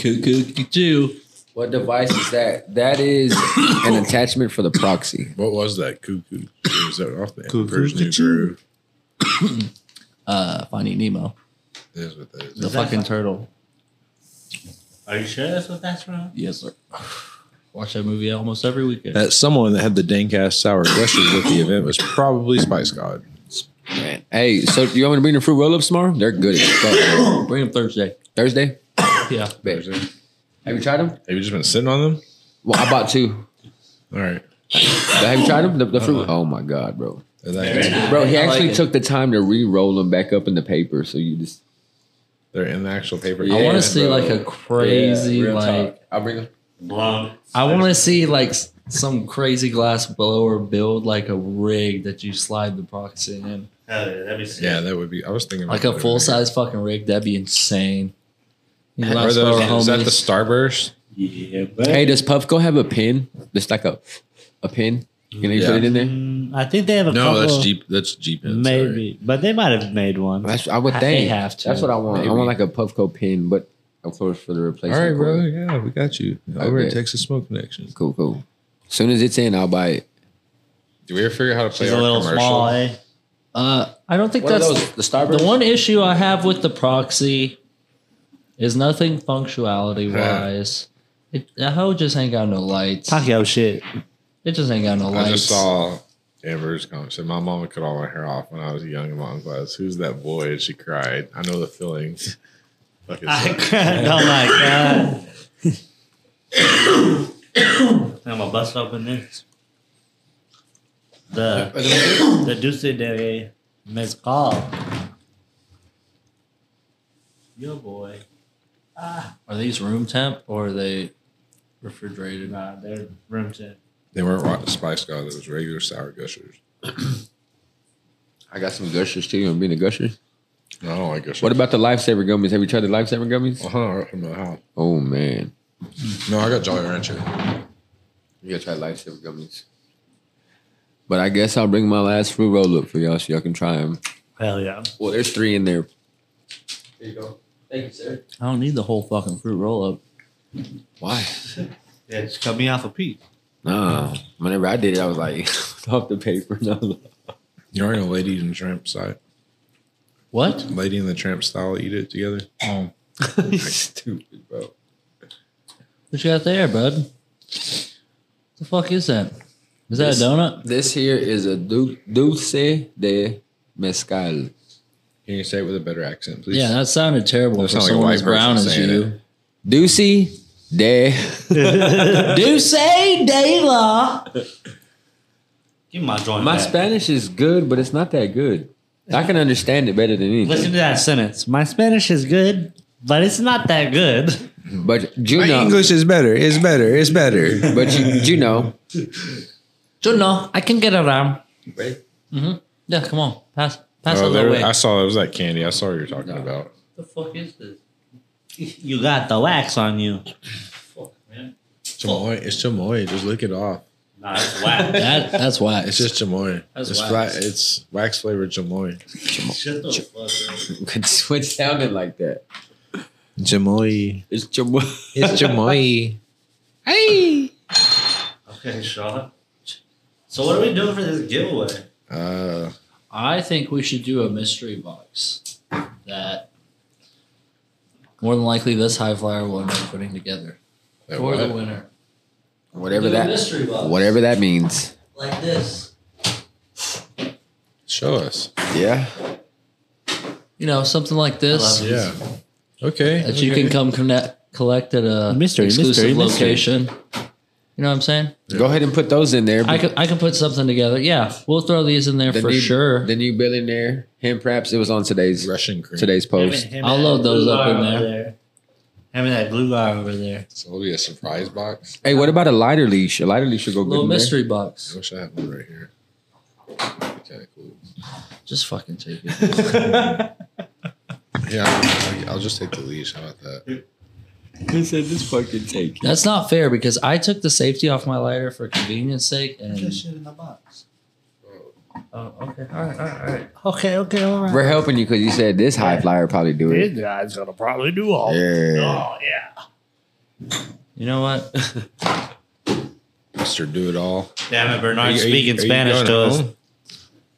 [SPEAKER 2] too.
[SPEAKER 3] What device is that? That is an attachment for the proxy.
[SPEAKER 10] What was that? Cuckoo. Was that off the
[SPEAKER 4] Cuckoo,
[SPEAKER 10] Personally groove?
[SPEAKER 2] Uh, Finding Nemo,
[SPEAKER 10] It is what that is.
[SPEAKER 2] the
[SPEAKER 4] that
[SPEAKER 2] fucking
[SPEAKER 4] fun?
[SPEAKER 2] turtle.
[SPEAKER 4] Are you sure that's what that's from?
[SPEAKER 2] Yes, sir. Watch that movie almost every weekend.
[SPEAKER 5] That someone that had the dank ass sour gushes at the event was probably Spice God.
[SPEAKER 3] Man. Hey, so do you want me to bring the fruit roll ups tomorrow? They're good as fuck. bro.
[SPEAKER 2] Bring him Thursday.
[SPEAKER 3] Thursday.
[SPEAKER 2] Yeah.
[SPEAKER 3] Bet. Have you tried them?
[SPEAKER 5] Have you just been sitting on them?
[SPEAKER 3] Well, I bought two.
[SPEAKER 5] All right.
[SPEAKER 3] But have you tried them? The, the fruit. Oh my god, bro.
[SPEAKER 5] They're that good.
[SPEAKER 3] Bro, he
[SPEAKER 2] I like
[SPEAKER 3] actually
[SPEAKER 2] it.
[SPEAKER 3] took the time to re-roll them back up in the paper. So you just
[SPEAKER 5] They're in the actual paper.
[SPEAKER 2] I
[SPEAKER 3] Yeah,
[SPEAKER 2] want to see
[SPEAKER 3] bro.
[SPEAKER 2] like a crazy
[SPEAKER 3] Yeah, real
[SPEAKER 2] like
[SPEAKER 3] talk. I'll bring them.
[SPEAKER 4] Blown.
[SPEAKER 2] I want to see like s- some crazy glass blower build like a rig that you slide the proxy in,
[SPEAKER 4] Hell yeah, that'd be sick.
[SPEAKER 5] Yeah, that would be. I was thinking about
[SPEAKER 2] like a
[SPEAKER 5] that.
[SPEAKER 2] full size fucking rig. That'd be insane.
[SPEAKER 5] Are
[SPEAKER 2] Glass
[SPEAKER 5] those-
[SPEAKER 2] blower
[SPEAKER 5] is that
[SPEAKER 2] homies.
[SPEAKER 5] the Starburst?
[SPEAKER 6] Yeah, but
[SPEAKER 3] Hey, does Puff go have a pin? Just like a a pin. Can you
[SPEAKER 5] Yeah.
[SPEAKER 3] put it in there?
[SPEAKER 4] Mm, I think they have a
[SPEAKER 10] No,
[SPEAKER 4] couple.
[SPEAKER 10] that's Jeep. That's Jeep. Sorry.
[SPEAKER 4] Maybe, but they might have made one.
[SPEAKER 3] That's I would
[SPEAKER 2] Ha- They
[SPEAKER 3] think.
[SPEAKER 2] have to.
[SPEAKER 3] That's what I want.
[SPEAKER 5] Maybe.
[SPEAKER 3] I want like a Puffco pin, but of course for the
[SPEAKER 5] All
[SPEAKER 3] replacement.
[SPEAKER 5] right, bro.
[SPEAKER 3] coil.
[SPEAKER 5] Yeah, we got you. Over at Texas Smoke Connection.
[SPEAKER 3] Cool, cool. As soon as it's in, I'll buy it.
[SPEAKER 5] Do we ever figure out how to play
[SPEAKER 4] She's a
[SPEAKER 5] our
[SPEAKER 4] little
[SPEAKER 5] commercial?
[SPEAKER 4] small, eh?
[SPEAKER 2] Uh, I don't think
[SPEAKER 3] What are
[SPEAKER 2] that's
[SPEAKER 3] those? The Starburst.
[SPEAKER 2] the one issue I have with the proxy. Is nothing functionality wise. It, the hoe just ain't got no lights.
[SPEAKER 4] Taco shit.
[SPEAKER 2] It just ain't got no lights.
[SPEAKER 5] I just saw Amber's comment. Said my mama cut all my hair off when I was young in my uncle class. Who's that boy? And she cried. I know the feelings. Fucking
[SPEAKER 4] I Oh,
[SPEAKER 5] sucks.
[SPEAKER 4] cried. Oh my god. I'm gonna bust open this. The the Dulce de Mezcal. Yo boy. Ah,
[SPEAKER 2] Are these room temp or are they refrigerated?
[SPEAKER 4] nah, they're room temp.
[SPEAKER 5] They weren't rock spice guys. It was regular sour gushers.
[SPEAKER 3] I got some gushers too. I'm being a gusher.
[SPEAKER 5] No, I don't like gushers.
[SPEAKER 3] What about the lifesaver gummies? Have you tried the lifesaver gummies?
[SPEAKER 5] Uh-huh, I'm not how.
[SPEAKER 3] Oh man,
[SPEAKER 5] No, I got Jolly Rancher.
[SPEAKER 3] you gotta try lifesaver gummies. But I guess I'll bring my last fruit roll up for y'all so y'all can try them.
[SPEAKER 4] Hell yeah.
[SPEAKER 3] Well, there's three in there.
[SPEAKER 11] There you go. Thank you, sir.
[SPEAKER 2] I don't need the whole fucking fruit roll up.
[SPEAKER 3] Why?
[SPEAKER 4] Yeah, just cut me off a piece.
[SPEAKER 3] No, whenever I did it, I was like off the paper. No,
[SPEAKER 5] You're already a lady and tramp side.
[SPEAKER 2] What?
[SPEAKER 5] Lady and the tramp style eat it together.
[SPEAKER 2] Oh.
[SPEAKER 5] Stupid, bro.
[SPEAKER 2] What you got there, bud? The fuck is that? Is that
[SPEAKER 3] This-
[SPEAKER 2] a donut?
[SPEAKER 3] this here is a du- dulce de mezcal.
[SPEAKER 5] Can you say it with a better accent, please?
[SPEAKER 2] Yeah, that sounded terrible
[SPEAKER 5] That
[SPEAKER 2] for
[SPEAKER 5] sounds like a
[SPEAKER 2] someone
[SPEAKER 5] white
[SPEAKER 2] as brown
[SPEAKER 5] person
[SPEAKER 2] as
[SPEAKER 5] saying
[SPEAKER 2] you.
[SPEAKER 3] Dulce de
[SPEAKER 2] Do say de la.
[SPEAKER 4] Give me my joint.
[SPEAKER 3] My
[SPEAKER 4] back.
[SPEAKER 3] Spanish is good, but it's not that good. I can understand it better than
[SPEAKER 4] Listen
[SPEAKER 3] anything.
[SPEAKER 4] to that sentence. My Spanish is good, but it's not that good.
[SPEAKER 3] But Juno,
[SPEAKER 12] is better. It's better. It's better.
[SPEAKER 3] but you, Juno,
[SPEAKER 2] So no, I can get around.
[SPEAKER 11] Ready?
[SPEAKER 2] Mm-hmm. Yeah, come on, pass, pass
[SPEAKER 5] Oh,
[SPEAKER 2] all the
[SPEAKER 5] there,
[SPEAKER 2] way.
[SPEAKER 5] I saw it was that candy. I saw what you were talking about.
[SPEAKER 2] the fuck is this?
[SPEAKER 4] You got the wax on you.
[SPEAKER 5] Chamoy. It's chamoy. Just lick it off.
[SPEAKER 4] Nah, it's wax.
[SPEAKER 2] That that's why
[SPEAKER 5] It's just chamoy.
[SPEAKER 2] That's
[SPEAKER 5] it's
[SPEAKER 2] wax.
[SPEAKER 5] flat. It's wax flavored chamoy.
[SPEAKER 4] Shut the fuck up.
[SPEAKER 3] it sounded like that.
[SPEAKER 5] Chamoy.
[SPEAKER 3] It's Juno.
[SPEAKER 5] It's chamoy.
[SPEAKER 4] Okay, Sean. So what are we doing for this giveaway?
[SPEAKER 5] Uh,
[SPEAKER 2] I think we should do a mystery box that more than likely this high flyer will end up putting together
[SPEAKER 5] that
[SPEAKER 2] for the
[SPEAKER 5] what?
[SPEAKER 2] winner.
[SPEAKER 3] whatever
[SPEAKER 2] Do a
[SPEAKER 3] that,
[SPEAKER 2] mystery box.
[SPEAKER 3] whatever that means.
[SPEAKER 2] Like this.
[SPEAKER 5] Show us.
[SPEAKER 3] Yeah,
[SPEAKER 2] You know, something like this
[SPEAKER 5] Yeah. Okay.
[SPEAKER 2] that you can come connect, collect at a
[SPEAKER 4] Mystery,
[SPEAKER 2] exclusive
[SPEAKER 4] mystery, mystery.
[SPEAKER 2] location. You know what I'm saying?
[SPEAKER 3] go ahead and put those in there.
[SPEAKER 2] I can I can put something together. Yeah, we'll throw these in there
[SPEAKER 3] The
[SPEAKER 2] for
[SPEAKER 3] new-
[SPEAKER 2] sure.
[SPEAKER 3] The new billionaire, him perhaps. It was on today's
[SPEAKER 5] Russian cream.
[SPEAKER 3] today's post.
[SPEAKER 2] I'll load those up in there.
[SPEAKER 4] Having that blue guy over there.
[SPEAKER 5] So it'll be a surprise box.
[SPEAKER 3] Hey, what about a lighter leash? A lighter leash should go good.
[SPEAKER 2] Little
[SPEAKER 3] in there.
[SPEAKER 2] mystery
[SPEAKER 5] I
[SPEAKER 2] box.
[SPEAKER 5] wish I had one right here. Okay, cool.
[SPEAKER 2] Just fucking take it.
[SPEAKER 5] Yeah, I'll, I'll just take the leash. How about that?
[SPEAKER 3] He said this fucking take.
[SPEAKER 2] That's not fair because I took the safety off my lighter for convenience sake and
[SPEAKER 4] shit in the box. Oh, okay. All right, all right, all right. Okay, okay, all
[SPEAKER 3] We're helping you because you said this high flyer probably do it.
[SPEAKER 4] guy's gonna probably do
[SPEAKER 5] Oh,
[SPEAKER 4] all.
[SPEAKER 3] Yeah.
[SPEAKER 4] yeah.
[SPEAKER 2] you know what?
[SPEAKER 5] Mr. Do It All.
[SPEAKER 4] Damn it, Bernard
[SPEAKER 5] Are you- are you-
[SPEAKER 4] speaking
[SPEAKER 5] are you
[SPEAKER 4] Spanish
[SPEAKER 5] going
[SPEAKER 4] to us.
[SPEAKER 5] home?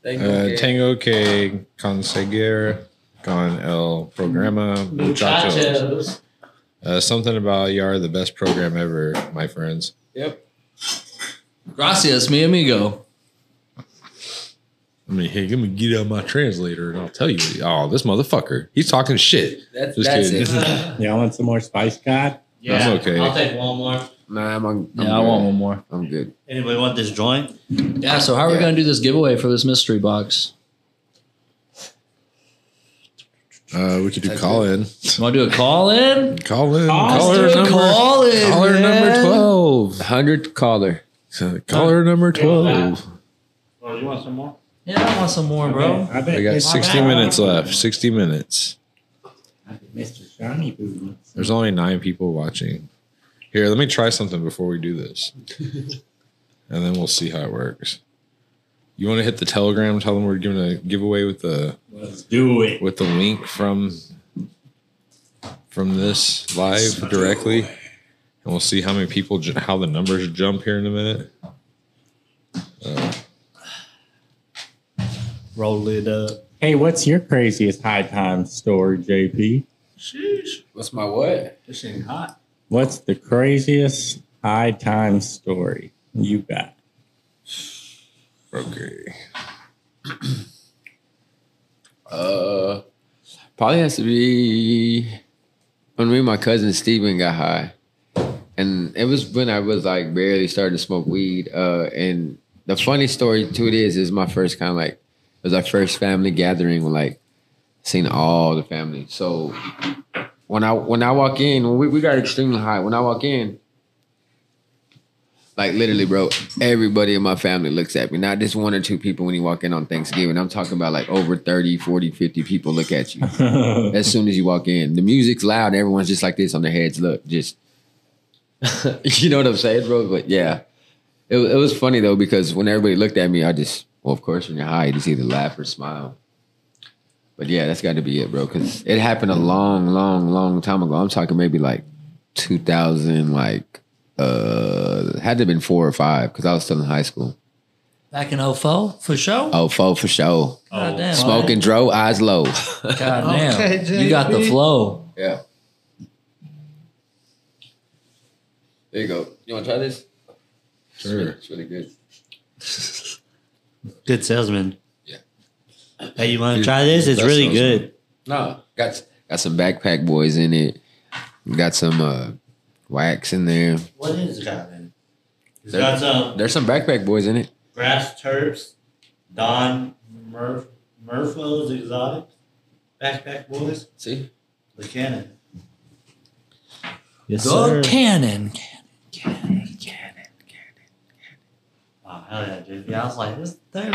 [SPEAKER 11] Thank you.
[SPEAKER 5] Uh,
[SPEAKER 11] okay.
[SPEAKER 5] Tango que conseguir con el programa muchachos. Uh, something about you are the best program ever, my friends.
[SPEAKER 11] Yep.
[SPEAKER 2] Gracias, mi amigo.
[SPEAKER 5] I mean, hey, let me get out my translator and I'll tell you. Oh, this motherfucker. He's talking shit.
[SPEAKER 11] That's
[SPEAKER 5] Just
[SPEAKER 11] that's
[SPEAKER 5] kidding.
[SPEAKER 11] it.
[SPEAKER 6] Y'all want some more spice god?
[SPEAKER 4] Yeah,
[SPEAKER 5] That's okay.
[SPEAKER 4] I'll take one more.
[SPEAKER 3] Nah, I'm, on, I'm
[SPEAKER 2] Yeah, I
[SPEAKER 3] good.
[SPEAKER 2] want one more.
[SPEAKER 3] I'm good.
[SPEAKER 4] Anybody want this joint?
[SPEAKER 2] Yeah, so how are we
[SPEAKER 3] Yeah.
[SPEAKER 2] gonna do this giveaway for this mystery box?
[SPEAKER 5] Uh, we could do call in.
[SPEAKER 2] You wanna do a call in?
[SPEAKER 5] Call in.
[SPEAKER 2] Let's
[SPEAKER 5] Caller
[SPEAKER 2] do a
[SPEAKER 5] number,
[SPEAKER 2] call in.
[SPEAKER 5] caller number 12.
[SPEAKER 3] Hundred caller.
[SPEAKER 5] So, Caller number 12.
[SPEAKER 4] Or Oh, you want some more?
[SPEAKER 2] Yeah, I want some more, bro.
[SPEAKER 6] I bet
[SPEAKER 5] We got
[SPEAKER 6] this-
[SPEAKER 5] 60 minutes left. 60 minutes.
[SPEAKER 6] I bet Mr. Shiny Boo.
[SPEAKER 5] There's only nine people watching. Here, let me try something before we do this. and then we'll see how it works. You want to hit the telegram, tell them we're giving a giveaway with the
[SPEAKER 6] Let's do it.
[SPEAKER 5] with the link from from this live directly. And we'll see how many people ju- how the numbers jump here in a minute.
[SPEAKER 4] Roll it up.
[SPEAKER 6] Hey, what's your craziest high time story, JP?
[SPEAKER 4] Sheesh.
[SPEAKER 11] What's my what?
[SPEAKER 4] This ain't hot.
[SPEAKER 6] What's the craziest high time story you got?
[SPEAKER 5] Okay.
[SPEAKER 3] Uh, probably has to be when me and my cousin Steven got high. and it was when I was like barely starting to smoke weed. Uh, and the funny story to it is, is my first kind of like it was our first family gathering when like seen all the family. So when I when I walk in, when we, we got extremely high. When I walk in, like literally, bro, everybody in my family looks at me. Not just one or two people when you walk in on Thanksgiving. I'm talking about like over 30, 40, 50 people look at you as soon as you walk in. The music's loud. Everyone's just like this on their heads. Look, just you know what I'm saying, bro. But yeah, it wa- it was funny though because when everybody looked at me, I just well, of course, when you're high, you just either laugh or smile. But yeah, that's got to be it, bro. Because it happened a long, long, long time ago. I'm talking maybe like 2000, like uh, had to have been four or five because I was still in high school.
[SPEAKER 7] Back
[SPEAKER 2] oh
[SPEAKER 7] in 04, for sure.
[SPEAKER 3] Oh, four for sure.
[SPEAKER 4] Oh,
[SPEAKER 7] God damn.
[SPEAKER 3] Smoking dro, eyes low.
[SPEAKER 7] God damn.
[SPEAKER 2] You got the flow.
[SPEAKER 3] yeah.
[SPEAKER 9] There you go. You want to try this?
[SPEAKER 10] Sure.
[SPEAKER 9] It's really good.
[SPEAKER 4] Good salesman.
[SPEAKER 10] Yeah.
[SPEAKER 4] Hey, you want to
[SPEAKER 10] Dude,
[SPEAKER 4] try this? It's
[SPEAKER 10] that
[SPEAKER 4] really
[SPEAKER 10] sounds
[SPEAKER 4] good.
[SPEAKER 9] No, got
[SPEAKER 3] Got some backpack boys in it. Got some uh, wax in there.
[SPEAKER 4] What is that, man? It's
[SPEAKER 3] There-
[SPEAKER 4] got some
[SPEAKER 3] There's some backpack boys in it.
[SPEAKER 4] grass terps, Don Murf, Murflo's exotic, backpack boys,
[SPEAKER 3] See?
[SPEAKER 4] the cannon. Yes,
[SPEAKER 7] The
[SPEAKER 4] sir.
[SPEAKER 7] cannon.
[SPEAKER 4] Wow, hell yeah, dude. Yeah, I was like, this there.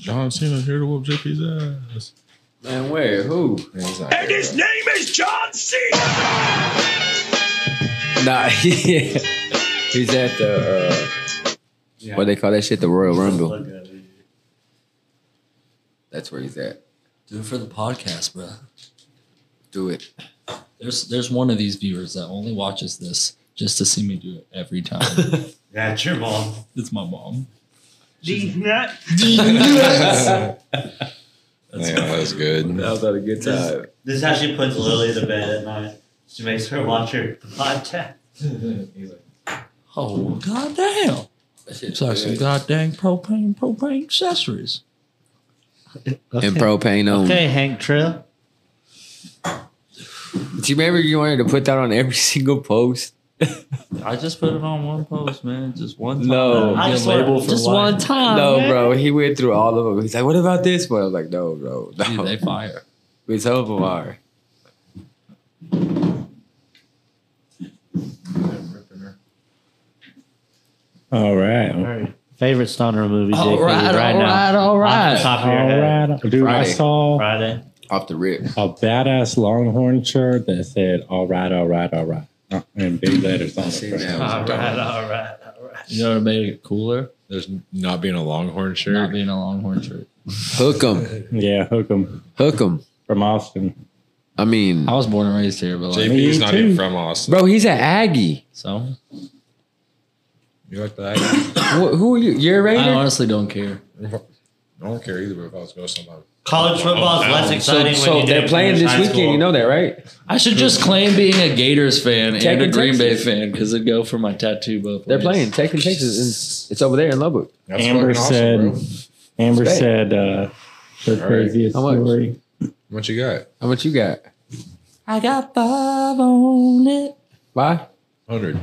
[SPEAKER 10] John Cena here to whoop JP's ass.
[SPEAKER 9] man. Where? Who?
[SPEAKER 10] And his name.
[SPEAKER 3] Nah, yeah. He's at the, uh, what they call that shit? The Royal Rumble. That's where he's at.
[SPEAKER 2] Do it for the podcast, bro.
[SPEAKER 3] Do it.
[SPEAKER 2] There's there's one of these viewers that only watches this just to see me do it every time.
[SPEAKER 4] That's your mom.
[SPEAKER 2] it's my mom.
[SPEAKER 10] Yeah, that was good.
[SPEAKER 3] was a good
[SPEAKER 4] time. This is how she puts Lily to bed at night. She makes her watch her podcast.
[SPEAKER 7] Oh, god damn. It's like some goddamn propane, propane accessories.
[SPEAKER 3] And propane on.
[SPEAKER 4] Okay, Hank Trill.
[SPEAKER 3] Do you remember you wanted to put that on every single post?
[SPEAKER 7] I just put it on one post, man. Just one time.
[SPEAKER 3] No.
[SPEAKER 7] Get
[SPEAKER 4] I just
[SPEAKER 7] labeled
[SPEAKER 4] want-
[SPEAKER 7] for
[SPEAKER 4] just
[SPEAKER 7] life.
[SPEAKER 4] want
[SPEAKER 3] time. No, bro. He went through all of them. He's like, "What about this one?" I was like, "No, bro.
[SPEAKER 2] Dude,
[SPEAKER 3] No.
[SPEAKER 2] they fire.
[SPEAKER 3] We some of them are."
[SPEAKER 6] All right.
[SPEAKER 4] Her favorite stoner movie, JP, right, now.
[SPEAKER 7] all
[SPEAKER 4] Off the top of your head.
[SPEAKER 6] Dude,
[SPEAKER 3] Friday.
[SPEAKER 6] I saw
[SPEAKER 4] Friday.
[SPEAKER 3] Off the rip.
[SPEAKER 6] a badass Longhorn shirt that said, all right, all right, all right. Uh, In big letters on
[SPEAKER 3] See
[SPEAKER 6] the front.
[SPEAKER 3] now.
[SPEAKER 4] All right, all right, all right.
[SPEAKER 2] You know what made it cooler?
[SPEAKER 10] There's not being a Longhorn
[SPEAKER 2] Not
[SPEAKER 10] shirt.
[SPEAKER 2] being a Longhorn shirt.
[SPEAKER 3] Hook 'em.
[SPEAKER 6] Yeah, hook 'em
[SPEAKER 3] Hook 'em.
[SPEAKER 6] from Austin.
[SPEAKER 3] I mean,
[SPEAKER 2] I was born and raised here, but like,
[SPEAKER 10] JP's not
[SPEAKER 6] Me
[SPEAKER 10] even
[SPEAKER 6] too.
[SPEAKER 10] from Austin.
[SPEAKER 3] bro, he's an Aggie.
[SPEAKER 2] so
[SPEAKER 10] You like that?
[SPEAKER 3] Wh- who are you? You're a
[SPEAKER 2] I
[SPEAKER 3] Raider.
[SPEAKER 2] honestly don't care.
[SPEAKER 10] I don't care either. But if I was going somebody,
[SPEAKER 4] College football is less
[SPEAKER 3] So,
[SPEAKER 4] exciting.
[SPEAKER 3] so
[SPEAKER 4] when you do
[SPEAKER 3] they're
[SPEAKER 4] it
[SPEAKER 3] playing
[SPEAKER 4] in
[SPEAKER 3] this
[SPEAKER 4] high
[SPEAKER 3] weekend.
[SPEAKER 4] school.
[SPEAKER 3] You know that, right?
[SPEAKER 2] I should just claim being a Gators fan
[SPEAKER 3] Tech
[SPEAKER 2] and a
[SPEAKER 3] and
[SPEAKER 2] Green
[SPEAKER 3] Texas.
[SPEAKER 2] Bay fan because it'd go for my tattoo both.
[SPEAKER 3] They're
[SPEAKER 2] ways.
[SPEAKER 3] playing Tech and Texas, and it's over there in Lubbock.
[SPEAKER 10] That's
[SPEAKER 6] Amber
[SPEAKER 10] fucking awesome,
[SPEAKER 6] said-
[SPEAKER 10] bro. "How
[SPEAKER 6] Amber
[SPEAKER 3] Stay.
[SPEAKER 6] said uh, the
[SPEAKER 10] right.
[SPEAKER 6] craziest
[SPEAKER 3] How much?
[SPEAKER 6] story.
[SPEAKER 10] much you got?
[SPEAKER 3] How much you got?
[SPEAKER 7] I got five on it.
[SPEAKER 3] Bye.
[SPEAKER 10] Hundred.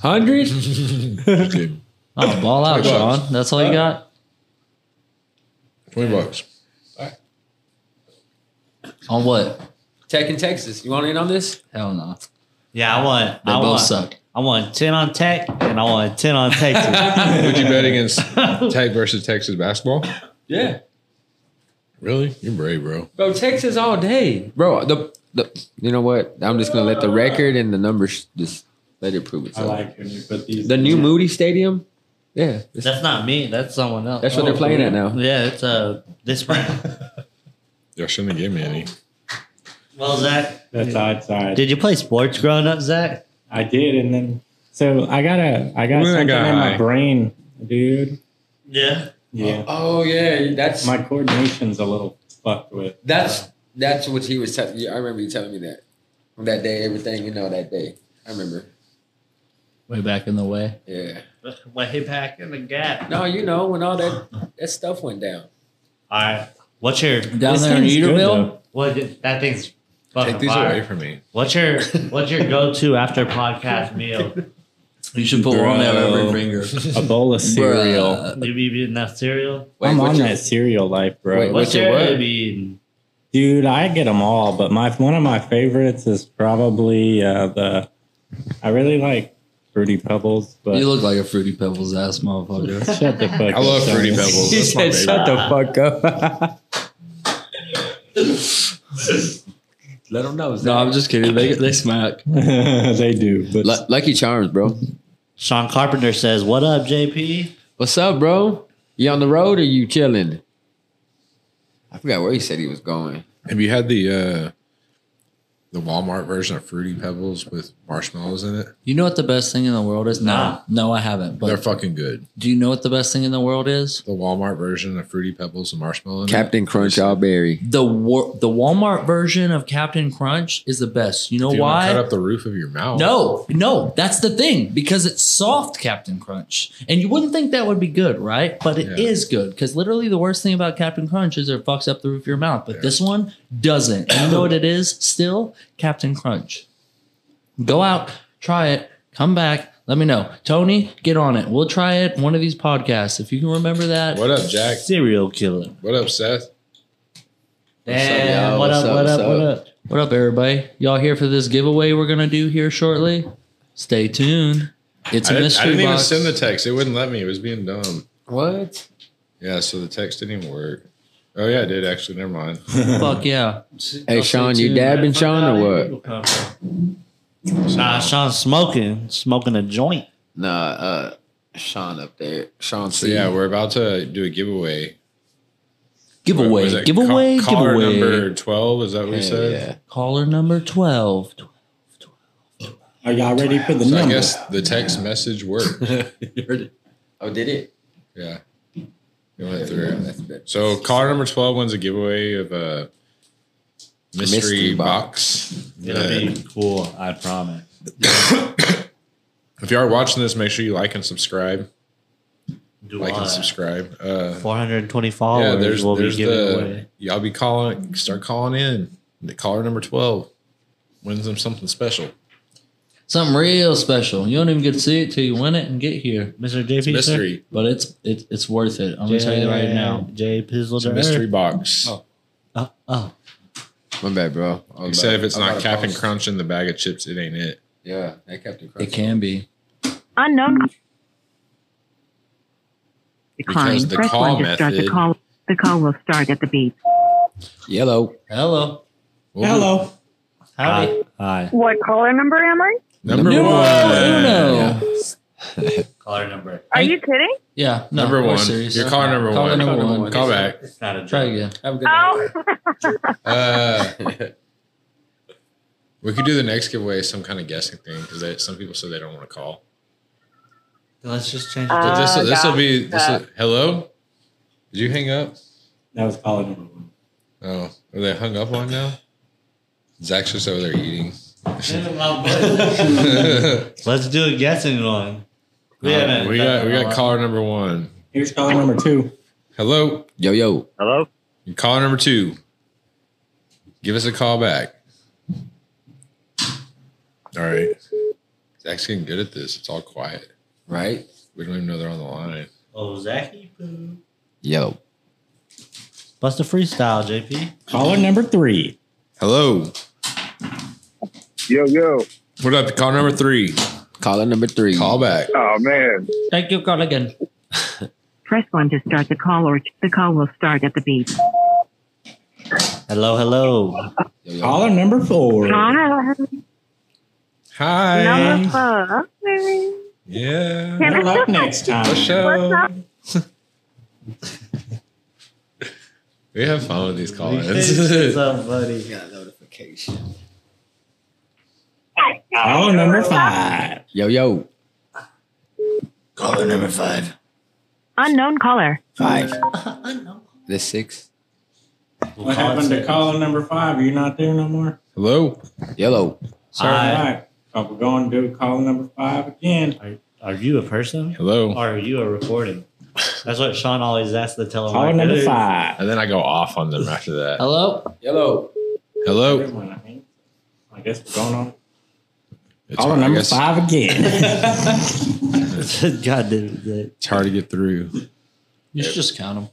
[SPEAKER 3] Hundred.
[SPEAKER 10] Twenty
[SPEAKER 2] Oh, ball out,
[SPEAKER 10] Twenty bucks.
[SPEAKER 2] Sean. That's all you got.
[SPEAKER 10] bucks.
[SPEAKER 2] Uh, On what?
[SPEAKER 3] Tech and Texas. You want in on this?
[SPEAKER 2] Hell no.
[SPEAKER 4] Yeah, I want.
[SPEAKER 2] They
[SPEAKER 4] I
[SPEAKER 2] both
[SPEAKER 4] want.
[SPEAKER 2] suck.
[SPEAKER 4] I want ten on Tech, and I want ten on Texas.
[SPEAKER 10] Would you bet against Tech versus Texas basketball?
[SPEAKER 3] Yeah,
[SPEAKER 10] Really? You're brave, bro.
[SPEAKER 3] bro. Texas all day, bro. The the. You know what? I'm just gonna let the record and the numbers just let it prove
[SPEAKER 6] I
[SPEAKER 3] itself.
[SPEAKER 6] like when you put these.
[SPEAKER 3] The new Moody Stadium. Yeah, it's-
[SPEAKER 4] that's not me. That's someone else.
[SPEAKER 3] that's what they're playing at now.
[SPEAKER 4] yeah, it's uh this brand.
[SPEAKER 10] Y'all shouldn't have given me any.
[SPEAKER 4] Well, Zach,
[SPEAKER 6] That's odd side.
[SPEAKER 4] did you play sports growing up, Zach?
[SPEAKER 6] I did, and then so I got a I got
[SPEAKER 10] When I
[SPEAKER 6] something
[SPEAKER 10] got
[SPEAKER 6] in
[SPEAKER 10] high.
[SPEAKER 6] my brain, dude.
[SPEAKER 4] Yeah.
[SPEAKER 6] Yeah,
[SPEAKER 9] Oh yeah, that's
[SPEAKER 6] my coordination's a little fucked with.
[SPEAKER 9] that's that's what he was telling. I remember you telling me that that day, everything you know that day. I remember.
[SPEAKER 2] Way back in the way.
[SPEAKER 9] Yeah.
[SPEAKER 4] Way back in the gap.
[SPEAKER 9] No, you know when all that that stuff went down.
[SPEAKER 4] All right. What's your
[SPEAKER 2] Down
[SPEAKER 6] This
[SPEAKER 2] there in
[SPEAKER 6] thing's good,
[SPEAKER 2] Eaterville.
[SPEAKER 6] though.
[SPEAKER 4] what? That thing's
[SPEAKER 5] Take
[SPEAKER 4] Fucking
[SPEAKER 5] these
[SPEAKER 4] fire.
[SPEAKER 5] away from me.
[SPEAKER 4] What's your What's your go to after podcast meal?
[SPEAKER 2] You should put one on
[SPEAKER 6] Bro.
[SPEAKER 2] every finger.
[SPEAKER 6] A bowl of cereal.
[SPEAKER 4] You be eating that cereal?
[SPEAKER 6] I'm
[SPEAKER 3] what's
[SPEAKER 6] on
[SPEAKER 3] your-
[SPEAKER 6] that cereal life, bro.
[SPEAKER 3] Wait,
[SPEAKER 4] What's
[SPEAKER 3] What's your
[SPEAKER 4] your
[SPEAKER 3] what?
[SPEAKER 4] I mean,
[SPEAKER 6] Dude, I get them all, but my one of my favorites is probably uh, the. I really like fruity pebbles, but
[SPEAKER 2] You look like a Fruity Pebbles ass motherfucker.
[SPEAKER 6] shut the fuck up.
[SPEAKER 5] I love Fruity
[SPEAKER 6] Sonny.
[SPEAKER 5] Pebbles. That's my favorite.
[SPEAKER 6] "Shut the fuck up."
[SPEAKER 13] Let them know.
[SPEAKER 2] no, I'm just kidding. They, they smack.
[SPEAKER 6] they do, but
[SPEAKER 3] Lu- Lucky Charms, bro.
[SPEAKER 4] Sean Carpenter says, "What up, JP?"
[SPEAKER 3] What's up, bro? You on the road or you chilling? I forgot where he said he was going.
[SPEAKER 5] Have you had the uh the Walmart version of Fruity Pebbles with marshmallows in it?
[SPEAKER 2] You know what the best thing in the world is? No, no, I haven't.
[SPEAKER 5] They're
[SPEAKER 2] But
[SPEAKER 5] fucking good.
[SPEAKER 2] do you know what the best thing in the world is?
[SPEAKER 5] The Walmart version of Fruity Pebbles and marshmallow. In it.
[SPEAKER 3] Captain Crunch All Berry.
[SPEAKER 2] The war- the Walmart version of Captain Crunch is the best. You know
[SPEAKER 5] Dude,
[SPEAKER 2] why?
[SPEAKER 5] Cut up the roof of your mouth.
[SPEAKER 2] No, no, that's the thing because it's soft Captain Crunch, and you wouldn't think that would be good, right? But it is
[SPEAKER 5] Yeah.
[SPEAKER 2] good because literally the worst thing about Captain Crunch is it fucks up the roof of your mouth, but this one doesn't. you know what it is? Still Captain Crunch. Go out, try it, come back, let me know. Tony, get on it. We'll try it one of these podcasts if you can remember that.
[SPEAKER 5] What up, Jack?
[SPEAKER 4] Cereal killer.
[SPEAKER 5] What up, Seth?
[SPEAKER 4] Damn,
[SPEAKER 3] y'all?
[SPEAKER 4] what
[SPEAKER 3] What's
[SPEAKER 4] up?
[SPEAKER 3] up,
[SPEAKER 4] What
[SPEAKER 3] what's
[SPEAKER 4] up? What
[SPEAKER 3] up?
[SPEAKER 4] up?
[SPEAKER 2] What up, everybody? Y'all here for this giveaway we're gonna do here shortly? Stay tuned. It's
[SPEAKER 5] I
[SPEAKER 2] a
[SPEAKER 5] didn't, I
[SPEAKER 2] mystery
[SPEAKER 5] didn't even
[SPEAKER 2] box.
[SPEAKER 5] send the text. It wouldn't let me. It was being dumb.
[SPEAKER 3] What?
[SPEAKER 5] Yeah, so the text didn't even work. Oh yeah, it did actually. Never mind.
[SPEAKER 2] Fuck yeah.
[SPEAKER 3] Hey,
[SPEAKER 2] I'll
[SPEAKER 3] Sean,
[SPEAKER 2] stay
[SPEAKER 3] you
[SPEAKER 2] tuned.
[SPEAKER 3] dabbing, Sean, or what?
[SPEAKER 4] Nah, Sean's smoking, smoking a joint.
[SPEAKER 3] Nah, uh, Sean up there. Sean
[SPEAKER 5] So
[SPEAKER 3] C.
[SPEAKER 5] yeah, we're about to do a giveaway. What was
[SPEAKER 2] giveaway,
[SPEAKER 5] it?
[SPEAKER 2] giveaway,
[SPEAKER 5] Ca- caller
[SPEAKER 2] giveaway.
[SPEAKER 5] number twelve. Is that what you
[SPEAKER 3] Hell
[SPEAKER 5] said?
[SPEAKER 3] yeah.
[SPEAKER 2] Caller number 12.
[SPEAKER 6] are y'all ready for the
[SPEAKER 5] So I
[SPEAKER 6] number?
[SPEAKER 5] guess the text message worked.
[SPEAKER 13] Oh, did it?
[SPEAKER 5] yeah, it went through.
[SPEAKER 13] That's better.
[SPEAKER 5] So caller number twelve wins a giveaway of a mystery,
[SPEAKER 3] Mystery
[SPEAKER 5] box.
[SPEAKER 4] It'll be cool, I promise.
[SPEAKER 5] If you are watching this, make sure you like and subscribe.
[SPEAKER 4] Do
[SPEAKER 5] Like
[SPEAKER 4] I?
[SPEAKER 5] and subscribe. Uh,
[SPEAKER 4] 420
[SPEAKER 5] yeah,
[SPEAKER 4] followers
[SPEAKER 5] there's
[SPEAKER 4] will be
[SPEAKER 5] there's
[SPEAKER 4] giving
[SPEAKER 5] the
[SPEAKER 4] away.
[SPEAKER 5] y'all be calling. Start calling in. The caller number twelve wins them something special.
[SPEAKER 2] Something real special. You don't even get to see it till you win it and get here.
[SPEAKER 4] Mr. JP, sir?
[SPEAKER 5] Mystery.
[SPEAKER 2] But it's it, it's worth it. I'm gonna tell you right now.
[SPEAKER 4] J Pizzle
[SPEAKER 5] It's a mystery box.
[SPEAKER 4] Oh, oh.
[SPEAKER 3] My bad, bro. I was
[SPEAKER 5] Except
[SPEAKER 3] about-
[SPEAKER 5] if it's
[SPEAKER 3] I
[SPEAKER 5] not
[SPEAKER 3] was about to
[SPEAKER 5] Captain
[SPEAKER 3] post.
[SPEAKER 5] Crunch in the bag of chips, it ain't it.
[SPEAKER 13] Yeah, that Captain Crunch.
[SPEAKER 2] It can be.
[SPEAKER 14] Unknown
[SPEAKER 5] Because
[SPEAKER 14] decline.
[SPEAKER 5] the
[SPEAKER 14] Press
[SPEAKER 5] call
[SPEAKER 14] one to start
[SPEAKER 5] method.
[SPEAKER 14] the call. The call will start at the beep.
[SPEAKER 3] Yellow.
[SPEAKER 2] Hello.
[SPEAKER 5] Well,
[SPEAKER 2] Howdy.
[SPEAKER 4] Hi.
[SPEAKER 14] What caller number am I?
[SPEAKER 5] Number,
[SPEAKER 2] Numero
[SPEAKER 5] one.
[SPEAKER 2] uno.
[SPEAKER 4] Caller number.
[SPEAKER 14] Are you kidding?
[SPEAKER 2] Yeah. no,
[SPEAKER 5] number
[SPEAKER 2] we're
[SPEAKER 5] one.
[SPEAKER 2] serious.
[SPEAKER 5] Your caller number
[SPEAKER 2] Caller
[SPEAKER 5] one.
[SPEAKER 2] number one.
[SPEAKER 5] Call back.
[SPEAKER 4] It's not a
[SPEAKER 2] Try
[SPEAKER 4] joke.
[SPEAKER 2] again.
[SPEAKER 13] Have a good night.
[SPEAKER 14] Oh,
[SPEAKER 5] Uh, we could do the next giveaway as some kind of guessing thing because some people said they don't want to call.
[SPEAKER 4] Let's just change it.
[SPEAKER 14] Uh,
[SPEAKER 5] But this
[SPEAKER 14] Oh,
[SPEAKER 5] this will
[SPEAKER 14] God.
[SPEAKER 5] be this. will- hello, did you hang up?
[SPEAKER 6] That was caller number one.
[SPEAKER 5] Oh, are they hung up on now? Zach's just over there eating.
[SPEAKER 4] Let's do a guessing one. We haven't.
[SPEAKER 5] we got we got
[SPEAKER 4] Oh,
[SPEAKER 5] caller number one.
[SPEAKER 6] Here's caller number two.
[SPEAKER 5] Hello,
[SPEAKER 3] Yo, yo.
[SPEAKER 15] Hello?
[SPEAKER 5] caller number two. Give us a call back. All right, Zach's getting good at this. It's all quiet.
[SPEAKER 3] Right?
[SPEAKER 5] We don't even know they're on the line.
[SPEAKER 4] Oh, Zachy Poo.
[SPEAKER 3] Yellow.
[SPEAKER 4] Bust a freestyle, JP.
[SPEAKER 6] Caller number three.
[SPEAKER 5] Hello,
[SPEAKER 15] Yo, yo.
[SPEAKER 5] what up? Call number three.
[SPEAKER 3] Caller number three.
[SPEAKER 5] Call back.
[SPEAKER 15] Oh, man.
[SPEAKER 2] Thank you, call again.
[SPEAKER 14] press one to start the call, or the call will start at the beep.
[SPEAKER 4] Hello, hello.
[SPEAKER 3] Yo, yo.
[SPEAKER 6] Caller number four.
[SPEAKER 14] Hi,
[SPEAKER 5] Hi.
[SPEAKER 14] number four. Hey.
[SPEAKER 5] Yeah.
[SPEAKER 14] Can
[SPEAKER 6] Good
[SPEAKER 14] I-
[SPEAKER 6] luck next time.
[SPEAKER 14] What's up?
[SPEAKER 5] We have fun with these
[SPEAKER 4] What's
[SPEAKER 5] call-ins.
[SPEAKER 4] up, buddy?
[SPEAKER 6] Caller number five.
[SPEAKER 3] Yo, yo.
[SPEAKER 14] Unknown caller.
[SPEAKER 3] The six.
[SPEAKER 6] What happened to caller number five? You're not there no more.
[SPEAKER 5] Hello.
[SPEAKER 3] Yellow.
[SPEAKER 6] Sir,
[SPEAKER 4] Hi.
[SPEAKER 6] all right. So we're going to do caller number five again.
[SPEAKER 4] Are you a person
[SPEAKER 5] Hello.
[SPEAKER 4] or are you a recording? That's what Sean always asks the telemarketer.
[SPEAKER 6] Caller number five.
[SPEAKER 5] And then I go off on them after that.
[SPEAKER 2] Hello.
[SPEAKER 13] Yellow.
[SPEAKER 5] Hello.
[SPEAKER 6] Everyone, I mean. I guess we're going on.
[SPEAKER 5] It's
[SPEAKER 6] Caller
[SPEAKER 5] hard, I
[SPEAKER 6] Oh, number
[SPEAKER 5] guess.
[SPEAKER 6] five again.
[SPEAKER 4] God damn it.
[SPEAKER 5] It's hard to get through.
[SPEAKER 2] You should just count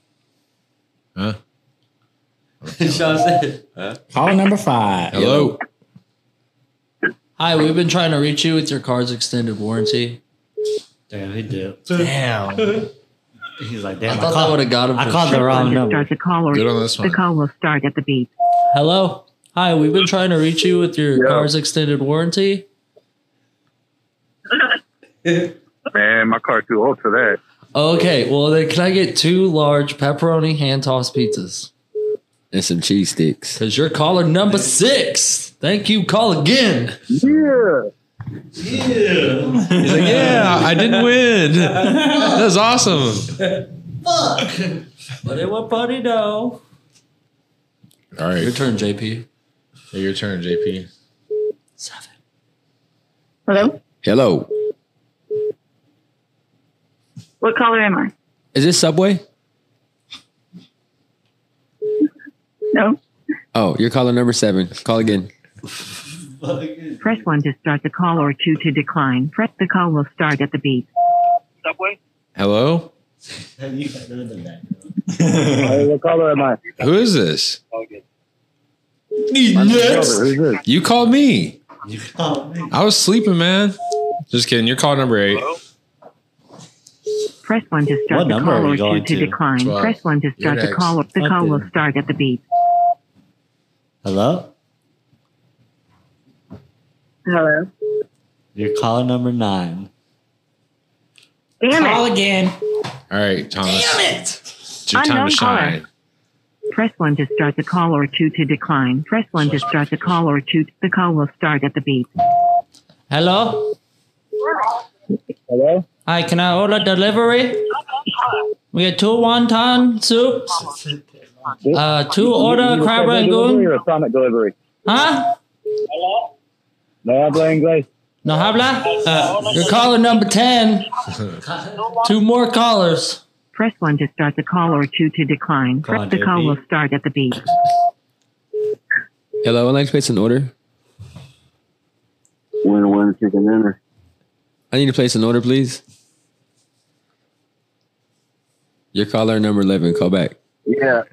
[SPEAKER 5] Huh?
[SPEAKER 2] them.
[SPEAKER 6] Caller number five.
[SPEAKER 5] Hello.
[SPEAKER 2] Hi, we've been trying to reach you with your car's extended warranty.
[SPEAKER 4] Damn, he did.
[SPEAKER 2] Damn.
[SPEAKER 4] He's like,
[SPEAKER 2] I
[SPEAKER 4] damn.
[SPEAKER 2] thought that would have got him.
[SPEAKER 4] I
[SPEAKER 2] for
[SPEAKER 4] called the
[SPEAKER 2] sure.
[SPEAKER 4] wrong number.
[SPEAKER 14] Start the call or
[SPEAKER 5] Good on this
[SPEAKER 14] the
[SPEAKER 5] one.
[SPEAKER 14] call will start at the beep.
[SPEAKER 2] Hello. Hi, we've been trying to reach you with your car's extended warranty.
[SPEAKER 16] Man, my car too old for that.
[SPEAKER 2] Okay, well then can I get two large pepperoni hand tossed pizzas?
[SPEAKER 3] and some cheese sticks.
[SPEAKER 2] Cause you're caller number six. Thank you. Call again.
[SPEAKER 16] Yeah.
[SPEAKER 5] He's like, yeah, I didn't win. That was awesome.
[SPEAKER 2] But it won't buddy no.
[SPEAKER 5] All right.
[SPEAKER 2] Your turn, JP.
[SPEAKER 5] Hey, your turn, JP.
[SPEAKER 2] Seven.
[SPEAKER 17] Hello?
[SPEAKER 3] Hello.
[SPEAKER 17] What caller am I?
[SPEAKER 3] Is this Subway?
[SPEAKER 17] No.
[SPEAKER 3] Oh, you're calling number seven. Call again.
[SPEAKER 14] Press one to start the call or two to decline. Press the call will start at the beep.
[SPEAKER 16] Subway.
[SPEAKER 5] Hello?
[SPEAKER 16] Hey, what color am I?
[SPEAKER 5] Who is this?
[SPEAKER 16] Brother, Who's this?
[SPEAKER 5] You called me. I was sleeping, man. Just kidding. You're call number eight.
[SPEAKER 14] Press one to
[SPEAKER 4] What
[SPEAKER 14] start the
[SPEAKER 4] number
[SPEAKER 14] call
[SPEAKER 4] are we
[SPEAKER 14] or two
[SPEAKER 4] going
[SPEAKER 14] to
[SPEAKER 4] to?
[SPEAKER 14] decline.
[SPEAKER 5] Twelve.
[SPEAKER 14] Press one to start
[SPEAKER 5] You're
[SPEAKER 14] the call.
[SPEAKER 5] next.
[SPEAKER 14] The call will
[SPEAKER 4] Fucking-
[SPEAKER 14] start at the beep.
[SPEAKER 4] Hello?
[SPEAKER 17] Hello.
[SPEAKER 4] You're caller number nine.
[SPEAKER 17] Damn
[SPEAKER 6] Call
[SPEAKER 17] it.
[SPEAKER 6] again.
[SPEAKER 5] All right, Thomas. Damn it. It's your time
[SPEAKER 14] Unknown
[SPEAKER 5] to shine.
[SPEAKER 14] Press one to start the call or two to decline. Press one to start the call or two. The call will start at the beep.
[SPEAKER 2] Hello?
[SPEAKER 16] Hello.
[SPEAKER 2] Hi, can I order delivery? We get two wonton soups. Uh two order crab
[SPEAKER 16] Subway delivery
[SPEAKER 2] rangoon.
[SPEAKER 16] or Sonic delivery?
[SPEAKER 2] Huh?
[SPEAKER 16] No habla inglés.
[SPEAKER 2] No habla? Uh, you're caller number ten. two more callers.
[SPEAKER 14] Press one to start the call or two to decline.
[SPEAKER 4] Come
[SPEAKER 14] Press
[SPEAKER 4] on,
[SPEAKER 14] the call
[SPEAKER 4] JP.
[SPEAKER 14] will start at the beep.
[SPEAKER 3] Hello, I'd like to place an order.
[SPEAKER 16] Winner, winner, chicken dinner.
[SPEAKER 3] I need to place an order, please. Your caller number eleven. Call back.
[SPEAKER 16] Yeah.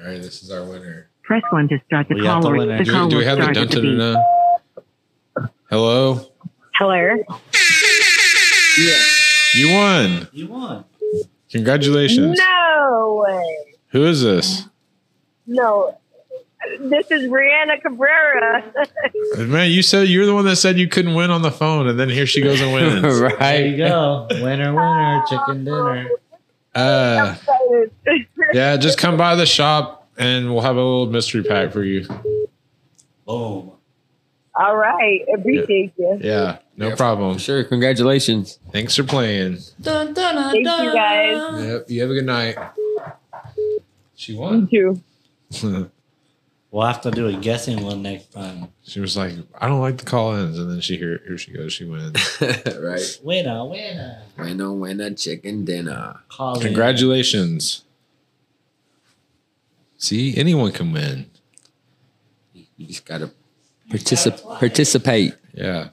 [SPEAKER 5] All right, this is our winner.
[SPEAKER 14] Press one to start the
[SPEAKER 4] We got
[SPEAKER 14] call
[SPEAKER 4] the
[SPEAKER 14] or
[SPEAKER 4] winner.
[SPEAKER 14] the
[SPEAKER 5] Do we,
[SPEAKER 14] call
[SPEAKER 5] do we
[SPEAKER 14] will
[SPEAKER 5] have the
[SPEAKER 14] start at the
[SPEAKER 5] dunted or
[SPEAKER 14] beep.
[SPEAKER 5] no? Hello?
[SPEAKER 17] Hello.
[SPEAKER 5] You won.
[SPEAKER 4] You won.
[SPEAKER 5] Congratulations.
[SPEAKER 17] No way.
[SPEAKER 5] Who is this?
[SPEAKER 17] No. This is Brianna Cabrera.
[SPEAKER 5] Man, you said you're the one that said you couldn't win on the phone, and then here she goes and wins.
[SPEAKER 4] There
[SPEAKER 3] right.
[SPEAKER 4] you go. Winner, winner, chicken dinner.
[SPEAKER 5] Uh,
[SPEAKER 17] yeah.
[SPEAKER 5] yeah, just come by the shop and we'll have a little mystery pack for you.
[SPEAKER 4] Boom.
[SPEAKER 17] All right. Appreciate you.
[SPEAKER 5] Yeah, no problem.
[SPEAKER 3] Sure. Congratulations.
[SPEAKER 5] Thanks for playing.
[SPEAKER 2] Dun, dun, dun,
[SPEAKER 17] Thank you, guys.
[SPEAKER 5] Yep, you have a good night. She
[SPEAKER 17] You
[SPEAKER 5] won.
[SPEAKER 17] too.
[SPEAKER 4] We'll have to do a guessing one next time.
[SPEAKER 5] she was like, I don't like the call ins. And then she here here she goes, she wins.
[SPEAKER 3] right.
[SPEAKER 4] Winner, winner.
[SPEAKER 3] Win a win a chicken dinner.
[SPEAKER 4] Call in.
[SPEAKER 5] Congratulations. See, anyone can win.
[SPEAKER 3] You just gotta participate. Participate.
[SPEAKER 5] Yeah.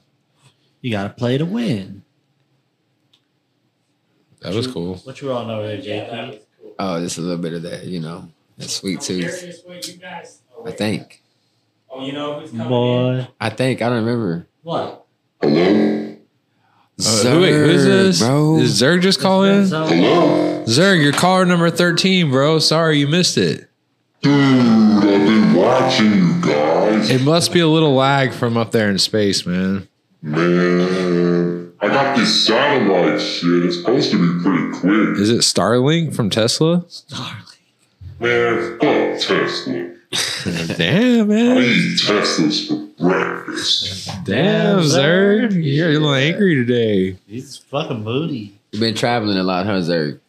[SPEAKER 4] You got to play to win.
[SPEAKER 5] That was cool.
[SPEAKER 4] What you rolling over there, JP?
[SPEAKER 3] Oh, just a little bit of that. You know, that sweet tooth. I think.
[SPEAKER 6] Oh, you know who's coming in?
[SPEAKER 4] Boy.
[SPEAKER 3] I think. I don't remember.
[SPEAKER 4] What?
[SPEAKER 5] Uh, who- wait, who is
[SPEAKER 3] Zerg,
[SPEAKER 5] this?
[SPEAKER 3] Bro.
[SPEAKER 5] Is Zerg just call in? Zerg, you're caller number 13, bro. Sorry you missed it. It must be a little lag from up there in space, man.
[SPEAKER 18] Man, I got this satellite shit. It's supposed to be pretty quick.
[SPEAKER 5] Is it Starlink from Tesla?
[SPEAKER 18] Man, fuck Tesla.
[SPEAKER 5] Damn,
[SPEAKER 18] I
[SPEAKER 5] man.
[SPEAKER 18] eat Teslas for breakfast.
[SPEAKER 5] Damn, Zerg. You're a little angry today.
[SPEAKER 4] He's fucking moody.
[SPEAKER 3] You've been traveling a lot, huh, Zerg?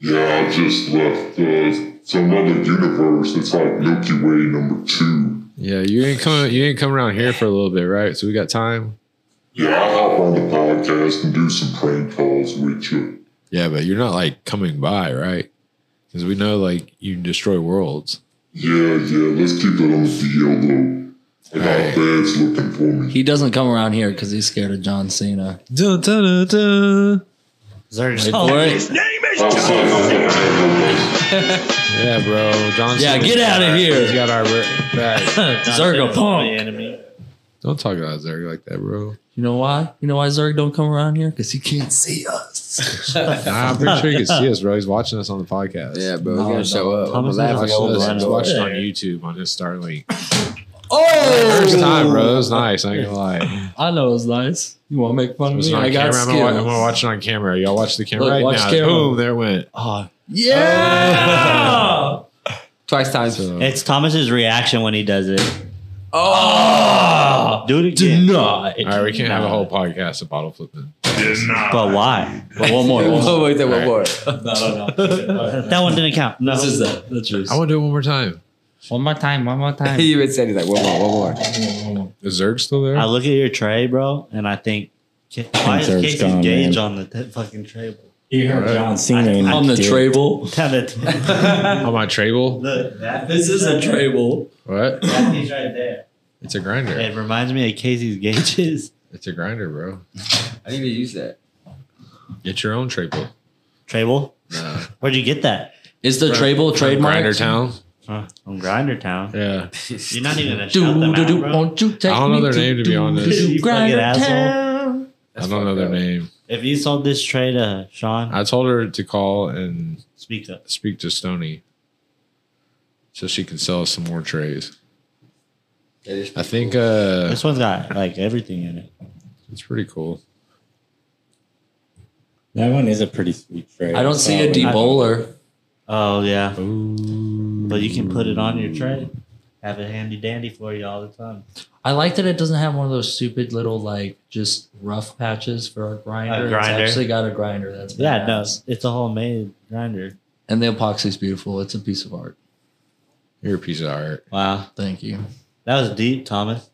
[SPEAKER 18] Yeah, I just left uh, some other universe that's like Milky Way number two.
[SPEAKER 5] Yeah, you ain't coming you ain't coming around here for a little bit, right? So we got time.
[SPEAKER 18] Yeah, I'll hop on the podcast and do some prank calls with you.
[SPEAKER 5] Yeah, but you're not like coming by, right? Because we know like you destroy worlds.
[SPEAKER 18] Yeah, yeah, let's keep it on the DL though. And our fans looking for me.
[SPEAKER 2] He doesn't come around here because he's scared of John Cena.
[SPEAKER 5] Dun, dun, dun, dun.
[SPEAKER 2] Wait
[SPEAKER 4] Oh,
[SPEAKER 2] for it.
[SPEAKER 5] Yeah, bro. John
[SPEAKER 2] Yeah,
[SPEAKER 5] Cena's
[SPEAKER 2] get
[SPEAKER 5] got
[SPEAKER 2] outta
[SPEAKER 5] our-
[SPEAKER 2] here.
[SPEAKER 5] He's got our back.
[SPEAKER 2] Zerga Punk.
[SPEAKER 4] enemy.
[SPEAKER 5] Don't talk about Zerg like that, bro.
[SPEAKER 2] You know why? You know why Zerg don't come around here? Because he can't see us.
[SPEAKER 5] Nah, I'm pretty sure he can see us, bro. He's watching us on the podcast.
[SPEAKER 3] Yeah, bro. He's gonna show up. I'm gonna laugh
[SPEAKER 5] Watching
[SPEAKER 3] like old
[SPEAKER 5] us-
[SPEAKER 3] man.
[SPEAKER 5] He's
[SPEAKER 3] dog.
[SPEAKER 5] watching on YouTube on his Starlink.
[SPEAKER 2] Oh,
[SPEAKER 5] First time, bro. It was nice. I ain't gonna lie.
[SPEAKER 2] I know it's nice. You want to make fun
[SPEAKER 5] It
[SPEAKER 2] of
[SPEAKER 5] was
[SPEAKER 2] me?
[SPEAKER 5] on
[SPEAKER 2] I got
[SPEAKER 5] camera. I'm gonna, wa- I'm
[SPEAKER 2] skills.
[SPEAKER 5] gonna watch it on camera. Y'all watch the camera
[SPEAKER 2] Look,
[SPEAKER 5] right
[SPEAKER 2] watch
[SPEAKER 5] now.
[SPEAKER 2] camera.
[SPEAKER 5] Boom, there it went.
[SPEAKER 2] Oh, yeah.
[SPEAKER 3] Twice times.
[SPEAKER 4] It's Thomas's reaction when he does it.
[SPEAKER 2] Oh,
[SPEAKER 4] Do it again.
[SPEAKER 2] deny.
[SPEAKER 5] All right, we can't have a whole podcast of bottle flipping.
[SPEAKER 4] But why?
[SPEAKER 2] But one more. One more.
[SPEAKER 3] Oh, wait, there one more.
[SPEAKER 4] That one didn't count. No.
[SPEAKER 2] This is that. That's yours.
[SPEAKER 5] I want to do it one more time.
[SPEAKER 2] One more time. One more time.
[SPEAKER 3] He even said he's like, one more, one more.
[SPEAKER 5] Is Zerg still there?
[SPEAKER 4] I look at your tray, bro, and I think, "Ca- why is
[SPEAKER 6] Conserve's
[SPEAKER 4] Casey's
[SPEAKER 6] gone,
[SPEAKER 4] gauge
[SPEAKER 6] man.
[SPEAKER 4] on the t- fucking tray?
[SPEAKER 6] You heard John Cena in
[SPEAKER 2] on the
[SPEAKER 6] dick.
[SPEAKER 2] table.
[SPEAKER 4] Damn it.
[SPEAKER 5] on my table.
[SPEAKER 4] Look, that
[SPEAKER 2] This is a table.
[SPEAKER 5] What?
[SPEAKER 4] That piece right there.
[SPEAKER 5] It's a grinder.
[SPEAKER 4] It reminds me of Casey's gauges.
[SPEAKER 5] It's a grinder, bro.
[SPEAKER 3] I need to use that.
[SPEAKER 5] Get your own table.
[SPEAKER 4] Trable? Where'd you get that?
[SPEAKER 2] Is the table
[SPEAKER 5] Grinder
[SPEAKER 2] trademark?
[SPEAKER 5] Town.
[SPEAKER 4] Huh, from Grinder Town.
[SPEAKER 5] Yeah.
[SPEAKER 4] You're not even gonna shout
[SPEAKER 2] Do
[SPEAKER 4] them
[SPEAKER 2] do
[SPEAKER 4] out,
[SPEAKER 2] do.
[SPEAKER 4] bro.
[SPEAKER 2] Won't you take
[SPEAKER 5] I don't know
[SPEAKER 2] me
[SPEAKER 5] their
[SPEAKER 2] to
[SPEAKER 5] name, to be
[SPEAKER 2] do,
[SPEAKER 5] honest.
[SPEAKER 2] do, do,
[SPEAKER 4] You fucking
[SPEAKER 2] Grinder
[SPEAKER 4] asshole.
[SPEAKER 2] Town?
[SPEAKER 5] I don't know their name.
[SPEAKER 4] If you sold this tray to Sean,
[SPEAKER 5] I told her to call and
[SPEAKER 4] speak up.
[SPEAKER 5] speak to Stony so she can sell us some more trays. I think uh
[SPEAKER 4] This one's got like everything in it.
[SPEAKER 5] it's pretty cool.
[SPEAKER 6] That one is a pretty sweet tray.
[SPEAKER 2] I don't see a
[SPEAKER 6] Solid.
[SPEAKER 2] D bowler.
[SPEAKER 4] Oh yeah. But you can put it on your tray. Have it handy dandy for you all the time.
[SPEAKER 2] I like that it doesn't have one of those stupid little like just rough patches for a grinder.
[SPEAKER 4] grinder.
[SPEAKER 2] It's actually got a grinder. That's
[SPEAKER 4] Yeah, no,
[SPEAKER 2] badass.
[SPEAKER 4] it's a homemade grinder.
[SPEAKER 2] And the epoxy's beautiful. It's a piece of art.
[SPEAKER 5] You're a piece of art.
[SPEAKER 4] Wow.
[SPEAKER 2] Thank you.
[SPEAKER 4] That was deep, Thomas.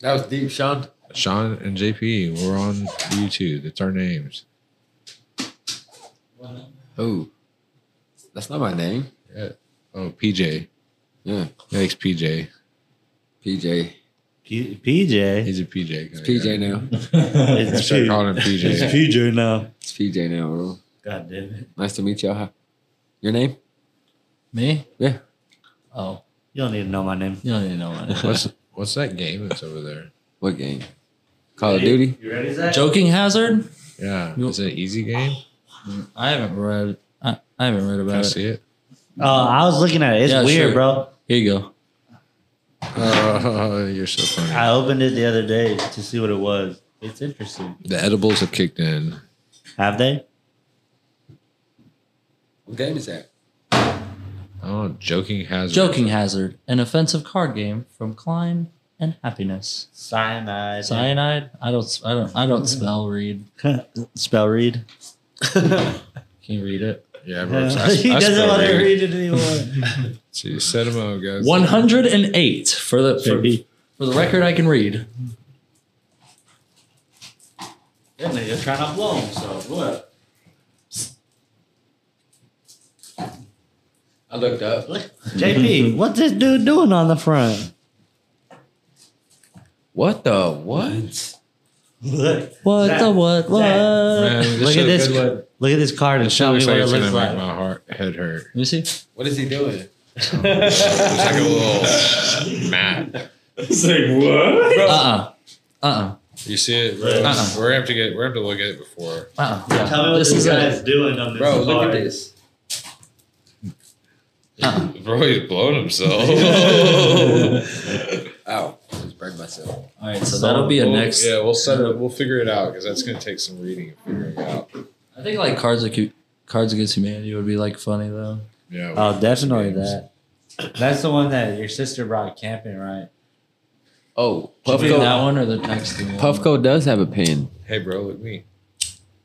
[SPEAKER 3] That was deep, Sean.
[SPEAKER 5] Sean and JP, we're on YouTube. It's our names.
[SPEAKER 3] Oh, that's not my name.
[SPEAKER 5] Oh, PJ.
[SPEAKER 3] Yeah,
[SPEAKER 5] Next PJ.
[SPEAKER 3] PJ.
[SPEAKER 4] P- PJ.
[SPEAKER 5] He's a PJ.
[SPEAKER 3] It's PJ now.
[SPEAKER 4] It's
[SPEAKER 5] I start
[SPEAKER 4] P-
[SPEAKER 5] calling him
[SPEAKER 4] It's
[SPEAKER 5] PJ.
[SPEAKER 4] PJ now.
[SPEAKER 3] It's PJ now, bro.
[SPEAKER 4] God damn it.
[SPEAKER 3] Nice to meet y'all. Hi. Your name?
[SPEAKER 2] Me?
[SPEAKER 3] Yeah.
[SPEAKER 2] Oh,
[SPEAKER 4] You don't need to know my name.
[SPEAKER 2] you don't even know my name.
[SPEAKER 5] What's what's that game that's over there?
[SPEAKER 3] What game? Call of Duty.
[SPEAKER 4] You ready, Zach?
[SPEAKER 2] Joking hazard?
[SPEAKER 5] Yeah. Is it an easy game?
[SPEAKER 2] I haven't read. I, I haven't read
[SPEAKER 5] Can I
[SPEAKER 2] about it.
[SPEAKER 5] see it?
[SPEAKER 4] Oh, I was looking at it. It's
[SPEAKER 2] Yeah,
[SPEAKER 4] weird,
[SPEAKER 2] sure.
[SPEAKER 4] bro.
[SPEAKER 2] Here you go.
[SPEAKER 5] Oh, you're so funny.
[SPEAKER 4] I opened it the other day to see what it was. It's interesting.
[SPEAKER 5] The edibles have kicked in.
[SPEAKER 4] Have they?
[SPEAKER 3] What game is that?
[SPEAKER 5] Oh, joking hazard.
[SPEAKER 2] Joking hazard, an offensive card game from Klein and Happiness.
[SPEAKER 4] Cyanide.
[SPEAKER 2] Cyanide. I don't. s- I don't. I don't spell read.
[SPEAKER 4] Spell read.
[SPEAKER 2] Can you read it?
[SPEAKER 5] Yeah,
[SPEAKER 4] Uh, he
[SPEAKER 5] bro. I- I
[SPEAKER 4] doesn't
[SPEAKER 5] spelled
[SPEAKER 4] want to
[SPEAKER 5] it.
[SPEAKER 4] read it anymore.
[SPEAKER 5] See, set him up, guys.
[SPEAKER 2] One hundred and eight for the
[SPEAKER 4] JP.
[SPEAKER 2] for, for the record. I can read.
[SPEAKER 4] That nigga's trying to blow himself. What?
[SPEAKER 3] I looked up.
[SPEAKER 4] JP, what's this dude doing on the front?
[SPEAKER 3] What the what?
[SPEAKER 4] Look,
[SPEAKER 2] What
[SPEAKER 4] Zach,
[SPEAKER 2] the what what?
[SPEAKER 4] Zach.
[SPEAKER 5] Man, this
[SPEAKER 4] look
[SPEAKER 5] shit
[SPEAKER 4] at this.
[SPEAKER 5] looks-
[SPEAKER 4] Look at this card and
[SPEAKER 5] This shit
[SPEAKER 4] show me
[SPEAKER 5] looks
[SPEAKER 4] what
[SPEAKER 5] like
[SPEAKER 4] it
[SPEAKER 5] it's gonna
[SPEAKER 4] looks
[SPEAKER 5] make
[SPEAKER 4] like.
[SPEAKER 5] my heart head hurt.
[SPEAKER 2] Let me see.
[SPEAKER 3] What is he doing?
[SPEAKER 5] It's like a little mat.
[SPEAKER 6] It's like, what?
[SPEAKER 2] Uh uh-uh. uh. Uh
[SPEAKER 5] You see it, bro?
[SPEAKER 2] Uh-uh.
[SPEAKER 5] We're gonna have to get. We're gonna have to look at it before.
[SPEAKER 2] uh. Yeah.
[SPEAKER 4] Tell me what
[SPEAKER 2] this is a-
[SPEAKER 4] guy's doing on this
[SPEAKER 3] Bro,
[SPEAKER 4] card.
[SPEAKER 3] look at this.
[SPEAKER 2] Uh-huh.
[SPEAKER 5] Bro, he's blowing himself.
[SPEAKER 3] Ow! I just burned myself.
[SPEAKER 2] All right. So that'll be a
[SPEAKER 5] We'll-
[SPEAKER 3] Oh,
[SPEAKER 2] next.
[SPEAKER 5] Yeah, we'll set it. We'll figure it out because that's gonna take some reading and figuring it out.
[SPEAKER 2] I think like cards Acu- Cards Against Humanity would be like funny though.
[SPEAKER 5] Yeah.
[SPEAKER 2] Uh-huh.
[SPEAKER 4] Oh, definitely that. That's the one that your sister brought camping, right?
[SPEAKER 3] Oh,
[SPEAKER 2] Should we do that
[SPEAKER 3] Puffco.
[SPEAKER 2] one or the next one?
[SPEAKER 3] Puffco does have a pin.
[SPEAKER 5] Hey, bro, look at me.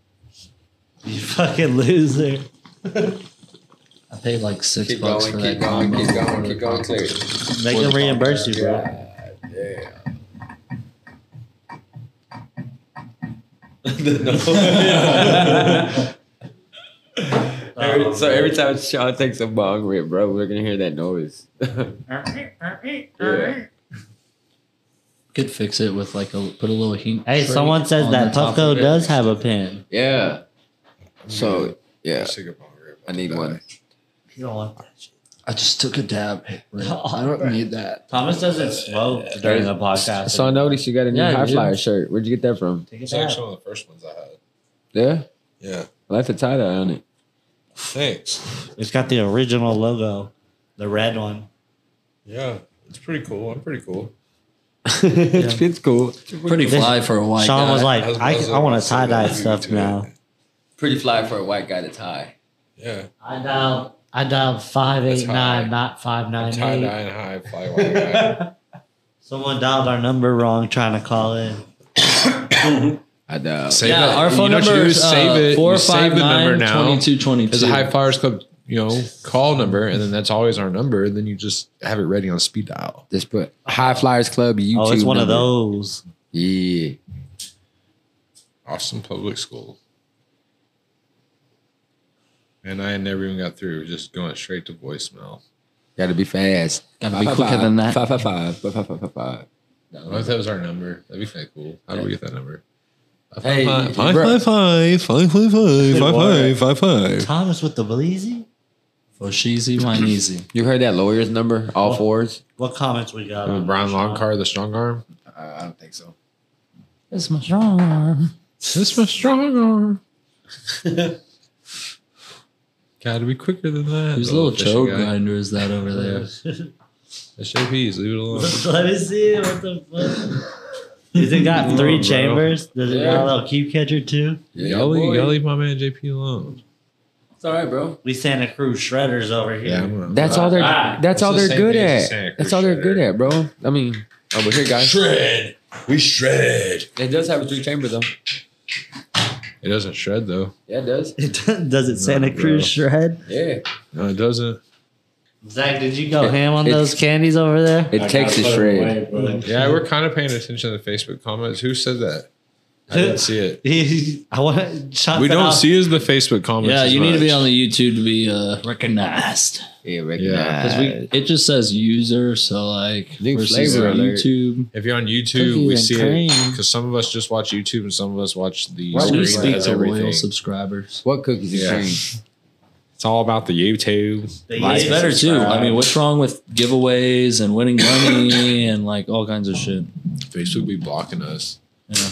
[SPEAKER 4] You fucking loser.
[SPEAKER 2] I paid like six
[SPEAKER 3] Keep
[SPEAKER 2] bucks
[SPEAKER 3] going,
[SPEAKER 2] for that
[SPEAKER 3] keep going,
[SPEAKER 2] combo
[SPEAKER 3] keep going,
[SPEAKER 2] for
[SPEAKER 3] keep going.
[SPEAKER 2] the-
[SPEAKER 3] Clear.
[SPEAKER 4] Make them reimburse you, bro.
[SPEAKER 3] Yeah. Every- so every time Sean takes a bong rip, bro, we're gonna hear that noise. yeah.
[SPEAKER 2] Could fix it with like a put a little heat.
[SPEAKER 4] Hey,
[SPEAKER 2] tray
[SPEAKER 4] someone says
[SPEAKER 2] on
[SPEAKER 4] that
[SPEAKER 2] the top
[SPEAKER 4] Puffco
[SPEAKER 2] of it.
[SPEAKER 4] does have a pin.
[SPEAKER 3] Yeah. So yeah, I need one.
[SPEAKER 2] You don't want that shit. I just took a dab. I
[SPEAKER 3] don't need that.
[SPEAKER 4] Thomas doesn't smoke during the podcast.
[SPEAKER 3] So I noticed you got a new
[SPEAKER 4] Yeah,
[SPEAKER 3] high
[SPEAKER 4] you
[SPEAKER 3] flyer
[SPEAKER 4] do.
[SPEAKER 3] shirt. Where'd you get that from?
[SPEAKER 5] It's like some of the first ones I had.
[SPEAKER 3] Yeah.
[SPEAKER 5] Yeah.
[SPEAKER 3] I like the tie dye on it.
[SPEAKER 5] Thanks.
[SPEAKER 4] It's got the original logo, the red one.
[SPEAKER 5] Yeah. It's pretty cool. I'm pretty cool.
[SPEAKER 3] it's, it's cool.
[SPEAKER 2] Pretty fly for
[SPEAKER 3] Oh
[SPEAKER 2] a white
[SPEAKER 4] Sean
[SPEAKER 2] guy.
[SPEAKER 4] was like,
[SPEAKER 2] I was-
[SPEAKER 4] I,
[SPEAKER 2] I was
[SPEAKER 4] I want
[SPEAKER 2] gonna
[SPEAKER 4] to
[SPEAKER 2] say
[SPEAKER 4] tie dye
[SPEAKER 2] that.
[SPEAKER 4] stuff now.
[SPEAKER 19] Pretty fly for a white guy to tie.
[SPEAKER 5] Yeah.
[SPEAKER 20] I dialed I dialed five eight nine, not five nine
[SPEAKER 5] Tie dye
[SPEAKER 20] eight.
[SPEAKER 5] and high fly white guy.
[SPEAKER 4] Someone dialed our number wrong trying to call in.
[SPEAKER 3] I doubt.
[SPEAKER 5] Save
[SPEAKER 2] Yeah,
[SPEAKER 5] it.
[SPEAKER 2] our phone
[SPEAKER 5] you know what
[SPEAKER 2] number
[SPEAKER 5] you do
[SPEAKER 2] is,
[SPEAKER 5] is save
[SPEAKER 2] uh,
[SPEAKER 5] it. You save the
[SPEAKER 2] 459
[SPEAKER 5] number now.
[SPEAKER 2] 2222.
[SPEAKER 5] It's a High Flyers Club, you know, call number, and then that's always our number, and then you just have it ready on speed dial.
[SPEAKER 3] Just put High Flyers Club YouTube.
[SPEAKER 4] Oh, it's one of
[SPEAKER 3] number.
[SPEAKER 4] those.
[SPEAKER 3] Yeah.
[SPEAKER 5] Austin Public School. And I never even got through, just going straight to voicemail.
[SPEAKER 3] Got to be fast.
[SPEAKER 5] Gotta be quicker than that.
[SPEAKER 3] Five five five five five five five. five.
[SPEAKER 5] What if that was our number? That'd be kind of cool. How do we get that number?
[SPEAKER 3] Hey,
[SPEAKER 5] five, five,
[SPEAKER 3] bro.
[SPEAKER 5] five, five, five, five, five, five, five, five, five.
[SPEAKER 4] Thomas with the Belize?
[SPEAKER 2] Foshizi, mine easy.
[SPEAKER 3] You heard that lawyer's number? All fours.
[SPEAKER 4] What comments we got?
[SPEAKER 5] The
[SPEAKER 4] on
[SPEAKER 5] brown
[SPEAKER 4] this,
[SPEAKER 5] long
[SPEAKER 4] Sean?
[SPEAKER 5] car, the strong arm.
[SPEAKER 3] I don't think so.
[SPEAKER 2] It's my strong arm.
[SPEAKER 5] It's my strong arm. Gotta be quicker than that.
[SPEAKER 2] Whose
[SPEAKER 5] Oh,
[SPEAKER 2] little
[SPEAKER 5] fishy
[SPEAKER 2] toe
[SPEAKER 5] guy.
[SPEAKER 2] grinder is that over there?
[SPEAKER 5] That's JP's. Leave it alone.
[SPEAKER 4] Let me see. it. What the fuck? Does it got three
[SPEAKER 5] Bro.
[SPEAKER 4] chambers? Does it got
[SPEAKER 5] Yeah.
[SPEAKER 4] a little cube catcher too?
[SPEAKER 5] Yeah, y'all, leave, y'all leave my man JP alone.
[SPEAKER 19] It's all right, bro.
[SPEAKER 4] We Santa Cruz shredders over here.
[SPEAKER 3] That's all they're. That's all they're good at. That's all they're good at, bro. I mean,
[SPEAKER 19] Oh,
[SPEAKER 3] over here, guys.
[SPEAKER 5] Shred. We shred.
[SPEAKER 19] It does have a three chamber though.
[SPEAKER 5] It doesn't shred though.
[SPEAKER 19] Yeah, it does.
[SPEAKER 4] It does it Santa Cruz shred?
[SPEAKER 19] Yeah.
[SPEAKER 5] No, it doesn't.
[SPEAKER 4] Zach, did you go
[SPEAKER 5] It-
[SPEAKER 4] ham on
[SPEAKER 5] it-
[SPEAKER 4] those candies over there?
[SPEAKER 5] I gotta put it away, bro. yeah, we're kind of paying attention to the Facebook comments. Who said that? I didn't see it.
[SPEAKER 4] I want to.
[SPEAKER 5] we don't see is the Facebook comments.
[SPEAKER 2] "Ah." Yeah,
[SPEAKER 5] as
[SPEAKER 2] you need to be
[SPEAKER 5] much.
[SPEAKER 2] on the YouTube to be uh, recognized.
[SPEAKER 3] Yeah,
[SPEAKER 5] recognized.
[SPEAKER 2] we, it just says user, so like
[SPEAKER 5] New
[SPEAKER 2] versus
[SPEAKER 5] flavor alert.
[SPEAKER 2] YouTube.
[SPEAKER 5] If you're on
[SPEAKER 2] Cookies
[SPEAKER 5] YouTube, we
[SPEAKER 2] and
[SPEAKER 5] see it
[SPEAKER 2] cream.
[SPEAKER 5] because some of us just watch YouTube and some of us watch the.
[SPEAKER 2] Why do we
[SPEAKER 5] screen
[SPEAKER 2] speak
[SPEAKER 5] as
[SPEAKER 2] to loyal
[SPEAKER 5] everything.
[SPEAKER 2] subscribers?
[SPEAKER 3] What cookies
[SPEAKER 5] Yeah. It's all about the YouTube.
[SPEAKER 2] It's better too. I
[SPEAKER 4] Uh,
[SPEAKER 2] mean, what's wrong with giveaways and winning money and like all kinds of shit?
[SPEAKER 5] Facebook be blocking us.
[SPEAKER 2] Yeah.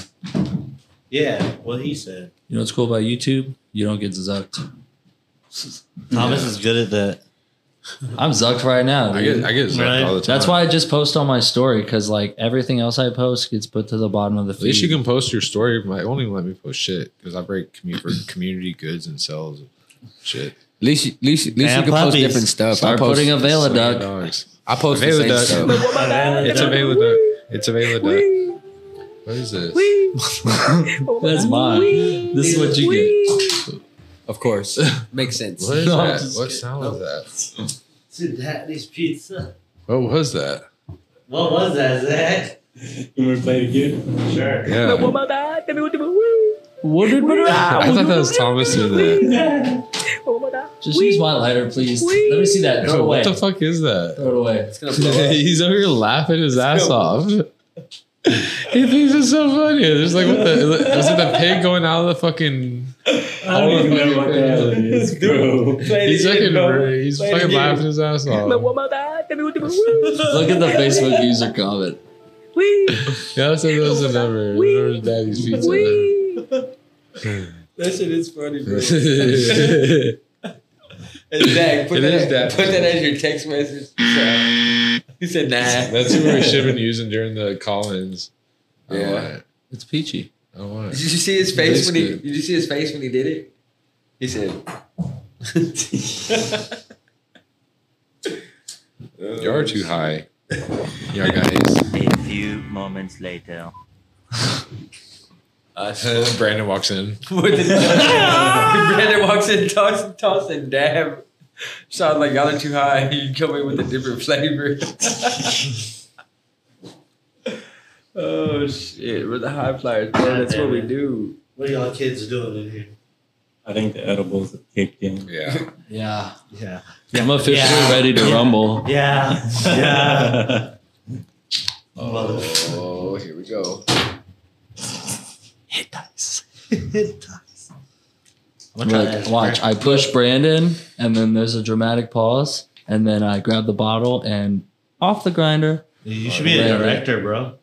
[SPEAKER 4] Yeah, what he said.
[SPEAKER 2] You know what's cool about YouTube? You don't get zucked.
[SPEAKER 4] Thomas is good at that.
[SPEAKER 2] I'm zucked right now.
[SPEAKER 5] I get-
[SPEAKER 2] dude.
[SPEAKER 5] I get zucked Right. all the
[SPEAKER 2] That's
[SPEAKER 5] time.
[SPEAKER 2] why I just post on my story because like everything else I post gets put to the bottom of the
[SPEAKER 5] At least
[SPEAKER 2] feed.
[SPEAKER 5] you can post your story. My only let me post shit because I break commu- for community goods and sells and shit.
[SPEAKER 3] At least, at least, at least you
[SPEAKER 5] And
[SPEAKER 3] can post
[SPEAKER 5] puppies.
[SPEAKER 3] different stuff.
[SPEAKER 5] Start
[SPEAKER 3] post
[SPEAKER 5] putting a Vela
[SPEAKER 3] slam
[SPEAKER 5] duck.
[SPEAKER 3] dogs. I post the same
[SPEAKER 5] Availa duck.
[SPEAKER 3] stuff.
[SPEAKER 5] It's available duck. It's available duck. What is this?
[SPEAKER 2] That's mine. This is what you
[SPEAKER 3] get. Of course, makes sense.
[SPEAKER 5] What is
[SPEAKER 3] No, I'm
[SPEAKER 5] that?
[SPEAKER 3] just
[SPEAKER 5] What
[SPEAKER 3] kidding.
[SPEAKER 5] sound was that?
[SPEAKER 4] Dude, that is pizza.
[SPEAKER 5] What was that?
[SPEAKER 4] What was that, Zach?
[SPEAKER 6] You want to play it again? Sure.
[SPEAKER 5] Yeah.
[SPEAKER 10] Oh,
[SPEAKER 5] I thought that was Thomas who did
[SPEAKER 10] Oh,
[SPEAKER 2] Just use my lighter, please. Let me see that.
[SPEAKER 5] that.
[SPEAKER 2] Throw it
[SPEAKER 5] Yo,
[SPEAKER 2] away.
[SPEAKER 5] what the fuck is that?
[SPEAKER 2] Throw it away.
[SPEAKER 5] He's over here laughing his ass off. he thinks it's so funny. It's like what the was it the pig going out of the fucking
[SPEAKER 6] I don't even know what the hell it is, bro.
[SPEAKER 5] He's fucking he's
[SPEAKER 6] Play it
[SPEAKER 5] fucking
[SPEAKER 6] again.
[SPEAKER 5] laughing his ass off.
[SPEAKER 10] Oh,
[SPEAKER 2] Look at the Facebook user comment.
[SPEAKER 5] Y'all said those are never remember daddy's pizza.
[SPEAKER 19] That shit is funny, bro.
[SPEAKER 5] It
[SPEAKER 19] And Zach, put,
[SPEAKER 5] It
[SPEAKER 19] that,
[SPEAKER 5] is that.
[SPEAKER 19] put that as your text message. He said, nah.
[SPEAKER 5] That's who we should have been using during the Collins. Oh,
[SPEAKER 19] Yeah.
[SPEAKER 2] It's peachy.
[SPEAKER 5] I don't want
[SPEAKER 19] Did
[SPEAKER 5] it.
[SPEAKER 19] you see his face
[SPEAKER 5] Tastes
[SPEAKER 19] when he?
[SPEAKER 5] good.
[SPEAKER 19] Did you see his face when he did it? He said,
[SPEAKER 5] You are too high. Yeah, guys.
[SPEAKER 21] A few moments later.
[SPEAKER 5] Brandon walks in.
[SPEAKER 19] With the- Brandon walks in, toss and toss and dab. Sounds like y'all are too high. You come in with a different flavor. oh shit! We're the high flyers, man. That's what we do.
[SPEAKER 4] What are y'all kids doing in here?
[SPEAKER 6] I think the edibles have kicked in.
[SPEAKER 5] Yeah.
[SPEAKER 2] Yeah.
[SPEAKER 4] Yeah.
[SPEAKER 2] I'm officially
[SPEAKER 4] Yeah.
[SPEAKER 2] ready to rumble.
[SPEAKER 4] Yeah. Yeah.
[SPEAKER 5] Oh,
[SPEAKER 8] we go.
[SPEAKER 2] Hit dice.
[SPEAKER 8] Hit
[SPEAKER 2] dice.
[SPEAKER 7] I'm gonna try
[SPEAKER 2] Look,
[SPEAKER 7] that.
[SPEAKER 2] watch. I push Brandon, and then there's a dramatic pause, and then I grab the bottle and off the grinder.
[SPEAKER 4] You should be a
[SPEAKER 2] Brandon.
[SPEAKER 4] director, bro.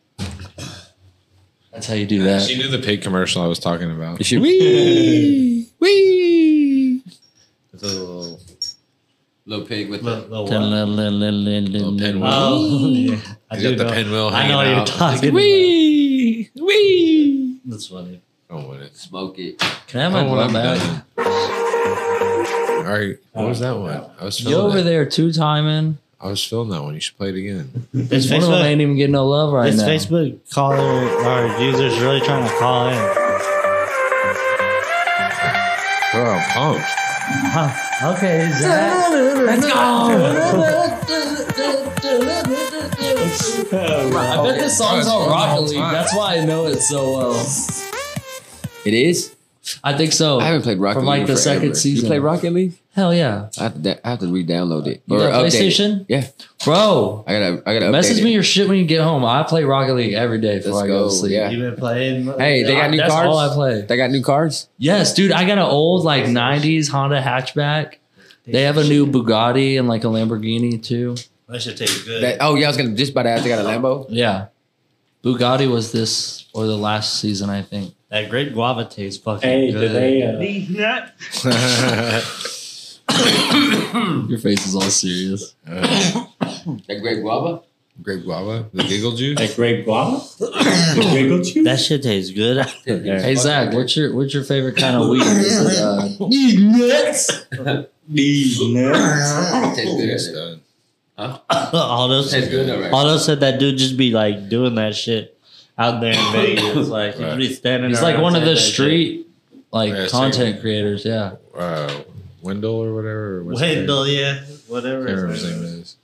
[SPEAKER 2] That's how you do that.
[SPEAKER 5] She knew the pig commercial I was talking about.
[SPEAKER 3] She,
[SPEAKER 5] Wee! Wee!
[SPEAKER 3] It's a little, little pig with
[SPEAKER 4] the
[SPEAKER 2] Little pinwheel.
[SPEAKER 4] Oh, yeah. I
[SPEAKER 5] He's
[SPEAKER 4] do
[SPEAKER 5] got the
[SPEAKER 4] know.
[SPEAKER 5] pinwheel
[SPEAKER 4] I
[SPEAKER 5] hanging
[SPEAKER 4] know what you're
[SPEAKER 5] out.
[SPEAKER 4] talking about.
[SPEAKER 5] Wee! Wee!
[SPEAKER 4] That's funny.
[SPEAKER 5] Don't want it.
[SPEAKER 3] Smoke it.
[SPEAKER 2] Can I have Oh,
[SPEAKER 4] Oh,
[SPEAKER 2] my
[SPEAKER 5] don't want
[SPEAKER 2] glove
[SPEAKER 5] it.
[SPEAKER 2] back?
[SPEAKER 5] All right. What was that one? I was
[SPEAKER 2] You
[SPEAKER 5] feeling
[SPEAKER 2] over
[SPEAKER 5] that.
[SPEAKER 2] there two timing?
[SPEAKER 5] I was feeling that one. You should play it again.
[SPEAKER 4] This
[SPEAKER 2] One of them
[SPEAKER 4] Facebook,
[SPEAKER 2] ain't even getting no love right
[SPEAKER 4] this
[SPEAKER 2] now.
[SPEAKER 4] Facebook caller or users really trying to call in.
[SPEAKER 5] Bro, I'm pumped.
[SPEAKER 4] Huh. Okay, Zach.
[SPEAKER 7] Let's
[SPEAKER 2] I bet this song's on Rocket League. That's why I know it so well.
[SPEAKER 3] It is.
[SPEAKER 2] I think so.
[SPEAKER 3] I haven't played Rocket
[SPEAKER 2] From
[SPEAKER 3] League
[SPEAKER 2] like
[SPEAKER 3] in
[SPEAKER 2] the second
[SPEAKER 3] forever.
[SPEAKER 2] season.
[SPEAKER 3] You play Rocket League?
[SPEAKER 2] Hell yeah.
[SPEAKER 3] I have to, I have to re-download it.
[SPEAKER 2] You got a
[SPEAKER 3] update it.
[SPEAKER 2] PlayStation?
[SPEAKER 3] Yeah,
[SPEAKER 2] bro.
[SPEAKER 3] I gotta I gotta update
[SPEAKER 2] Message
[SPEAKER 3] it.
[SPEAKER 2] me your shit when you get home. I play Rocket League every day before
[SPEAKER 3] Let's
[SPEAKER 2] I go
[SPEAKER 3] go,
[SPEAKER 2] to sleep.
[SPEAKER 3] yeah.
[SPEAKER 4] You've been playing.
[SPEAKER 3] Hey, they got new
[SPEAKER 2] Ah, That's
[SPEAKER 3] cards.
[SPEAKER 2] all I play.
[SPEAKER 3] They got new cards.
[SPEAKER 2] Yes, dude. I got an old like '90s Honda hatchback. They have a new Bugatti and like a Lamborghini too.
[SPEAKER 4] That should taste good.
[SPEAKER 3] That, oh yeah, I was gonna just about to ask. They got a Lambo.
[SPEAKER 2] Yeah, Bugatti was this or the last season, I think.
[SPEAKER 4] That grape guava tastes fucking
[SPEAKER 6] Hey,
[SPEAKER 4] good.
[SPEAKER 6] did they? Uh,
[SPEAKER 2] Your face is all serious.
[SPEAKER 3] That grape guava.
[SPEAKER 5] Grape guava, the giggle juice.
[SPEAKER 6] Like grape guava? Wiggle juice?
[SPEAKER 4] that shit tastes good. out there.
[SPEAKER 2] Hey Zach, what's your what's your favorite kind of weed? Is it, uh,
[SPEAKER 7] These nuts.
[SPEAKER 6] These nuts.
[SPEAKER 3] Tastes good.
[SPEAKER 5] It's done.
[SPEAKER 4] Aldo
[SPEAKER 3] Tastes
[SPEAKER 4] said,
[SPEAKER 3] good though, right?
[SPEAKER 4] Aldo said that dude just be like doing that shit out there in Vegas. Like he'd be standing.
[SPEAKER 2] He's like
[SPEAKER 4] around
[SPEAKER 2] one of
[SPEAKER 4] saying
[SPEAKER 2] the
[SPEAKER 4] that shit.
[SPEAKER 2] street like
[SPEAKER 5] Yeah, same.
[SPEAKER 2] content creators. Yeah,
[SPEAKER 5] Uh, Wendell or whatever. Or what's his name?
[SPEAKER 4] Wendell, yeah,
[SPEAKER 5] I
[SPEAKER 4] whatever.
[SPEAKER 5] can't remember
[SPEAKER 4] his
[SPEAKER 5] his
[SPEAKER 4] name
[SPEAKER 5] name
[SPEAKER 4] is.
[SPEAKER 5] is.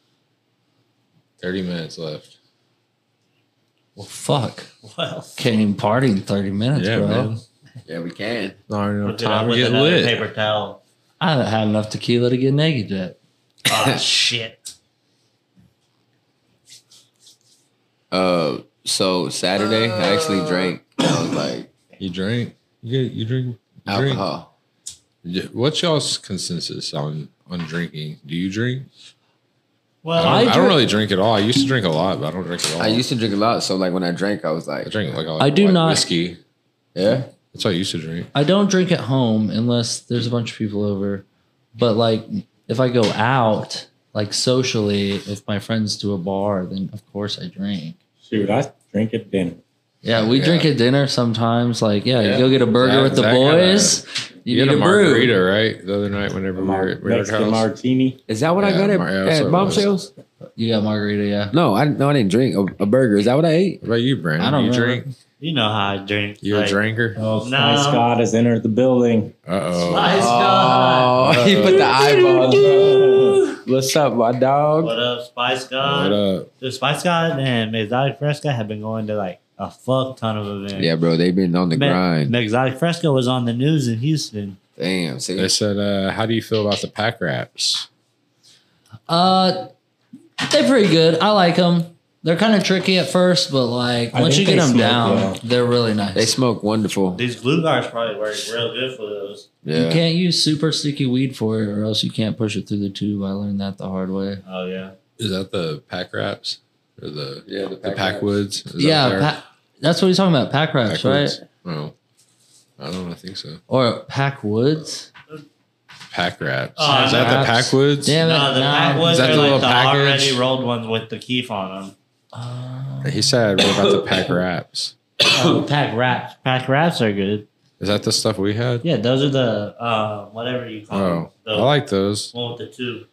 [SPEAKER 5] Thirty minutes left.
[SPEAKER 2] well, fuck.
[SPEAKER 4] Well,
[SPEAKER 2] Can't even party in thirty minutes,
[SPEAKER 5] Yeah,
[SPEAKER 2] bro.
[SPEAKER 5] man.
[SPEAKER 3] Yeah, we can.
[SPEAKER 5] Not
[SPEAKER 4] Put
[SPEAKER 5] enough
[SPEAKER 4] it up
[SPEAKER 5] time to
[SPEAKER 4] with
[SPEAKER 5] get
[SPEAKER 4] another
[SPEAKER 5] lit.
[SPEAKER 4] paper towel.
[SPEAKER 2] I haven't had enough tequila to get naked yet.
[SPEAKER 4] Oh shit!
[SPEAKER 3] Uh, so Saturday I actually drank. I was like
[SPEAKER 5] You drink. You get. You drink. you drink.
[SPEAKER 3] alcohol.
[SPEAKER 5] Y- What's y'all's consensus on on drinking? Do you drink? I
[SPEAKER 4] Well,
[SPEAKER 5] don't, I
[SPEAKER 2] I
[SPEAKER 5] don't
[SPEAKER 2] drink-
[SPEAKER 5] really drink at all. I used to drink a lot, but I don't drink at all.
[SPEAKER 3] I used to drink a lot, so like when I drank, I was like,
[SPEAKER 5] I drink like a
[SPEAKER 2] I do
[SPEAKER 5] like
[SPEAKER 2] not-
[SPEAKER 5] whiskey.
[SPEAKER 3] yeah.
[SPEAKER 5] That's what I used to drink.
[SPEAKER 2] I don't drink at home unless there's a bunch of people over. But like if I go out, like socially, if my friends do a bar, then of course I drink.
[SPEAKER 6] Shoot, I drink at dinner.
[SPEAKER 2] Yeah, we
[SPEAKER 5] Yeah.
[SPEAKER 2] drink at dinner sometimes. Like, yeah,
[SPEAKER 5] Yeah.
[SPEAKER 2] you go get a burger
[SPEAKER 5] Zach-
[SPEAKER 2] with the
[SPEAKER 5] Zach had a-
[SPEAKER 2] boys. you
[SPEAKER 5] had
[SPEAKER 2] need a,
[SPEAKER 5] margarita,
[SPEAKER 2] brew.
[SPEAKER 5] right? The other night, whenever we were at Rick's
[SPEAKER 6] Mexican
[SPEAKER 5] house.
[SPEAKER 6] martini.
[SPEAKER 3] Is that what I
[SPEAKER 5] Yeah,
[SPEAKER 3] got at,
[SPEAKER 5] Mario, that's what
[SPEAKER 3] at
[SPEAKER 5] it was.
[SPEAKER 3] bombshells?
[SPEAKER 2] You got margarita, yeah.
[SPEAKER 3] No, I no, I didn't drink a, a burger. Is that what I ate?
[SPEAKER 5] What about you, Brandon?
[SPEAKER 2] I don't
[SPEAKER 5] you
[SPEAKER 2] remember.
[SPEAKER 5] drink?
[SPEAKER 4] you know how I drink.
[SPEAKER 5] You a
[SPEAKER 4] like,
[SPEAKER 5] drinker?
[SPEAKER 6] Oh,
[SPEAKER 4] No.
[SPEAKER 6] Sky Scott has entered the building.
[SPEAKER 5] Uh oh.
[SPEAKER 4] Spice God.
[SPEAKER 3] Oh, he put the eyeball. What's up, my dog?
[SPEAKER 4] What up, Spice God?
[SPEAKER 5] What up?
[SPEAKER 4] Dude, Spice God and Exotic Fresca have been going to like a fuck ton of events.
[SPEAKER 3] Yeah, bro, they've been on the
[SPEAKER 4] Me-
[SPEAKER 3] grind.
[SPEAKER 4] Exotic Fresco was on the news in Houston.
[SPEAKER 3] Damn, see,
[SPEAKER 5] They said, uh, "How do you feel about the pack wraps?"
[SPEAKER 2] Uh they're pretty good. I like them. They're kind of tricky at first, but like
[SPEAKER 6] I
[SPEAKER 2] once you
[SPEAKER 6] think
[SPEAKER 2] get
[SPEAKER 6] they
[SPEAKER 2] them
[SPEAKER 6] smoke
[SPEAKER 2] down,
[SPEAKER 6] well.
[SPEAKER 2] they're really nice.
[SPEAKER 3] they smoke wonderful.
[SPEAKER 4] These glue guards probably work real good for those.
[SPEAKER 2] You
[SPEAKER 3] Yeah,
[SPEAKER 2] can't use super sticky weed for it, or else you can't push it through the tube. I learned that the hard way.
[SPEAKER 4] Oh yeah.
[SPEAKER 5] Is that the pack wraps or the
[SPEAKER 8] Yeah, the
[SPEAKER 5] the
[SPEAKER 8] pack
[SPEAKER 5] pack
[SPEAKER 8] wraps.
[SPEAKER 5] woods? Is that
[SPEAKER 2] yeah,
[SPEAKER 5] there?
[SPEAKER 2] pa- that's what he's talking about. Pack
[SPEAKER 5] Pack
[SPEAKER 2] wraps,
[SPEAKER 5] woods?
[SPEAKER 2] right?
[SPEAKER 5] No, I don't. I think so.
[SPEAKER 2] Or pack woods?
[SPEAKER 5] Pack wraps.
[SPEAKER 4] Oh,
[SPEAKER 5] is that
[SPEAKER 2] wraps.
[SPEAKER 5] the pack woods?
[SPEAKER 2] Damn it!
[SPEAKER 4] No, the
[SPEAKER 2] nah.
[SPEAKER 4] pack
[SPEAKER 5] Is
[SPEAKER 4] was
[SPEAKER 5] that
[SPEAKER 4] are
[SPEAKER 5] the
[SPEAKER 4] like
[SPEAKER 5] little
[SPEAKER 4] the
[SPEAKER 5] package?
[SPEAKER 4] already rolled ones with the keef on them.
[SPEAKER 2] Uh,
[SPEAKER 5] He said, "What about the pack wraps?
[SPEAKER 4] Oh, pack wraps. Pack wraps are good.
[SPEAKER 5] Is that the stuff we had?"
[SPEAKER 4] Yeah, those are the uh, whatever you call
[SPEAKER 5] Oh,
[SPEAKER 4] them. The
[SPEAKER 5] I like those.
[SPEAKER 4] one with the two.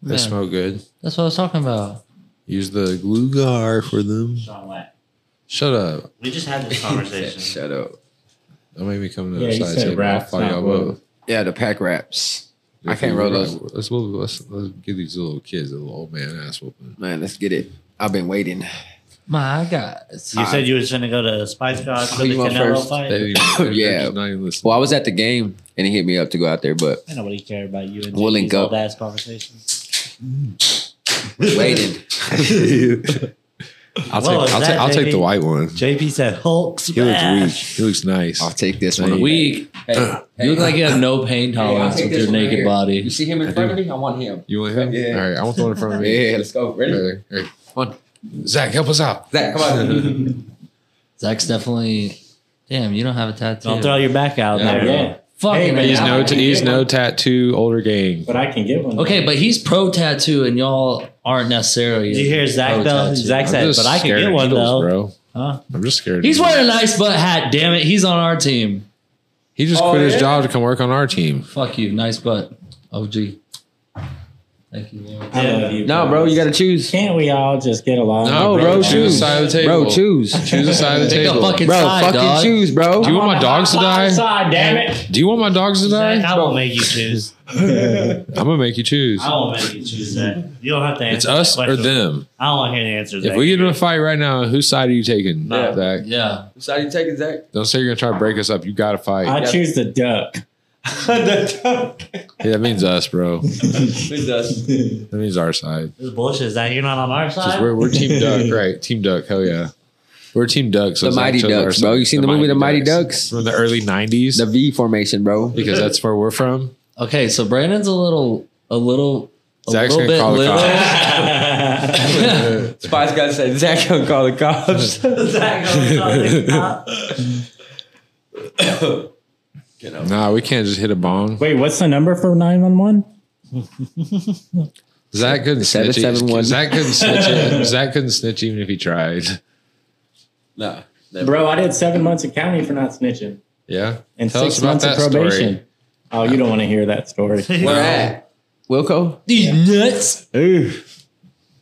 [SPEAKER 5] They
[SPEAKER 2] Yeah,
[SPEAKER 5] smell good.
[SPEAKER 2] That's what I was talking about.
[SPEAKER 5] Use the glue gar for them.
[SPEAKER 4] Sean Wack.
[SPEAKER 5] Shut up.
[SPEAKER 4] We just had this
[SPEAKER 3] Yeah,
[SPEAKER 4] conversation.
[SPEAKER 3] shut up.
[SPEAKER 5] That made me come to the
[SPEAKER 6] Yeah,
[SPEAKER 5] other
[SPEAKER 6] you
[SPEAKER 5] side
[SPEAKER 6] said
[SPEAKER 5] table. I'll
[SPEAKER 6] wraps,
[SPEAKER 5] fight
[SPEAKER 6] not
[SPEAKER 5] y'all
[SPEAKER 6] wood.
[SPEAKER 5] both.
[SPEAKER 3] Yeah, the pack wraps. I
[SPEAKER 5] If
[SPEAKER 3] can't
[SPEAKER 5] you
[SPEAKER 3] roll
[SPEAKER 5] wrap-
[SPEAKER 3] those.
[SPEAKER 5] Let's, whoop- let's let's give these little kids a little old man ass whooping.
[SPEAKER 3] Man, let's get it. I've been waiting.
[SPEAKER 2] My guys.
[SPEAKER 4] you said you was going to go to Spice God for
[SPEAKER 3] You
[SPEAKER 4] the
[SPEAKER 3] want
[SPEAKER 4] Canelo
[SPEAKER 3] first?
[SPEAKER 4] fight.
[SPEAKER 5] They didn't even- they're
[SPEAKER 3] Yeah.
[SPEAKER 5] just not even listening.
[SPEAKER 3] Well, I was at the game and he hit me up to go out there, but
[SPEAKER 4] Ain't nobody care about you and
[SPEAKER 3] We'll
[SPEAKER 4] these
[SPEAKER 3] link up.
[SPEAKER 4] old ass conversations.
[SPEAKER 3] waiting.
[SPEAKER 5] I'll take, I'll, take, I'll take the white one.
[SPEAKER 4] JP said Hulk
[SPEAKER 5] He looks weak. He looks nice. I'll
[SPEAKER 3] take this
[SPEAKER 5] one.
[SPEAKER 2] Weak. you look like you have no pain
[SPEAKER 5] Hey, I'll
[SPEAKER 2] tolerance
[SPEAKER 5] take
[SPEAKER 2] with
[SPEAKER 5] this
[SPEAKER 2] your
[SPEAKER 5] one right
[SPEAKER 2] naked
[SPEAKER 5] here.
[SPEAKER 2] body.
[SPEAKER 5] You
[SPEAKER 8] see him in front of me? I want him.
[SPEAKER 5] You want him?
[SPEAKER 8] Yeah.
[SPEAKER 5] All right. I want the one in front of me.
[SPEAKER 8] Yeah, let's go. Ready?
[SPEAKER 5] Hey, hey, Come on. Zach, help us out.
[SPEAKER 8] Zach, come on.
[SPEAKER 2] Zach's definitely. Damn, you don't have a tattoo.
[SPEAKER 4] Don't throw your back out
[SPEAKER 5] Yeah.
[SPEAKER 4] there.
[SPEAKER 5] Yeah.
[SPEAKER 2] Fucking
[SPEAKER 5] he's
[SPEAKER 2] hell.
[SPEAKER 5] no t- he's no tattoo older gang.
[SPEAKER 6] But I can get one.
[SPEAKER 2] Okay, but he's pro tattoo, and y'all aren't necessarily.
[SPEAKER 4] Did you hear Zach,
[SPEAKER 6] Oh,
[SPEAKER 5] Oh,
[SPEAKER 2] pro
[SPEAKER 4] though?
[SPEAKER 2] tattoo.
[SPEAKER 4] Zach
[SPEAKER 5] I'm
[SPEAKER 4] said,
[SPEAKER 5] just
[SPEAKER 4] "But I can
[SPEAKER 5] scared
[SPEAKER 4] get
[SPEAKER 5] of
[SPEAKER 4] one,
[SPEAKER 5] needles,
[SPEAKER 4] though."
[SPEAKER 5] bro.
[SPEAKER 4] Huh?
[SPEAKER 5] I'm just scared. of
[SPEAKER 2] He's
[SPEAKER 5] needles.
[SPEAKER 2] wearing a nice butt hat. Damn it, he's on our team.
[SPEAKER 5] He just
[SPEAKER 2] Oh,
[SPEAKER 5] quit his
[SPEAKER 2] yeah?
[SPEAKER 5] job to come work on our team.
[SPEAKER 2] Fuck you, nice butt, OG. Thank you, Lord.
[SPEAKER 6] I love you.
[SPEAKER 3] No, bro, you got to choose.
[SPEAKER 6] Can't we all just get along?
[SPEAKER 5] No, Oh, bro, choose a side of the table.
[SPEAKER 3] Bro, choose.
[SPEAKER 5] Choose a side of the
[SPEAKER 3] Take a
[SPEAKER 5] table.
[SPEAKER 3] fucking Bro, side, fucking dog. choose, bro.
[SPEAKER 5] Do you want my dogs to die?
[SPEAKER 4] Side, damn it.
[SPEAKER 5] Do you want my dogs to die?
[SPEAKER 4] Zach, I won't make you choose.
[SPEAKER 5] I'm gonna make you choose.
[SPEAKER 4] I won't make you choose that. You don't have to answer.
[SPEAKER 5] It's us
[SPEAKER 4] that
[SPEAKER 5] or
[SPEAKER 4] question.
[SPEAKER 5] them.
[SPEAKER 4] I don't want to hear the answer.
[SPEAKER 5] If we get in a fight right now, whose side are you taking,
[SPEAKER 6] No.
[SPEAKER 5] Zach?
[SPEAKER 2] Yeah.
[SPEAKER 8] So how you taking Zach?
[SPEAKER 5] Don't say you're gonna try to break us up. You gotta fight.
[SPEAKER 6] I choose the duck. the duck.
[SPEAKER 5] Yeah, that means us, bro.
[SPEAKER 8] It does.
[SPEAKER 5] That means our side.
[SPEAKER 4] This bullshit. Zach, you're not on our
[SPEAKER 5] 'Cause
[SPEAKER 4] side.
[SPEAKER 5] We're, we're Team Duck, right? Team Duck, hell yeah. We're Team Duck. So
[SPEAKER 3] The
[SPEAKER 5] Zach
[SPEAKER 3] Mighty
[SPEAKER 5] chose our
[SPEAKER 3] Ducks, bro.
[SPEAKER 5] side.
[SPEAKER 3] You seen the, movie The Mighty
[SPEAKER 5] Ducks.
[SPEAKER 3] Ducks?
[SPEAKER 5] From the early 90s?
[SPEAKER 3] The V formation, bro.
[SPEAKER 5] Because that's where we're from.
[SPEAKER 2] Okay, so Brandon's a little, a little, a
[SPEAKER 5] Zach's
[SPEAKER 2] little
[SPEAKER 5] gonna
[SPEAKER 2] bit
[SPEAKER 5] call the
[SPEAKER 2] little.
[SPEAKER 8] Spice guy said Zach gonna call the cops.
[SPEAKER 5] Nah, we can't just hit a bong.
[SPEAKER 6] Wait, what's the number for 911?
[SPEAKER 5] Zach couldn't
[SPEAKER 3] Seven,
[SPEAKER 5] snitch. it.
[SPEAKER 3] seven, one.
[SPEAKER 5] Zach couldn't snitch. it. Zach couldn't snitch even if he tried.
[SPEAKER 8] Nah.
[SPEAKER 6] Bro, I did seven months of county for not snitching
[SPEAKER 5] Yeah.
[SPEAKER 6] and
[SPEAKER 5] Tell us
[SPEAKER 6] six
[SPEAKER 5] about
[SPEAKER 6] months of
[SPEAKER 5] that story.
[SPEAKER 6] probation. Oh, you don't want to hear that story.
[SPEAKER 3] Where at? Wilco?
[SPEAKER 2] These nuts.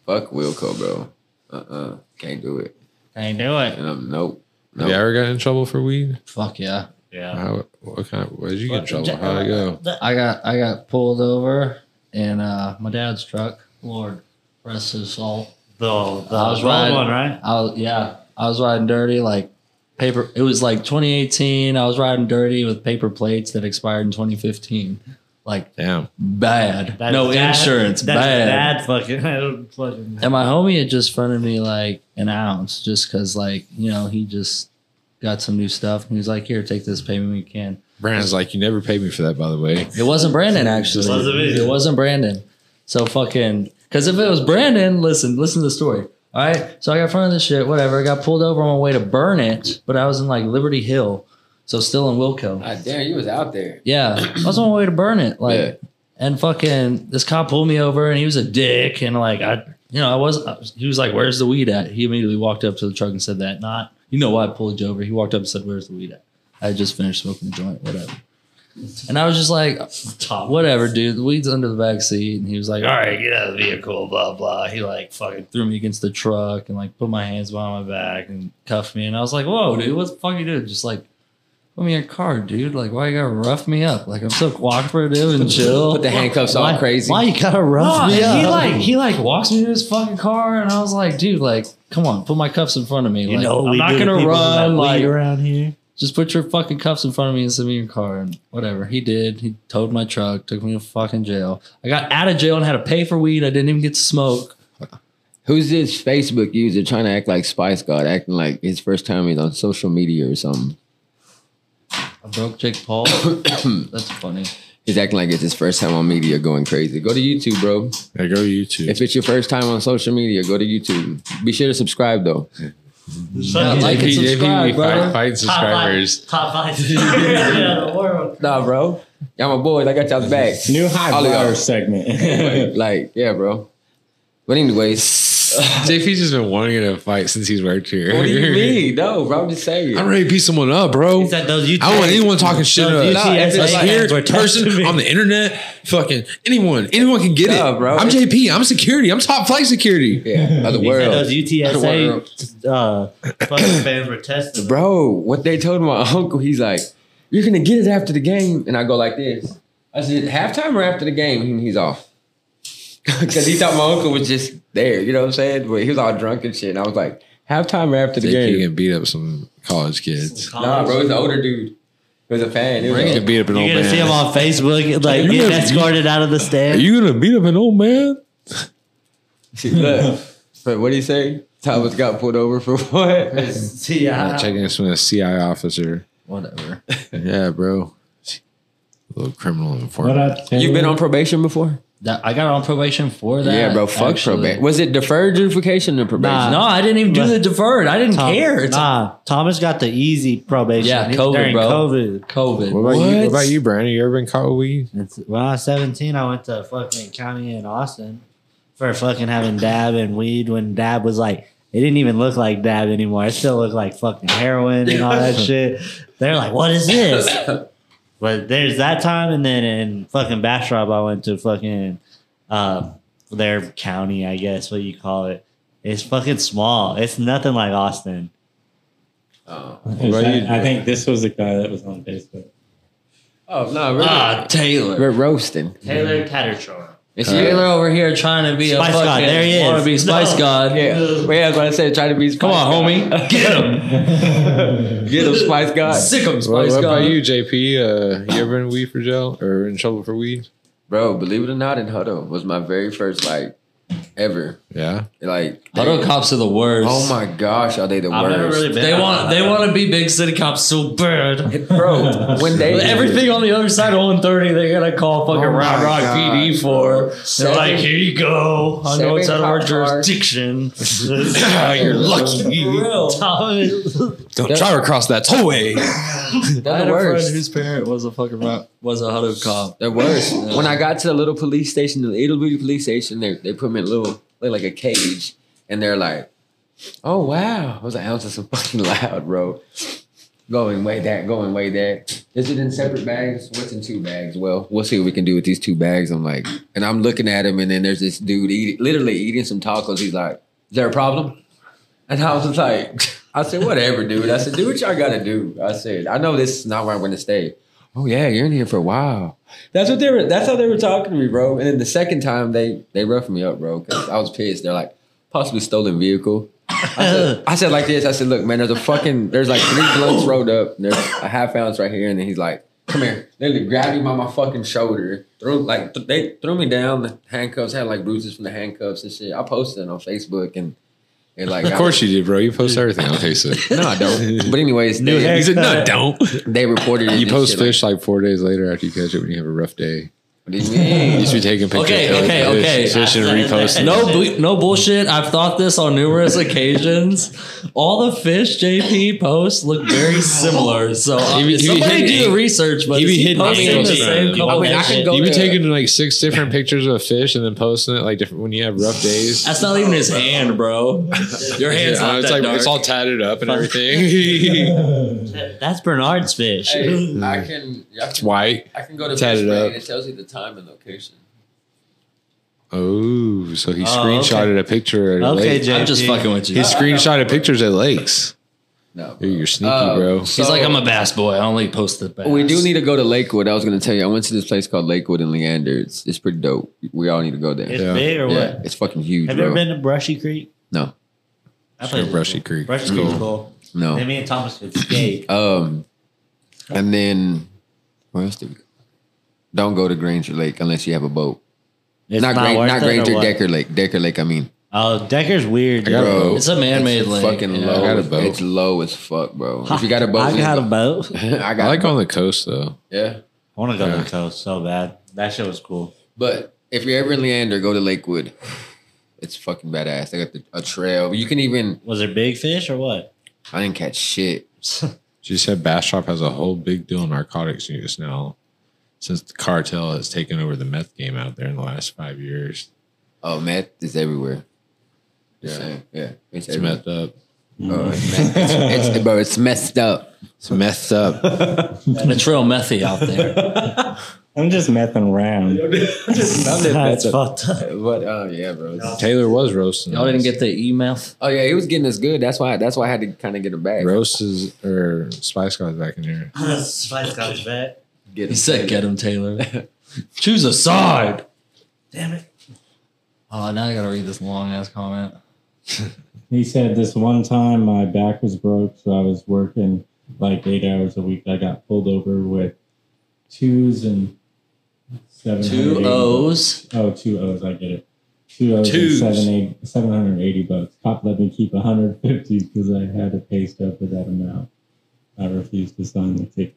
[SPEAKER 3] Fuck Wilco, bro. Uh uh-uh. uh. can not do it.
[SPEAKER 2] Can't do it.
[SPEAKER 3] And I'm, nope.
[SPEAKER 5] Have you ever got in trouble for weed?
[SPEAKER 2] Fuck yeah.
[SPEAKER 4] Yeah.
[SPEAKER 5] How, what kind? Where did you get in trouble?
[SPEAKER 2] Ja-
[SPEAKER 5] How'd it go?
[SPEAKER 2] I got I got pulled over in uh, my dad's truck. Lord, rest his soul.
[SPEAKER 4] The, the
[SPEAKER 2] I was
[SPEAKER 4] roll
[SPEAKER 2] riding,
[SPEAKER 4] one, right?
[SPEAKER 2] I was, yeah, I was riding dirty like paper. It was like 2018. I was riding dirty with paper plates that expired in 2015. Like
[SPEAKER 5] damn,
[SPEAKER 2] bad.
[SPEAKER 4] That's
[SPEAKER 2] no
[SPEAKER 4] bad.
[SPEAKER 2] insurance.
[SPEAKER 4] That's
[SPEAKER 2] bad.
[SPEAKER 4] Bad fucking. I don't fucking.
[SPEAKER 2] And my homie had just fronted me like an ounce just because, like, you know, he just got some new stuff. And he's like, here, take this, pay me when you can.
[SPEAKER 5] Brandon's like, you never paid me for that, by the way.
[SPEAKER 2] It wasn't Brandon, actually.
[SPEAKER 4] It wasn't me.
[SPEAKER 2] It wasn't Brandon. So fucking, because if it was Brandon, listen, listen to the story. All right. So I got front of this shit, whatever. I got pulled over on my way to burn it, but I was in like Liberty Hill. So still in Wilco.
[SPEAKER 8] God damn, you was out there.
[SPEAKER 2] Yeah, I was on my way to burn it, like,
[SPEAKER 8] Yeah.
[SPEAKER 2] and fucking this cop pulled me over, and he was a dick, and like I, you know, I was, I was- he was like, "Where's the weed at?" He immediately walked up to the truck and said that. Not, you know, why I pulled you over. He walked up and said, "Where's the weed at?" I had just finished smoking a joint, whatever. And I was just like, whatever, dude. The weed's under the back seat, and he was like, "All right, get out of the vehicle." Blah blah. He like fucking threw me against the truck and like put my hands behind my back and cuffed me, and I was like, "Whoa, dude, what the fuck you doing?" Just like put me in your car, dude. Like, why you gotta rough me up? Like, I'm so cooperative and chill.
[SPEAKER 3] Put the handcuffs
[SPEAKER 2] why,
[SPEAKER 3] on crazy.
[SPEAKER 2] Why you gotta rough
[SPEAKER 4] No,
[SPEAKER 2] me up?
[SPEAKER 4] he
[SPEAKER 2] He
[SPEAKER 4] like-
[SPEAKER 2] like he like walks me to his fucking car, and I was like, dude, like, come on, put my cuffs in front of me.
[SPEAKER 4] You
[SPEAKER 2] like,
[SPEAKER 4] know,
[SPEAKER 2] I'm
[SPEAKER 4] we
[SPEAKER 2] not
[SPEAKER 4] do to
[SPEAKER 2] gonna
[SPEAKER 4] people that
[SPEAKER 2] run.
[SPEAKER 4] lead
[SPEAKER 2] Like,
[SPEAKER 4] around here.
[SPEAKER 2] just put your fucking cuffs in front of me and send me in your car and whatever. He did. He towed my truck, took me to fucking jail. I got out of jail and had to pay for weed. I didn't even get to smoke.
[SPEAKER 3] Who's this Facebook user trying to act like Spice God, acting like his first time he's on social media or something?
[SPEAKER 2] I broke Jake Paul. That's funny.
[SPEAKER 3] He's acting like it's his first time on media going crazy. Go to YouTube, bro.
[SPEAKER 5] Yeah, go to YouTube.
[SPEAKER 3] If it's your first time on social media, go to YouTube. Be sure to subscribe though.
[SPEAKER 2] Yeah, like and subscribe,
[SPEAKER 5] fight,
[SPEAKER 2] brother.
[SPEAKER 5] fight subscribers.
[SPEAKER 4] Top five. yeah, the world.
[SPEAKER 3] Nah, bro. Y'all my boys. I got y'all's back.
[SPEAKER 6] New high
[SPEAKER 3] All of y'all.
[SPEAKER 6] bar segment.
[SPEAKER 3] like, yeah, bro. But anyways,
[SPEAKER 5] JP's just been wanting to fight since he's worked here.
[SPEAKER 8] What do you mean? No, bro, I'm just saying.
[SPEAKER 5] I'm ready to beat someone up, bro.
[SPEAKER 4] He said those UTS.
[SPEAKER 5] I don't want anyone talking shit
[SPEAKER 4] Those
[SPEAKER 5] to
[SPEAKER 4] UTS
[SPEAKER 5] us. Us
[SPEAKER 4] fans
[SPEAKER 5] here,
[SPEAKER 4] were testing
[SPEAKER 5] person
[SPEAKER 4] me.
[SPEAKER 5] on the internet, fucking anyone, anyone can get
[SPEAKER 3] Nah,
[SPEAKER 5] it,
[SPEAKER 3] bro.
[SPEAKER 5] I'm JP. I'm security. I'm top flight security.
[SPEAKER 3] yeah, other
[SPEAKER 4] He said
[SPEAKER 3] world.
[SPEAKER 4] those UTSA uh, fucking fans were testing.
[SPEAKER 3] Bro, what they told my uncle, he's like, You're gonna get it after the game. And I go like this. I said, halftime or after the game? And he's off. Cause he thought my uncle was just there, you know what I'm saying? But he was all drunk and shit. And I was like, halftime or after the
[SPEAKER 5] JP
[SPEAKER 3] game.
[SPEAKER 5] can beat up some college kids.
[SPEAKER 3] Nah, bro, he's an older dude. He was a fan. It was
[SPEAKER 5] You
[SPEAKER 3] a-
[SPEAKER 5] can beat up an
[SPEAKER 4] You're
[SPEAKER 5] old
[SPEAKER 4] gonna see him
[SPEAKER 5] man.
[SPEAKER 4] on Facebook, like
[SPEAKER 5] You
[SPEAKER 4] getting
[SPEAKER 5] gonna-
[SPEAKER 4] escorted out of the stand.
[SPEAKER 5] Are you gonna beat up an old man?
[SPEAKER 3] Look, but what do you say? Thomas got pulled over for what?
[SPEAKER 5] Not checking this with a CI officer.
[SPEAKER 3] Whatever.
[SPEAKER 5] yeah, bro. Little criminal informant.
[SPEAKER 3] You've been on probation before?
[SPEAKER 2] That I got on probation for that.
[SPEAKER 3] yeah, bro. Fuck
[SPEAKER 2] actually. Uh,
[SPEAKER 3] probation. Was it deferred justification or probation?
[SPEAKER 2] No, I didn't even do the deferred. I didn't
[SPEAKER 4] Tom-
[SPEAKER 2] care. It's
[SPEAKER 4] Nah, Thomas got the easy probation.
[SPEAKER 2] Yeah,
[SPEAKER 4] He's
[SPEAKER 2] COVID,
[SPEAKER 4] during
[SPEAKER 2] bro.
[SPEAKER 4] COVID.
[SPEAKER 2] COVID.
[SPEAKER 5] What about you? What about you, Brandon? You ever been caught with weed?
[SPEAKER 4] When I was 17, I went to fucking county in Austin for fucking having dab and weed when dab was like, it didn't even look like dab anymore. It still looked like fucking heroin and all that shit. They're like, what is this? But there's that time, and then in fucking Bastrop, I went to fucking uh, their county, I guess, what you call it. It's fucking small. It's nothing like Austin.
[SPEAKER 3] Oh,
[SPEAKER 6] I think this was the guy that was on Facebook.
[SPEAKER 3] Oh no,
[SPEAKER 2] really. Ah, Taylor.
[SPEAKER 3] We're roasting.
[SPEAKER 4] Taylor Caterchor.
[SPEAKER 3] It's
[SPEAKER 2] Taylor over here trying to be a
[SPEAKER 3] Spice
[SPEAKER 2] fucking,
[SPEAKER 3] God, there he
[SPEAKER 2] Want
[SPEAKER 3] is.
[SPEAKER 2] to be Spice
[SPEAKER 3] No.
[SPEAKER 2] God?
[SPEAKER 3] Yeah. Well, yeah, that's what I said. Try to be. Spice Come on, homie. Get him. Get him, Spice God.
[SPEAKER 2] Sick him,
[SPEAKER 5] What, what about you, JP? Uh, you ever been weed for jail or in trouble for weed?
[SPEAKER 3] Bro, believe it or not, in Hutto was my very first like ever.
[SPEAKER 5] Yeah.
[SPEAKER 3] Like
[SPEAKER 2] Hutto
[SPEAKER 3] they-
[SPEAKER 2] cops are the worst.
[SPEAKER 3] Oh my gosh, are they the worst?
[SPEAKER 2] They want they want to be big city cops so bad,
[SPEAKER 3] bro. When they
[SPEAKER 2] everything on the other side of 130, they're gonna call fucking
[SPEAKER 3] Oh my
[SPEAKER 2] Round Rock
[SPEAKER 3] God,
[SPEAKER 2] PD for.
[SPEAKER 3] Seven-
[SPEAKER 2] they're like, here you go. I know it's out
[SPEAKER 3] seven
[SPEAKER 2] of our
[SPEAKER 3] cop cars.
[SPEAKER 2] jurisdiction.
[SPEAKER 5] You're lucky.
[SPEAKER 2] For real. Thomas.
[SPEAKER 5] Don't drive across that tollway.
[SPEAKER 2] I had
[SPEAKER 3] the
[SPEAKER 2] a
[SPEAKER 3] worst.
[SPEAKER 2] friend whose parent was a fucking rock, was a Hutto cop.
[SPEAKER 3] They're worse. When I got to the little police station, the little bitty police station, they they put me in a little like, like a cage, and they're like, "Oh wow!" I was like, "That was just so fucking loud, bro." Going way that, going way that. Is it in separate bags? What's in two bags? Well, we'll see what we can do with these two bags. I'm like, and I'm looking at him, and then there's this dude eating, literally eating some tacos. He's like, "Is there a problem?" And I was just like, "I said, whatever, dude." I said, "Do what y'all gotta do." I said, "I know this is not where I'm gonna stay." Oh yeah, you're in here for a while. That's what they were. That's how they were talking to me, bro. And then the second time they they roughed me up, bro, because I was pissed. They're like possibly stolen vehicle. I said, I said like this. I said, look, man, there's a fucking there's like three blunts rolled up. and There's a half ounce right here, and then he's like, come here. Literally grabbed me by my fucking shoulder, threw like th- they threw me down. The handcuffs had like bruises from the handcuffs and shit. I posted it on Facebook and. And like,
[SPEAKER 5] of
[SPEAKER 3] I-
[SPEAKER 5] course you did, bro. You post everything on Facebook.
[SPEAKER 3] no, I don't. But anyways,
[SPEAKER 5] New
[SPEAKER 3] they,
[SPEAKER 5] haircut. He said, "No, don't."
[SPEAKER 3] They reported it
[SPEAKER 5] You
[SPEAKER 3] and
[SPEAKER 5] post
[SPEAKER 3] shit like
[SPEAKER 5] fish like four days later after you catch it when you have a rough day.
[SPEAKER 3] What do you mean?
[SPEAKER 5] You should be taking pictures.
[SPEAKER 2] Okay,
[SPEAKER 5] of
[SPEAKER 2] okay,
[SPEAKER 5] fish,
[SPEAKER 2] okay.
[SPEAKER 5] Fish and repost.
[SPEAKER 2] No, bu- no bullshit. I've thought this on numerous occasions. All the fish JP posts look very similar. So uh,
[SPEAKER 5] He be- he be
[SPEAKER 2] somebody
[SPEAKER 5] hitting
[SPEAKER 2] do the
[SPEAKER 5] ang-
[SPEAKER 2] research, but
[SPEAKER 5] he be
[SPEAKER 2] is he
[SPEAKER 5] hitting
[SPEAKER 2] posting
[SPEAKER 5] angles,
[SPEAKER 2] the
[SPEAKER 5] bro.
[SPEAKER 2] same couple
[SPEAKER 5] I mean, I
[SPEAKER 2] of
[SPEAKER 5] can
[SPEAKER 2] shit?
[SPEAKER 5] go. You be taking like six different pictures of a fish and then posting it like different when you have rough days.
[SPEAKER 2] That's not even his hand, bro. Your hand's
[SPEAKER 5] Yeah,
[SPEAKER 2] not
[SPEAKER 5] it's
[SPEAKER 2] that
[SPEAKER 5] like
[SPEAKER 2] dark.
[SPEAKER 5] it's all tatted up and everything.
[SPEAKER 4] That's Bernard's fish.
[SPEAKER 8] Hey, I can. I
[SPEAKER 5] it's
[SPEAKER 8] can,
[SPEAKER 5] white.
[SPEAKER 8] I can go to
[SPEAKER 5] Tatted
[SPEAKER 8] Fish Bay
[SPEAKER 5] up.
[SPEAKER 8] and it tells you the time and location.
[SPEAKER 5] Oh, so he
[SPEAKER 8] Oh,
[SPEAKER 5] screenshotted a picture at a
[SPEAKER 4] Okay,
[SPEAKER 5] lake.
[SPEAKER 4] JP. I'm just fucking with you.
[SPEAKER 5] He
[SPEAKER 4] Uh,
[SPEAKER 5] screenshotted pictures at lakes.
[SPEAKER 3] No, Um,
[SPEAKER 5] Dude, you're sneaky,
[SPEAKER 22] Oh.
[SPEAKER 5] bro.
[SPEAKER 2] He's like, I'm a bass boy. I only post the bass.
[SPEAKER 3] We do need to go to Lakewood. I was going to tell you, I went to this place called Lakewood in Leander. It's, it's pretty dope. We all need to go there.
[SPEAKER 4] It's Yeah. big or what?
[SPEAKER 3] It's fucking huge,
[SPEAKER 4] Have you
[SPEAKER 3] bro.
[SPEAKER 4] ever been to Brushy Creek?
[SPEAKER 3] No.
[SPEAKER 4] I
[SPEAKER 5] Sure, Brushy Creek.
[SPEAKER 4] Brushy
[SPEAKER 3] Cool.
[SPEAKER 4] Creek's cool.
[SPEAKER 3] No.
[SPEAKER 4] And me and Thomas could skate.
[SPEAKER 3] Um, and then where else do we go? Don't go to Granger Lake unless you have a boat.
[SPEAKER 4] It's
[SPEAKER 3] not
[SPEAKER 4] not
[SPEAKER 3] Gran-
[SPEAKER 4] worth
[SPEAKER 3] not
[SPEAKER 4] it or
[SPEAKER 3] Granger
[SPEAKER 4] what?
[SPEAKER 3] Decker Lake. Decker Lake, I mean.
[SPEAKER 4] Oh, Decker's weird.
[SPEAKER 3] I got a
[SPEAKER 4] dude.
[SPEAKER 3] boat.
[SPEAKER 2] man-made
[SPEAKER 3] It's
[SPEAKER 2] lake.
[SPEAKER 3] Fucking
[SPEAKER 2] Yeah.
[SPEAKER 3] low.
[SPEAKER 2] I got a
[SPEAKER 3] as-
[SPEAKER 2] boat.
[SPEAKER 3] It's low as fuck, bro. If you got a boat,
[SPEAKER 4] I
[SPEAKER 3] then
[SPEAKER 4] got a
[SPEAKER 3] go-
[SPEAKER 4] boat.
[SPEAKER 3] I
[SPEAKER 5] I
[SPEAKER 3] got.
[SPEAKER 5] like on the coast though.
[SPEAKER 3] Yeah,
[SPEAKER 4] I want to go to
[SPEAKER 5] Yeah.
[SPEAKER 4] the coast so bad. That shit was cool.
[SPEAKER 3] but if you're ever in Leander, go to Lakewood. It's fucking badass. They got the, a trail. You can even.
[SPEAKER 4] Was there big fish or what?
[SPEAKER 3] I didn't catch shit.
[SPEAKER 5] She said Bastrop has a whole big deal in narcotics use now, since the cartel has taken over the meth game out there in the last five years.
[SPEAKER 3] Oh, meth is everywhere. Yeah, yeah.
[SPEAKER 5] It's,
[SPEAKER 3] everywhere.
[SPEAKER 5] messed up.
[SPEAKER 3] Oh, it's, meth. It's, it's, bro, it's messed up.
[SPEAKER 5] It's messed up.
[SPEAKER 2] And it's real methy out there.
[SPEAKER 6] I'm just messing around.
[SPEAKER 4] That's fucked up.
[SPEAKER 3] But uh, yeah, bro. it's-
[SPEAKER 5] Taylor was roasting.
[SPEAKER 2] Y'all
[SPEAKER 5] us.
[SPEAKER 2] didn't get the E email.
[SPEAKER 3] Oh yeah, he was getting us good. That's why. That's why I had to kind of get him back.
[SPEAKER 5] roast is or Spice God's back in here.
[SPEAKER 4] Spice got his back.
[SPEAKER 3] Get
[SPEAKER 2] He said, "Get him, Taylor. Choose a side."
[SPEAKER 4] Damn it.
[SPEAKER 2] Oh, now I gotta read this long ass comment.
[SPEAKER 6] He said this one time my back was broke, so I was working like eight hours a week. I got pulled over with twos and seven.
[SPEAKER 2] Two O's?
[SPEAKER 3] Mm-hmm.
[SPEAKER 6] Oh, two O's. I get it. Two hours and
[SPEAKER 5] Twos.
[SPEAKER 6] seven eight, 780 bucks. Cop let me keep 150 because I had to pay stuff for that amount. I refused to sign the ticket.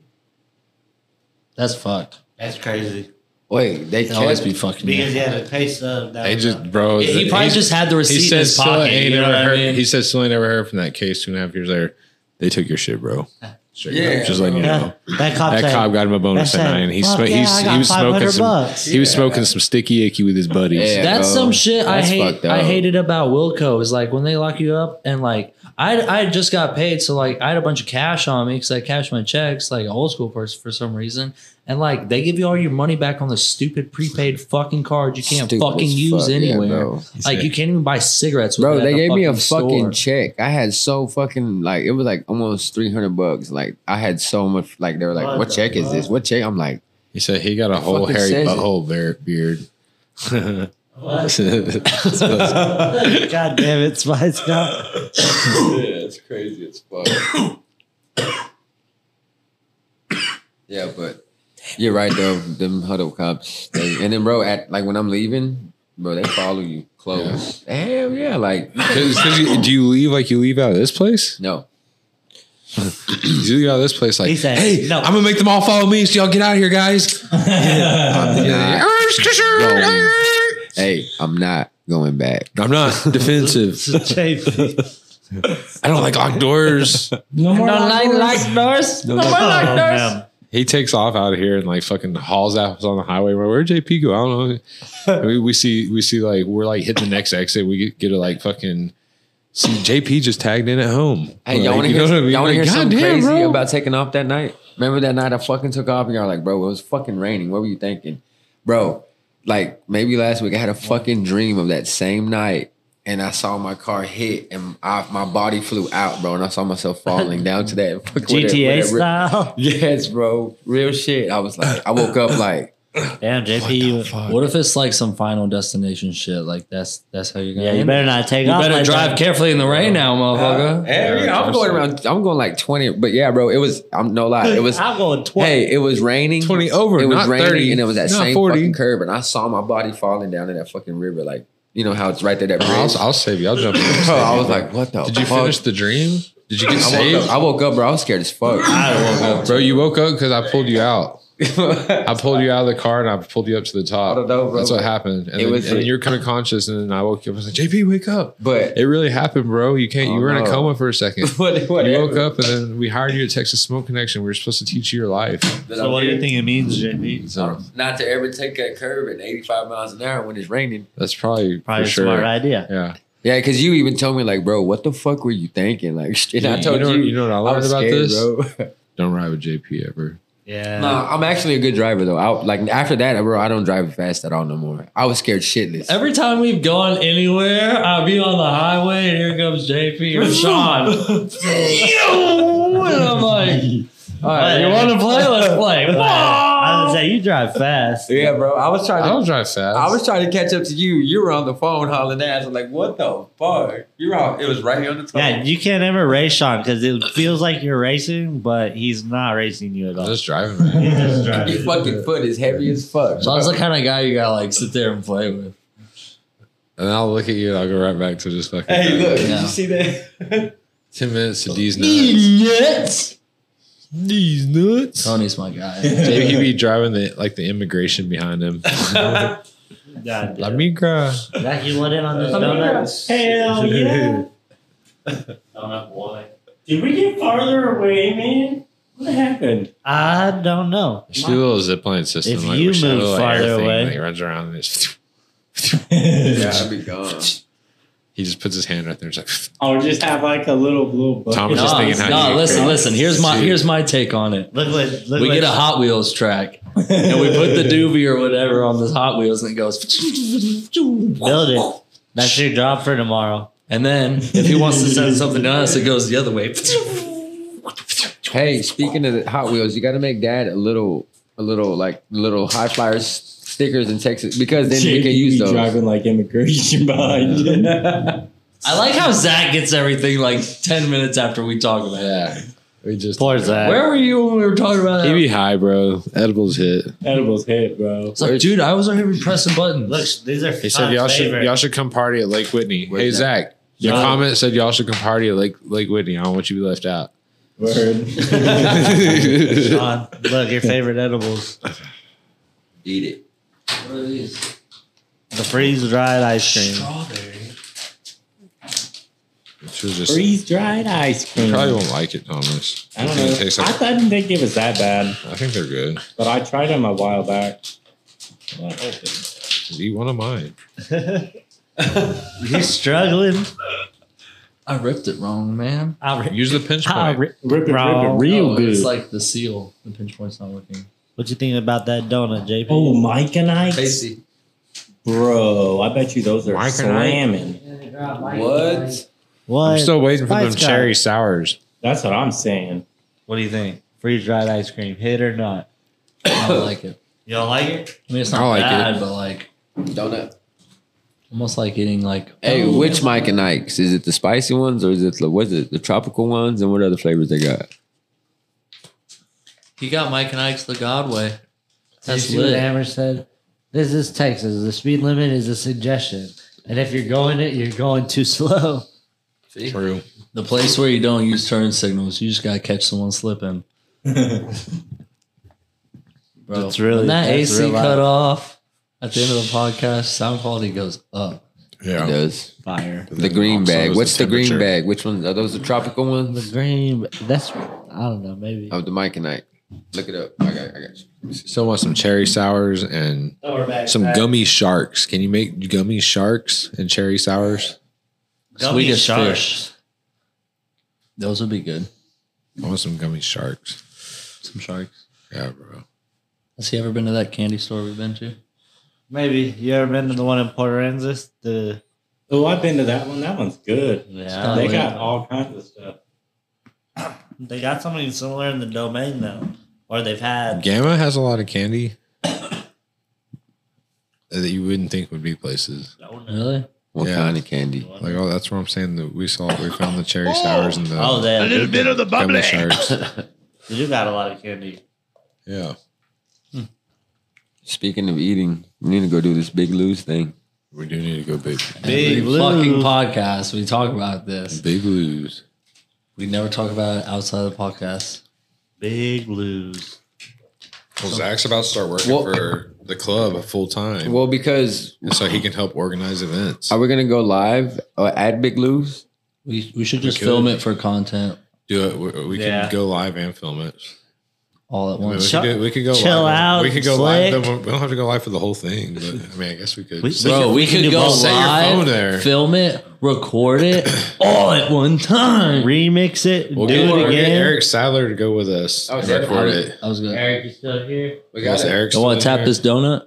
[SPEAKER 22] That's fucked.
[SPEAKER 4] That's crazy.
[SPEAKER 3] Wait, they
[SPEAKER 22] They always be fucking
[SPEAKER 4] Because he had to pay sub.
[SPEAKER 5] They just, bro.
[SPEAKER 22] He
[SPEAKER 5] the-
[SPEAKER 22] probably
[SPEAKER 5] he's-
[SPEAKER 22] just had the receipt in
[SPEAKER 5] said
[SPEAKER 22] his
[SPEAKER 5] still
[SPEAKER 22] pocket,
[SPEAKER 5] ain't
[SPEAKER 22] you know
[SPEAKER 5] never
[SPEAKER 22] what I
[SPEAKER 5] heard-
[SPEAKER 22] mean?
[SPEAKER 5] He said still ain't never heard from that case two and a half years later. They took your shit, bro. Straight up, just letting you know.
[SPEAKER 4] That cop,
[SPEAKER 5] that
[SPEAKER 4] said-
[SPEAKER 5] cop got him a bonus
[SPEAKER 4] that
[SPEAKER 5] at
[SPEAKER 4] said,
[SPEAKER 5] nine. He,
[SPEAKER 4] "Fuck
[SPEAKER 5] sm-
[SPEAKER 4] yeah, I
[SPEAKER 5] he's,
[SPEAKER 4] got
[SPEAKER 5] he was smoking
[SPEAKER 4] 500
[SPEAKER 5] some.
[SPEAKER 4] bucks."
[SPEAKER 5] He was smoking some sticky icky with his buddies.
[SPEAKER 2] that's some shit I
[SPEAKER 5] That's
[SPEAKER 2] hate.
[SPEAKER 5] fucked up.
[SPEAKER 2] I hated about Wilco is like when they lock you up and like I I just got paid, so like I had a bunch of cash on me because I cashed my checks like an old school person for some reason, and like they give you all your money back on the stupid prepaid fucking card you can't
[SPEAKER 3] Stupid
[SPEAKER 2] fucking
[SPEAKER 3] as
[SPEAKER 2] use
[SPEAKER 3] fuck, yeah,
[SPEAKER 2] anywhere.
[SPEAKER 3] bro.
[SPEAKER 2] like you can't even buy cigarettes. With
[SPEAKER 3] Bro,
[SPEAKER 2] it at
[SPEAKER 3] they
[SPEAKER 2] the
[SPEAKER 3] gave me a fucking
[SPEAKER 2] store.
[SPEAKER 3] check. I had so fucking like it was like almost three hundred bucks. Like I had so much. Like they were like,
[SPEAKER 5] What
[SPEAKER 3] "What,
[SPEAKER 5] the
[SPEAKER 3] check is this?
[SPEAKER 5] fuck?
[SPEAKER 3] What check?" I'm like,
[SPEAKER 5] He said he got a
[SPEAKER 3] It
[SPEAKER 5] whole
[SPEAKER 3] fucking
[SPEAKER 5] hairy
[SPEAKER 3] says it.
[SPEAKER 5] butthole bear- beard.
[SPEAKER 4] God damn it, Spice Cop.
[SPEAKER 23] yeah, it's crazy as fuck.
[SPEAKER 3] Yeah, but you're right though. Them huddle cops, they, and then bro, at like when I'm leaving, bro, they follow you close. Hell yeah, like
[SPEAKER 5] Cause, 'cause you, do you leave like you leave out of this place?
[SPEAKER 3] No.
[SPEAKER 5] you leave out of this place like,
[SPEAKER 4] He said,
[SPEAKER 5] hey,
[SPEAKER 4] no.
[SPEAKER 5] I'm gonna make them all follow me. So y'all get out of here, guys.
[SPEAKER 3] I'm
[SPEAKER 5] Yeah.
[SPEAKER 3] not going- hey, I'm not going back.
[SPEAKER 5] I'm not defensive. I don't like locked doors.
[SPEAKER 6] No
[SPEAKER 24] more don't like
[SPEAKER 22] like doors.
[SPEAKER 5] No more
[SPEAKER 4] Oh,
[SPEAKER 5] locked He takes off out of here and like fucking hauls ass on the highway. We're like, Where'd JP go? I don't know. we, we see we see like we're like hit the next exit. We get, get to like fucking see JP just tagged in at home.
[SPEAKER 3] Hey, y'all
[SPEAKER 5] Like,
[SPEAKER 3] want to
[SPEAKER 5] you know
[SPEAKER 3] hear,
[SPEAKER 5] what I mean?
[SPEAKER 3] y'all wanna
[SPEAKER 5] Like,
[SPEAKER 3] hear something
[SPEAKER 5] goddamn,
[SPEAKER 3] crazy
[SPEAKER 5] bro.
[SPEAKER 3] about taking off that night? Remember that night I fucking took off and y'all were like, bro, it was fucking raining. What were you thinking? Bro, like maybe last week I had a fucking dream of that same night and I saw my car hit and I, my body flew out, bro. And I saw myself falling down to that. fucking
[SPEAKER 4] GTA style?
[SPEAKER 3] Yes, bro. Real shit. I was like, I woke up like,
[SPEAKER 4] damn, JP.
[SPEAKER 2] What, if it's like some Final Destination shit? Like that's that's how you're gonna.
[SPEAKER 4] Yeah, you
[SPEAKER 2] end
[SPEAKER 4] better
[SPEAKER 2] it.
[SPEAKER 4] not take
[SPEAKER 2] You
[SPEAKER 4] off
[SPEAKER 2] better
[SPEAKER 4] like
[SPEAKER 2] drive
[SPEAKER 4] that.
[SPEAKER 2] carefully in the rain now, motherfucker.
[SPEAKER 3] Hell yeah, I'm going around. I'm going like 20, but yeah, bro. It was. I'm no lie. It was.
[SPEAKER 4] I'm going 20.
[SPEAKER 3] Hey, it was raining.
[SPEAKER 5] 20 over,
[SPEAKER 3] It was
[SPEAKER 5] not 30,
[SPEAKER 3] and it was that
[SPEAKER 5] not
[SPEAKER 3] same
[SPEAKER 5] 40.
[SPEAKER 3] fucking curb, and I saw my body falling down in that fucking river. Like you know how it's right there. That bridge.
[SPEAKER 5] I'll, I'll save you. I'll jump in. and save
[SPEAKER 3] I
[SPEAKER 5] you,
[SPEAKER 3] was
[SPEAKER 5] bro.
[SPEAKER 3] like, what the?
[SPEAKER 5] Did you
[SPEAKER 3] fuck?
[SPEAKER 5] finish the dream? Did you
[SPEAKER 3] I
[SPEAKER 5] get
[SPEAKER 3] woke
[SPEAKER 5] saved?
[SPEAKER 3] up- I woke up, bro. I was scared as fuck.
[SPEAKER 5] Bro, you woke up because I pulled you out. I pulled you out of the car and I pulled you up to the top. That's what happened. And,
[SPEAKER 3] It
[SPEAKER 5] then-
[SPEAKER 3] was-
[SPEAKER 5] and you're kind of conscious, and then I woke you up. I was like, "JP, wake up!"
[SPEAKER 3] But
[SPEAKER 5] it really happened, bro. You can't. you
[SPEAKER 3] Oh,
[SPEAKER 5] were in a
[SPEAKER 3] no.
[SPEAKER 5] coma for a second.
[SPEAKER 3] What-
[SPEAKER 5] you
[SPEAKER 3] whatever.
[SPEAKER 5] woke up, and then we hired you at Texas Smoke Connection. We were supposed to teach you your life.
[SPEAKER 4] So what do you think it means, JP?
[SPEAKER 5] So
[SPEAKER 3] Not to ever take that curb at 85 miles an hour when it's raining.
[SPEAKER 5] that's probably
[SPEAKER 4] Probably
[SPEAKER 5] for
[SPEAKER 4] a
[SPEAKER 5] sure.
[SPEAKER 4] smart idea.
[SPEAKER 5] Yeah.
[SPEAKER 3] Yeah, because you even told me like, bro, what the fuck were you thinking? Like, and I
[SPEAKER 5] You
[SPEAKER 3] told
[SPEAKER 5] know-
[SPEAKER 3] you,
[SPEAKER 5] you know what I learned
[SPEAKER 3] was
[SPEAKER 5] about
[SPEAKER 3] scared,
[SPEAKER 5] this?
[SPEAKER 3] bro.
[SPEAKER 5] Don't ride with JP ever.
[SPEAKER 4] Yeah.
[SPEAKER 3] No, I'm actually a good driver though. I, like after that, bro, I don't drive fast at all no more. I was scared shitless.
[SPEAKER 2] Every time we've gone anywhere, I'll be on the highway and here comes JP or Sean. and I'm like, all right, you want to play? Let's play.
[SPEAKER 4] Wow. I was gonna say, you drive fast.
[SPEAKER 3] Yeah, bro. I was trying.
[SPEAKER 5] I don't
[SPEAKER 3] To,
[SPEAKER 5] drive fast.
[SPEAKER 3] I was
[SPEAKER 5] trying.
[SPEAKER 3] trying to catch up to you. You were on the phone hollering ass. I'm like, what the fuck? You were. All, it was right here on the top.
[SPEAKER 4] Yeah, you can't ever race Sean because it feels like you're racing, but he's not racing you at all.
[SPEAKER 5] Just driving, man.
[SPEAKER 3] Your fucking foot is heavy as fuck.
[SPEAKER 2] So I was
[SPEAKER 3] bro.
[SPEAKER 2] the kind of guy you gotta like sit there and play with.
[SPEAKER 5] And I'll look at you and I'll go right back to just fucking
[SPEAKER 3] hey, look, did
[SPEAKER 2] Yeah.
[SPEAKER 3] you see that?
[SPEAKER 5] ten minutes to D's nuts.
[SPEAKER 2] nuts.
[SPEAKER 5] These nuts.
[SPEAKER 2] Tony's my guy.
[SPEAKER 5] Maybe he'd be driving the like the immigration behind him.
[SPEAKER 4] God
[SPEAKER 5] La migra.
[SPEAKER 4] damn. That you went in on this donut. Hell yeah.
[SPEAKER 6] don't know why.
[SPEAKER 24] Did we get farther away, man? What happened?
[SPEAKER 4] I don't know.
[SPEAKER 5] She did a little zip line system.
[SPEAKER 4] If you
[SPEAKER 5] we should
[SPEAKER 4] move
[SPEAKER 5] have a little
[SPEAKER 4] farther
[SPEAKER 5] air thing
[SPEAKER 4] away.
[SPEAKER 5] that he runs around and just,
[SPEAKER 3] Yeah, I'd be gone.
[SPEAKER 5] he just puts his hand right there. And it's
[SPEAKER 6] Or just have like a little blue
[SPEAKER 5] like
[SPEAKER 6] bucket.
[SPEAKER 5] Tom was just thinking how
[SPEAKER 2] No,
[SPEAKER 5] you-
[SPEAKER 2] listen, listen. Here's my
[SPEAKER 5] Dude.
[SPEAKER 2] here's my take on it.
[SPEAKER 4] Look what look
[SPEAKER 2] we
[SPEAKER 4] what
[SPEAKER 2] get a Hot Wheels track and we put the doobie or whatever on this Hot Wheels and it goes.
[SPEAKER 4] build it. That's your job for tomorrow.
[SPEAKER 2] And then if he wants to send something to us, it goes the other way.
[SPEAKER 3] Hey, speaking of the Hot Wheels, you got to make Dad a little, a little like little high flyers stickers in Texas because then we can use those.
[SPEAKER 6] driving like immigration behind you.
[SPEAKER 2] I like how Zach gets everything like 10 minutes after we talk about it.
[SPEAKER 3] Yeah.
[SPEAKER 5] We just
[SPEAKER 4] Poor Zach.
[SPEAKER 2] Where were you when we were talking about
[SPEAKER 5] He
[SPEAKER 2] that?
[SPEAKER 5] be high, bro. Edibles hit.
[SPEAKER 6] Edibles hit, bro.
[SPEAKER 2] It's like, dude, I was out here pressing buttons.
[SPEAKER 4] Look, these are.
[SPEAKER 5] He said y'all should y'all should come party at Lake Whitney. hey
[SPEAKER 4] that?
[SPEAKER 5] Zach, your
[SPEAKER 4] No.
[SPEAKER 5] comment said y'all should come party at Lake Lake Whitney. I don't want you to be left out.
[SPEAKER 4] Sean, look, your favorite edibles.
[SPEAKER 3] Eat it.
[SPEAKER 2] What are these?
[SPEAKER 4] The freeze dried ice cream.
[SPEAKER 6] Freeze dried ice cream.
[SPEAKER 5] You probably won't like it, Thomas.
[SPEAKER 6] I don't
[SPEAKER 5] It's gonna
[SPEAKER 6] know.
[SPEAKER 5] taste
[SPEAKER 6] I
[SPEAKER 5] like-
[SPEAKER 6] thought they give us that bad,
[SPEAKER 5] I think they're good.
[SPEAKER 6] but I tried them a while back.
[SPEAKER 5] Eat one of mine.
[SPEAKER 4] He's struggling.
[SPEAKER 2] I ripped it wrong, man.
[SPEAKER 4] I ripped
[SPEAKER 5] Use the pinch point.
[SPEAKER 2] Oh, It's like the seal. The pinch point's not working.
[SPEAKER 4] what you think about that donut, JP?
[SPEAKER 6] Oh, Mike and Ike. Bro, I bet you those are
[SPEAKER 5] Mike and Ike.
[SPEAKER 6] slamming.
[SPEAKER 9] What?
[SPEAKER 4] What?
[SPEAKER 5] I'm still waiting for
[SPEAKER 4] Mike's
[SPEAKER 5] them
[SPEAKER 4] got
[SPEAKER 5] cherry sours.
[SPEAKER 6] That's what I'm saying.
[SPEAKER 4] What do you think? Freeze dried ice cream, hit or not?
[SPEAKER 2] I don't like it.
[SPEAKER 4] You don't like it?
[SPEAKER 2] I mean, it's
[SPEAKER 3] I
[SPEAKER 2] not
[SPEAKER 3] like
[SPEAKER 2] bad,
[SPEAKER 3] it.
[SPEAKER 2] but like
[SPEAKER 3] Donut.
[SPEAKER 2] almost like eating like
[SPEAKER 3] Hey, which Mike and Ike's? Is it the spicy ones or is it the was it the tropical ones and what other flavors they got?
[SPEAKER 2] he got Mike and Ike's the God way. That's
[SPEAKER 25] Did you see what
[SPEAKER 2] lit.
[SPEAKER 25] Amber said? This is Texas. The speed limit is a suggestion. And if you're going it, you're going too slow.
[SPEAKER 5] True.
[SPEAKER 2] The place where you don't use turn signals, you just gotta catch someone slipping. Bro,
[SPEAKER 4] That's really-
[SPEAKER 2] when that
[SPEAKER 4] that's
[SPEAKER 2] AC
[SPEAKER 4] real life.
[SPEAKER 2] cut off at the end of the podcast, sound quality goes up.
[SPEAKER 5] Yeah.
[SPEAKER 3] It does.
[SPEAKER 4] Fire.
[SPEAKER 3] The green
[SPEAKER 5] also
[SPEAKER 3] bag.
[SPEAKER 5] is
[SPEAKER 3] What's
[SPEAKER 5] the
[SPEAKER 3] the, green
[SPEAKER 5] temperature.
[SPEAKER 3] bag? Which ones are those the tropical
[SPEAKER 25] The
[SPEAKER 3] ones?
[SPEAKER 25] green, that's, I don't know, maybe.
[SPEAKER 3] Of the Mike and Ike. Look it up. I got I got you.
[SPEAKER 5] Still want some cherry sours and
[SPEAKER 4] Oh, we're back.
[SPEAKER 5] some
[SPEAKER 4] Back.
[SPEAKER 5] gummy sharks. Can you make gummy sharks and cherry sours?
[SPEAKER 4] Gummy
[SPEAKER 2] Swedish
[SPEAKER 4] sharks.
[SPEAKER 2] fish. Those would be good.
[SPEAKER 5] I want some gummy sharks.
[SPEAKER 2] Some sharks.
[SPEAKER 5] Yeah, bro.
[SPEAKER 2] Has he ever been to that candy store we've been to?
[SPEAKER 4] Maybe. You ever been to the one in Port Aransas? The
[SPEAKER 6] Oh, I've been to that one. That one's good.
[SPEAKER 4] Oh, Yeah.
[SPEAKER 6] they got all kinds of stuff.
[SPEAKER 4] They got something similar in the domain though, or they've had.
[SPEAKER 5] Gamma has a lot of candy that you wouldn't think would be places.
[SPEAKER 2] Really?
[SPEAKER 3] What
[SPEAKER 5] Yeah.
[SPEAKER 3] kind of candy?
[SPEAKER 5] Like, oh, that's where I'm saying that we saw, we found the cherry sours and the
[SPEAKER 4] Oh, they
[SPEAKER 5] little bit of the bubbly sharks.
[SPEAKER 4] they do got a lot of candy.
[SPEAKER 5] Yeah,
[SPEAKER 3] Speaking of eating, we need to go do this big lose thing.
[SPEAKER 5] we do need to go big,
[SPEAKER 4] Big
[SPEAKER 2] Every
[SPEAKER 4] Lou.
[SPEAKER 2] fucking podcast, we talk about this.
[SPEAKER 5] big lose.
[SPEAKER 2] We never talk about it outside of the podcast.
[SPEAKER 4] Big blues.
[SPEAKER 5] Well, Zach's about to start working for the club full time,
[SPEAKER 3] Well, because
[SPEAKER 5] and so he can help organize events.
[SPEAKER 3] are we gonna go live uh, at Big Lou's?
[SPEAKER 2] We we should just
[SPEAKER 5] could.
[SPEAKER 2] film it for content
[SPEAKER 5] Do it. We, we
[SPEAKER 4] Yeah.
[SPEAKER 5] can go live and film it.
[SPEAKER 2] all
[SPEAKER 5] I
[SPEAKER 2] at
[SPEAKER 5] mean, we,
[SPEAKER 2] once.
[SPEAKER 5] could do, we could go
[SPEAKER 4] Chill
[SPEAKER 5] live.
[SPEAKER 4] out,
[SPEAKER 5] We could go
[SPEAKER 4] slick.
[SPEAKER 5] live. Then we we don't have to go live for the whole thing. But I mean, I guess we could.
[SPEAKER 4] We-
[SPEAKER 2] Bro, we
[SPEAKER 4] can
[SPEAKER 2] could
[SPEAKER 4] do
[SPEAKER 2] go
[SPEAKER 4] both.
[SPEAKER 5] Set your phone
[SPEAKER 2] live,
[SPEAKER 5] there.
[SPEAKER 2] film it, record it all at one time.
[SPEAKER 4] Remix it.
[SPEAKER 5] we'll
[SPEAKER 4] do
[SPEAKER 5] get,
[SPEAKER 4] it
[SPEAKER 5] we'll get
[SPEAKER 4] again.
[SPEAKER 5] Eric Sadler to go with us.
[SPEAKER 3] Oh,
[SPEAKER 5] and
[SPEAKER 3] Eric-
[SPEAKER 5] record it.
[SPEAKER 2] I was gonna.
[SPEAKER 25] Eric, you still here?
[SPEAKER 3] We
[SPEAKER 5] Yes, Eric's
[SPEAKER 2] I want to
[SPEAKER 5] still
[SPEAKER 2] tap
[SPEAKER 5] there.
[SPEAKER 2] this donut.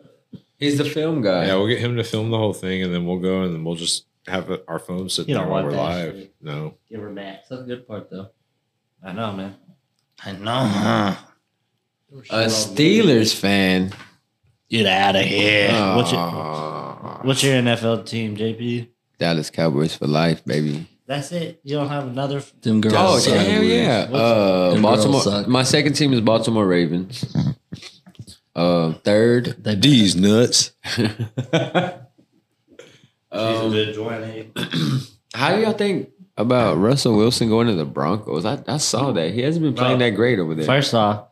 [SPEAKER 3] He's the film guy.
[SPEAKER 5] Yeah, we'll get him to film the whole thing, and then we'll go, and then we'll just have it- our phone sit
[SPEAKER 4] You
[SPEAKER 5] there
[SPEAKER 4] don't
[SPEAKER 5] while we're
[SPEAKER 4] want that
[SPEAKER 5] live.
[SPEAKER 4] shit.
[SPEAKER 5] No,
[SPEAKER 4] Give her back.
[SPEAKER 2] That's a good part though.
[SPEAKER 4] I know, man.
[SPEAKER 2] I know. Huh?
[SPEAKER 3] A Steelers fan.
[SPEAKER 4] Get out of here. What's your
[SPEAKER 3] Aw.
[SPEAKER 4] What's your NFL team, JP?
[SPEAKER 3] Dallas Cowboys for life, baby.
[SPEAKER 4] That's it. You don't have another. f-
[SPEAKER 2] Them girls.
[SPEAKER 3] Oh,
[SPEAKER 2] suck.
[SPEAKER 3] yeah, hell yeah. Uh,
[SPEAKER 2] Them girls
[SPEAKER 3] Baltimore.
[SPEAKER 2] suck.
[SPEAKER 3] My second team is Baltimore Ravens. Uh, third.
[SPEAKER 2] They
[SPEAKER 5] these nuts.
[SPEAKER 3] Um,
[SPEAKER 4] She's a good joint, eh?
[SPEAKER 3] how do y'all think about Russell Wilson going to the Broncos? I, I saw that. He hasn't been playing
[SPEAKER 4] Bro.
[SPEAKER 3] that great over there.
[SPEAKER 4] First off,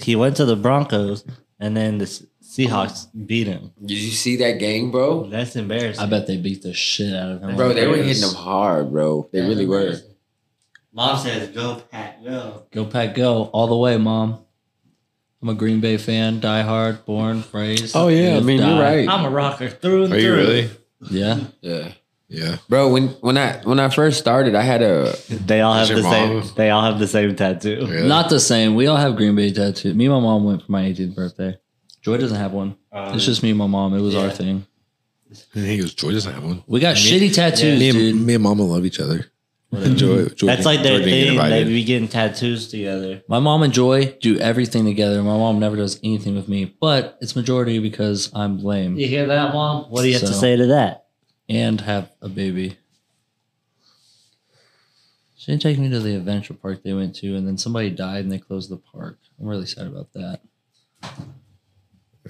[SPEAKER 4] he went to the Broncos, and then the Se- Seahawks beat him.
[SPEAKER 3] Did you see that game, bro?
[SPEAKER 4] That's
[SPEAKER 2] I
[SPEAKER 4] embarrassing.
[SPEAKER 2] bet they beat the shit out of him.
[SPEAKER 3] Bro, they were hitting
[SPEAKER 2] Yes.
[SPEAKER 3] them hard, bro. They really were.
[SPEAKER 4] Mom says, "Go Pat, go."
[SPEAKER 2] Go pack, go all the way, mom. I'm a Green Bay fan, die hard, born, raised.
[SPEAKER 3] Oh yeah, I
[SPEAKER 2] lived,
[SPEAKER 3] mean you're
[SPEAKER 2] died.
[SPEAKER 3] right.
[SPEAKER 4] I'm a rocker through and
[SPEAKER 5] Are
[SPEAKER 4] through.
[SPEAKER 5] you really?
[SPEAKER 2] Yeah,
[SPEAKER 3] Yeah,
[SPEAKER 5] Yeah.
[SPEAKER 3] bro. When when I when I first started, I had a
[SPEAKER 4] They all have
[SPEAKER 5] Is your
[SPEAKER 4] the same.
[SPEAKER 5] mom-
[SPEAKER 4] They all have the same tattoo.
[SPEAKER 5] Really?
[SPEAKER 2] not the same. We all have Green Bay tattoos. Me and my mom went for my 18th birthday. Joy doesn't have one.
[SPEAKER 4] Uh,
[SPEAKER 2] it's just me and my mom. It was our
[SPEAKER 4] yeah.
[SPEAKER 2] thing.
[SPEAKER 5] And he goes, Joy doesn't have one.
[SPEAKER 2] We got shitty tattoos,
[SPEAKER 5] Me
[SPEAKER 2] dude.
[SPEAKER 5] and, me and Mama love each other. Joy, Joy
[SPEAKER 4] That's like their
[SPEAKER 5] Joy didn't get
[SPEAKER 4] thing. They
[SPEAKER 5] invited.
[SPEAKER 4] be getting tattoos together.
[SPEAKER 2] My mom and Joy do everything together. My mom never does anything with me, but it's majority because I'm lame
[SPEAKER 25] You hear that, Mom?
[SPEAKER 4] What do you have to
[SPEAKER 2] So-
[SPEAKER 4] say to that?
[SPEAKER 2] and have a baby. She didn't take me to the adventure park they went to, and then somebody died and they closed the park. I'm really sad about that.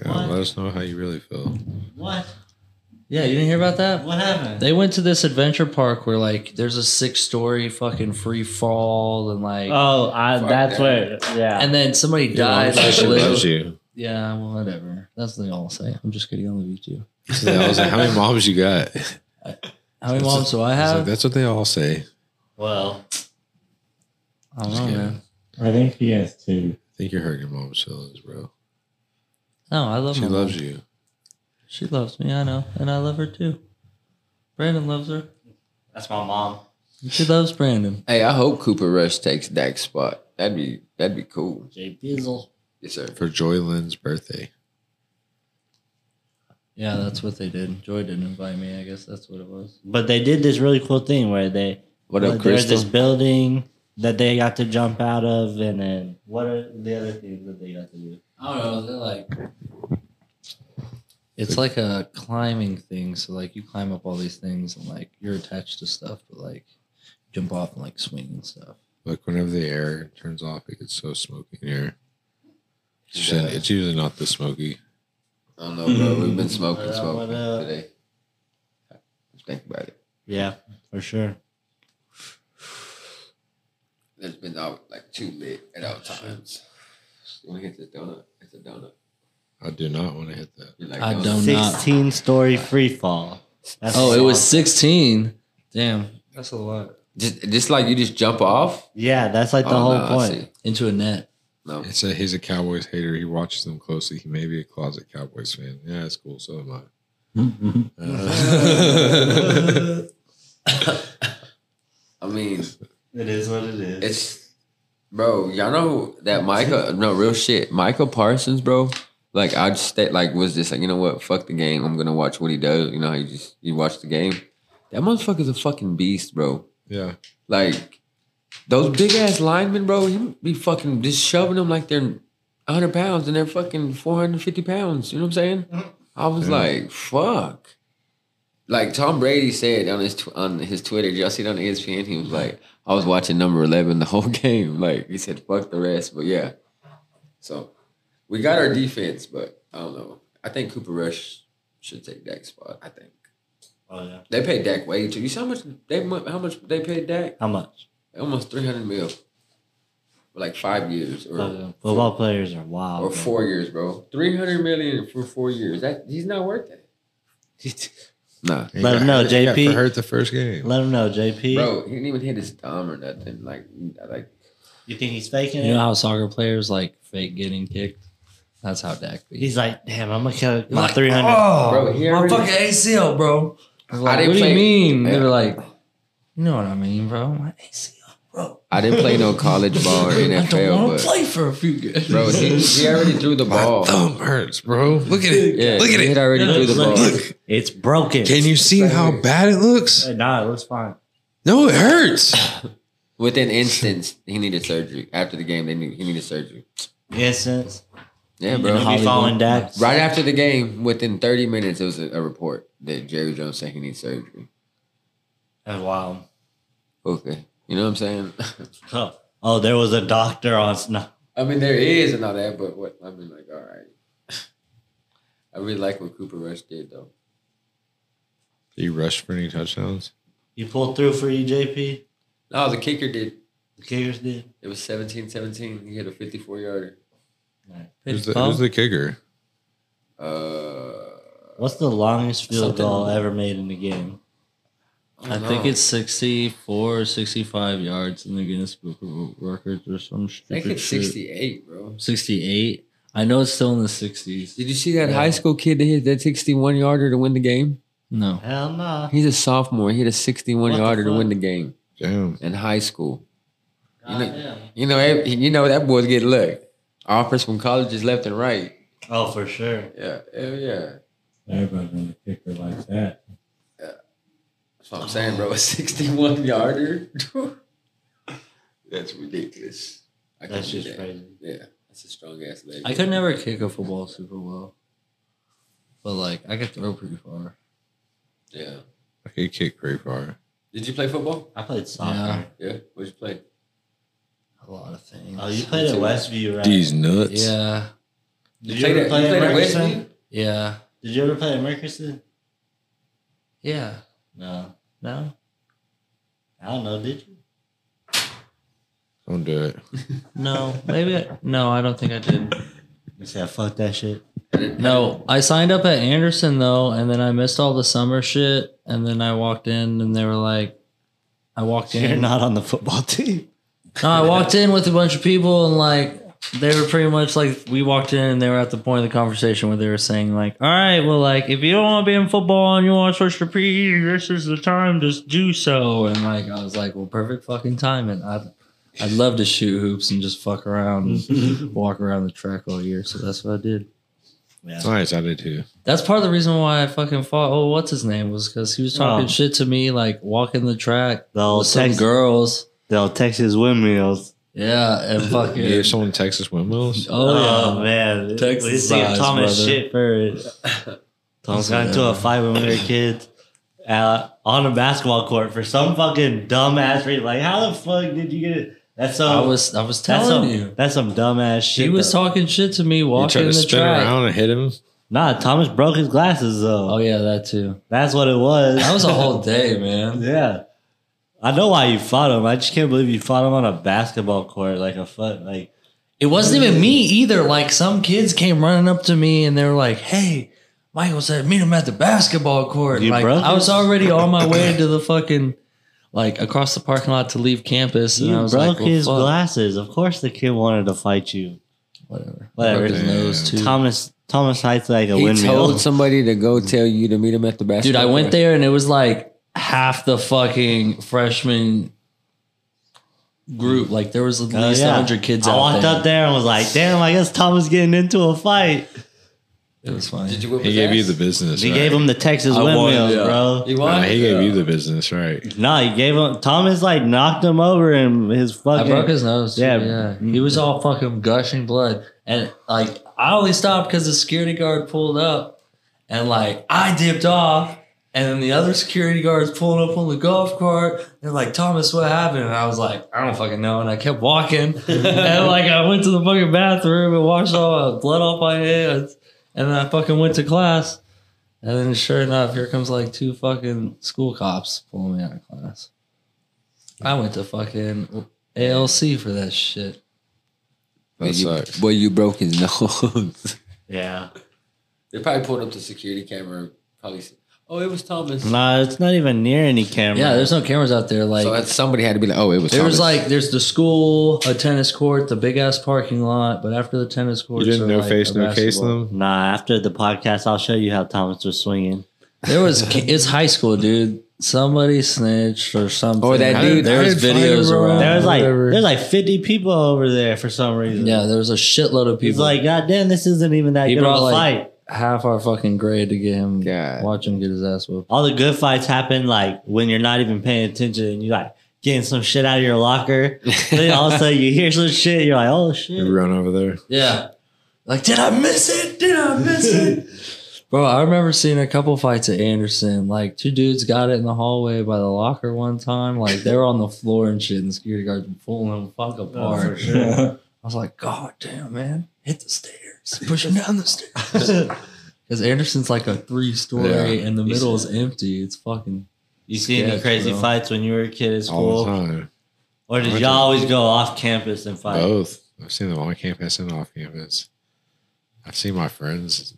[SPEAKER 5] Yeah, let us know how you really feel.
[SPEAKER 25] What?
[SPEAKER 2] Yeah, you didn't hear about that?
[SPEAKER 25] What happened?
[SPEAKER 2] They went to this adventure park where like there's a six story fucking free fall and like
[SPEAKER 4] Oh, I, that's what. Yeah.
[SPEAKER 2] and then somebody died.
[SPEAKER 5] She
[SPEAKER 2] like,
[SPEAKER 5] loves
[SPEAKER 2] literally-
[SPEAKER 5] you.
[SPEAKER 2] Yeah, well, whatever. That's what they all say. I'm just kidding. I love you too.
[SPEAKER 5] Yeah, I was like, how many moms you got?
[SPEAKER 2] How many moms do I
[SPEAKER 4] Uh-huh.
[SPEAKER 2] have?
[SPEAKER 5] that's what they all say.
[SPEAKER 4] Well,
[SPEAKER 2] I don't know, man.
[SPEAKER 6] I think he has two.
[SPEAKER 5] I think you're hurting your mom's feelings, bro.
[SPEAKER 2] No, I love
[SPEAKER 5] she
[SPEAKER 2] my
[SPEAKER 5] loves
[SPEAKER 2] mom.
[SPEAKER 5] you.
[SPEAKER 2] She loves me. I know, and I love her too. Brandon loves her.
[SPEAKER 4] That's my mom.
[SPEAKER 2] She loves Brandon.
[SPEAKER 3] Hey, I hope Cooper Rush takes Dak's spot. That'd be that'd be cool.
[SPEAKER 4] Jay Bizzle.
[SPEAKER 3] Yes, sir.
[SPEAKER 5] For Joy Lynn's birthday.
[SPEAKER 2] Yeah, that's what they did. Joy didn't invite me. I guess that's what it was.
[SPEAKER 4] But they did this really cool thing where they
[SPEAKER 3] What up,
[SPEAKER 4] uh, there's this
[SPEAKER 3] Crystal?
[SPEAKER 4] building that they got to jump out of, and then what are the other things that they got to do?
[SPEAKER 2] I don't know. They're like. It's like a climbing thing. So like you climb up all these things and like you're attached to stuff, but like jump off and like swing and stuff.
[SPEAKER 5] Like whenever the air turns off, it gets so smoky in here. It's usually, it's usually not this smoky.
[SPEAKER 3] I don't know, bro. We've been smoking,
[SPEAKER 4] What up,
[SPEAKER 3] smoking
[SPEAKER 4] what up?
[SPEAKER 3] today. Think about it.
[SPEAKER 4] Yeah, for sure.
[SPEAKER 3] It's been out like too lit at all times. You wanna hit this donut? It's a donut.
[SPEAKER 5] I do not want to hit that.
[SPEAKER 3] You like
[SPEAKER 2] I don't
[SPEAKER 3] donuts?
[SPEAKER 2] know.
[SPEAKER 4] Sixteen story free fall. That's
[SPEAKER 2] Oh, it was 16. Damn. That's a lot.
[SPEAKER 3] Just, just like you just jump off.
[SPEAKER 4] yeah. That's like the
[SPEAKER 3] Oh,
[SPEAKER 4] whole
[SPEAKER 3] no, I
[SPEAKER 4] point.
[SPEAKER 2] Into a net.
[SPEAKER 3] No,
[SPEAKER 5] It's a, he's a Cowboys hater. He watches them closely. He may be a closet Cowboys fan. Yeah, that's cool. So am I. Uh,
[SPEAKER 3] I mean,
[SPEAKER 4] It is what it is.
[SPEAKER 3] It's bro, y'all know that Micah no real shit. Michael Parsons, bro. Like I just stay, like was just like, you know what, fuck the game. I'm gonna watch what he does. You know how you just you watch the game. That motherfucker's a fucking beast, bro.
[SPEAKER 5] yeah.
[SPEAKER 3] Like those big ass linemen, bro, you be fucking just shoving them like they're hundred pounds and they're fucking four hundred and fifty pounds. You know what I'm saying? I was
[SPEAKER 5] Yeah.
[SPEAKER 3] like, fuck. Like Tom Brady said on his tw- on his Twitter, did y'all see it on E ESPN? He was like, I was watching number eleven the whole game. Like he said, fuck the rest. But yeah, so we got our defense, but I don't know. I think Cooper Rush should take Dak's spot. I think
[SPEAKER 4] Oh yeah.
[SPEAKER 3] they paid Dak way too. You see how much they mu- how much they paid Dak?
[SPEAKER 4] How much?
[SPEAKER 3] Almost three hundred mil for like five years or
[SPEAKER 4] Fucking Football players are wild.
[SPEAKER 5] Oh,
[SPEAKER 3] or
[SPEAKER 4] bro.
[SPEAKER 3] four years, bro. Three hundred million for four years. That he's not worth it. nah,
[SPEAKER 5] He
[SPEAKER 4] Let
[SPEAKER 5] got
[SPEAKER 4] him know,
[SPEAKER 5] hurt- he got
[SPEAKER 4] JP.
[SPEAKER 5] hurt the first game.
[SPEAKER 4] Let them know, JP.
[SPEAKER 3] bro. He didn't even hit his thumb or nothing. Like, like
[SPEAKER 4] You think he's faking
[SPEAKER 2] You
[SPEAKER 4] it?
[SPEAKER 2] know how soccer players like fake getting kicked? That's how Dak be.
[SPEAKER 4] He's like, damn, I'm gonna cut my
[SPEAKER 2] Like,
[SPEAKER 4] 300.
[SPEAKER 2] Oh,
[SPEAKER 3] Bro, he
[SPEAKER 2] my
[SPEAKER 3] already-
[SPEAKER 2] fucking ACL, bro. I was like,
[SPEAKER 3] didn't
[SPEAKER 2] what do
[SPEAKER 3] play-
[SPEAKER 2] you mean? They
[SPEAKER 3] Yeah.
[SPEAKER 2] were like, you know what I mean, bro. My ACL.
[SPEAKER 3] I didn't play no college ball or
[SPEAKER 2] I don't
[SPEAKER 3] NFL,
[SPEAKER 2] want to play
[SPEAKER 3] but
[SPEAKER 2] for a few games.
[SPEAKER 3] bro, he, he already threw the ball.
[SPEAKER 5] Thumb hurts, bro. Look at it.
[SPEAKER 3] Yeah,
[SPEAKER 5] Look at
[SPEAKER 3] he
[SPEAKER 5] it.
[SPEAKER 3] had already threw the ball.
[SPEAKER 5] Look.
[SPEAKER 4] It's broken.
[SPEAKER 5] Can you see how bad it looks?
[SPEAKER 4] Hey, nah, it looks fine.
[SPEAKER 5] No, it hurts.
[SPEAKER 3] Within instance, he needed surgery. After the game, they knew he needed surgery.
[SPEAKER 4] Innocence.
[SPEAKER 3] Yeah,
[SPEAKER 4] You'll
[SPEAKER 3] bro.
[SPEAKER 4] be following Dak.
[SPEAKER 3] Right after the game, within 30 minutes, it was a, a report that Jerry Jones said he needs surgery.
[SPEAKER 4] That's wild.
[SPEAKER 3] Okay. You know what I'm saying?
[SPEAKER 4] Oh, oh, there was a doctor on. No,
[SPEAKER 3] I mean, there is and all that, but what I mean, like, all right. I really like what Cooper Rush did, though.
[SPEAKER 5] He rushed for any touchdowns.
[SPEAKER 4] you pulled through for you, JP.
[SPEAKER 3] No, the kicker did.
[SPEAKER 4] The kickers did.
[SPEAKER 3] It was 17 17. He hit a 54 yarder.
[SPEAKER 5] Who's the, who's the kicker?
[SPEAKER 3] Uh,
[SPEAKER 4] What's the longest field
[SPEAKER 2] Something.
[SPEAKER 4] goal ever made in the game?
[SPEAKER 2] I
[SPEAKER 3] don't
[SPEAKER 2] think
[SPEAKER 3] know.
[SPEAKER 2] it's 64, 65 yards in the Guinness Book of World Records or some
[SPEAKER 3] I
[SPEAKER 2] stupid
[SPEAKER 3] think it's
[SPEAKER 2] shit.
[SPEAKER 3] 68, bro.
[SPEAKER 2] 68. I know it's still in the 60s.
[SPEAKER 3] Did you see that high school kid that hit that 61 yarder to win the game?
[SPEAKER 2] No.
[SPEAKER 4] Hell no.
[SPEAKER 3] He's a sophomore. He hit a 61
[SPEAKER 4] What the
[SPEAKER 3] yarder to
[SPEAKER 4] fuck?
[SPEAKER 3] win the game
[SPEAKER 5] Damn.
[SPEAKER 3] in high school. You know,
[SPEAKER 4] Goddamn.
[SPEAKER 3] you know, ev- you know that boy's getting look. Offers from colleges left and right.
[SPEAKER 4] Oh, for sure.
[SPEAKER 3] Yeah, hell yeah.
[SPEAKER 6] Everybody want to kick her like that.
[SPEAKER 3] That's what I'm saying, bro. A 61 yarder. That's ridiculous. I couldn't
[SPEAKER 4] That's
[SPEAKER 3] do
[SPEAKER 4] just
[SPEAKER 3] that.
[SPEAKER 4] crazy.
[SPEAKER 3] Yeah, that's a strong ass leg.
[SPEAKER 2] I could never kick a football super well. But like, I could throw pretty far.
[SPEAKER 3] Yeah.
[SPEAKER 5] I could kick pretty far.
[SPEAKER 8] Did you play football?
[SPEAKER 4] I played soccer.
[SPEAKER 8] Yeah. What'd you play?
[SPEAKER 2] A lot of things.
[SPEAKER 4] Oh, you played at Westview, right?
[SPEAKER 10] These nuts.
[SPEAKER 2] Yeah.
[SPEAKER 4] Did
[SPEAKER 8] You
[SPEAKER 4] you,
[SPEAKER 8] played
[SPEAKER 4] ever
[SPEAKER 8] at-
[SPEAKER 4] play
[SPEAKER 8] you
[SPEAKER 4] at
[SPEAKER 8] played at
[SPEAKER 4] Merkerson?
[SPEAKER 8] Westview?
[SPEAKER 2] Yeah.
[SPEAKER 4] Did you ever play at Merkerson?
[SPEAKER 2] Yeah.
[SPEAKER 4] No.
[SPEAKER 2] No.
[SPEAKER 4] I don't know. Did you?
[SPEAKER 10] Don't do it.
[SPEAKER 2] No. Maybe. I, no, I don't think I did.
[SPEAKER 4] You said fuck that shit.
[SPEAKER 2] No, I signed up at Anderson though, and then I missed all the summer shit. And then I walked in, and they were like, I walked in.
[SPEAKER 4] You're not on the football team.
[SPEAKER 2] No, I walked in with a bunch of people and like they were pretty much like we walked in and they were at the point of the conversation where they were saying like, "All right, well, like if you don't want to be in football and you want to switch to PE, this is the time to do so." And like I was like, "Well, perfect fucking timing." I would I'd love to shoot hoops and just fuck around and walk around the track all year. So that's what I did.
[SPEAKER 10] Nice. I did too.
[SPEAKER 2] That's part of the reason why I fucking fought. Oh, what's his name? Was because he was talking
[SPEAKER 4] Oh.
[SPEAKER 2] shit to me, like walking the track.
[SPEAKER 4] The old
[SPEAKER 2] with some
[SPEAKER 4] Tex-
[SPEAKER 2] girls.
[SPEAKER 4] The old Texas windmills.
[SPEAKER 2] Yeah, and fucking.
[SPEAKER 10] Yeah, someone in Texas windmills.
[SPEAKER 2] Oh, yeah.
[SPEAKER 4] man,
[SPEAKER 2] Texas
[SPEAKER 4] we see
[SPEAKER 2] size,
[SPEAKER 4] Thomas
[SPEAKER 2] brother.
[SPEAKER 4] shit first. Thomas got into a fight when we were kids uh, on a basketball court for some fucking dumbass reason. Like, how the fuck did you get it? That's some.
[SPEAKER 2] I was I was
[SPEAKER 4] that's
[SPEAKER 2] telling
[SPEAKER 4] some,
[SPEAKER 2] you.
[SPEAKER 4] That's some dumbass shit.
[SPEAKER 2] He was
[SPEAKER 4] though.
[SPEAKER 2] talking shit to me
[SPEAKER 10] You
[SPEAKER 2] walking
[SPEAKER 10] tried to
[SPEAKER 2] the
[SPEAKER 10] spin
[SPEAKER 2] track.
[SPEAKER 10] around and hit him.
[SPEAKER 4] Nah, Thomas broke his glasses though.
[SPEAKER 2] Oh yeah, that too.
[SPEAKER 4] That's what it was.
[SPEAKER 2] That was a whole day, man.
[SPEAKER 4] yeah. I know why you fought him. I just can't believe you fought him on a basketball court like a foot. Like
[SPEAKER 2] It wasn't even me either. Like some kids came running up to me and they were like, "Hey, Michael said meet him at the basketball court."
[SPEAKER 4] You
[SPEAKER 2] like
[SPEAKER 4] broke
[SPEAKER 2] I was
[SPEAKER 4] it?
[SPEAKER 2] already on my way to the fucking like across the parking lot to leave campus, and
[SPEAKER 4] you
[SPEAKER 2] I was
[SPEAKER 4] broke
[SPEAKER 2] like, well,
[SPEAKER 4] his
[SPEAKER 2] fuck.
[SPEAKER 4] glasses. Of course, the kid wanted to fight you.
[SPEAKER 2] Whatever.
[SPEAKER 4] Whatever.
[SPEAKER 2] Broke his nose too.
[SPEAKER 4] Thomas Thomas Heights like a
[SPEAKER 3] He
[SPEAKER 4] windmill.
[SPEAKER 3] told somebody to go tell you to meet him at the basketball.
[SPEAKER 2] Dude, I went
[SPEAKER 3] court.
[SPEAKER 2] there and it was like half the fucking freshman group. Like there was at
[SPEAKER 4] Oh,
[SPEAKER 2] least a
[SPEAKER 4] yeah.
[SPEAKER 2] 100 kids
[SPEAKER 4] I
[SPEAKER 2] out
[SPEAKER 4] walked
[SPEAKER 2] there.
[SPEAKER 4] up there and was like, "Damn, I guess Thomas getting into a fight."
[SPEAKER 2] It was fine.
[SPEAKER 8] Did you whip
[SPEAKER 10] He
[SPEAKER 8] his
[SPEAKER 10] gave
[SPEAKER 8] ass?
[SPEAKER 10] you the business.
[SPEAKER 4] He
[SPEAKER 10] right?
[SPEAKER 4] gave him the Texas
[SPEAKER 2] I won,
[SPEAKER 4] windmills,
[SPEAKER 2] yeah.
[SPEAKER 4] bro.
[SPEAKER 8] You
[SPEAKER 10] Nah,
[SPEAKER 8] won?
[SPEAKER 10] he gave
[SPEAKER 8] Yeah.
[SPEAKER 10] you the business, right?
[SPEAKER 4] No, he gave him. Thomas like knocked him over and his
[SPEAKER 2] I
[SPEAKER 4] fucking.
[SPEAKER 2] broke his nose.
[SPEAKER 4] Yeah.
[SPEAKER 2] Yeah. yeah. He was all fucking gushing blood. And like, I only stopped because the security guard pulled up and like, I dipped off. And then the other security guards pulled up on the golf cart. They're like, Thomas, what happened? And I was like, I don't fucking know. And I kept walking. and like, I went to the fucking bathroom and washed all my blood off my hands. And then I fucking went to class. And then sure enough, here comes like two fucking school cops pulling me out of class. I went to fucking ALC for that shit.
[SPEAKER 3] Boy,
[SPEAKER 10] That
[SPEAKER 3] you,
[SPEAKER 10] sucks.
[SPEAKER 3] boy, you broke his nose.
[SPEAKER 4] Yeah.
[SPEAKER 8] They probably pulled up the security camera. and Probably. Said, oh, it was Thomas.
[SPEAKER 4] Nah, it's not even near any camera.
[SPEAKER 2] Yeah, there's no cameras out there. Like
[SPEAKER 3] so that's- somebody had to be like, "Oh, it was."
[SPEAKER 2] there was
[SPEAKER 3] Thomas.
[SPEAKER 2] like there's the school, a tennis court, the big ass parking lot, but after the tennis
[SPEAKER 10] You
[SPEAKER 2] court,
[SPEAKER 10] didn't no face, no case them.
[SPEAKER 4] Nah, after the podcast, I'll show you how Thomas was swinging.
[SPEAKER 2] There was it's high school, dude. Somebody snitched or something.
[SPEAKER 3] Or that dude-
[SPEAKER 2] There was
[SPEAKER 10] I didn't find
[SPEAKER 2] videos
[SPEAKER 10] him, bro.
[SPEAKER 2] around.
[SPEAKER 4] There was like
[SPEAKER 2] Oh, Whatever.
[SPEAKER 4] there's like 50 people over there for some reason.
[SPEAKER 2] yeah, there was a shitload of people.
[SPEAKER 4] He's like, God damn, this isn't even that
[SPEAKER 2] he
[SPEAKER 4] good of
[SPEAKER 2] brought
[SPEAKER 4] a
[SPEAKER 2] like
[SPEAKER 4] fight.
[SPEAKER 2] half our fucking grade to get him.
[SPEAKER 3] God.
[SPEAKER 2] Watch him get his ass whooped.
[SPEAKER 4] All the good fights happen like when you're not even paying attention and you like getting some shit out of your locker. then all of a sudden you hear some shit, you're like, oh
[SPEAKER 10] You
[SPEAKER 4] shit.
[SPEAKER 10] run over there.
[SPEAKER 2] Yeah. Like, did I miss it? Did I miss it? Bro, I remember seeing a couple fights at Anderson. Like, two dudes got it in the hallway by the locker one time. Like, they were on the floor and shit, and the security guards were pulling them fuck apart. I was like, God damn, man. Hit the stairs. Push them down the stairs. Because Anderson's like a three story,
[SPEAKER 10] Yeah.
[SPEAKER 2] and the middle is empty. It's fucking.
[SPEAKER 4] You see any
[SPEAKER 2] Yes,
[SPEAKER 4] crazy
[SPEAKER 2] bro.
[SPEAKER 4] fights when you were a kid at
[SPEAKER 10] All the
[SPEAKER 4] school?
[SPEAKER 10] time.
[SPEAKER 4] Or did
[SPEAKER 10] Went
[SPEAKER 4] y'all
[SPEAKER 10] to-
[SPEAKER 4] always go off campus and fight?
[SPEAKER 10] Both. I've seen them on campus and off campus. I've seen my friends.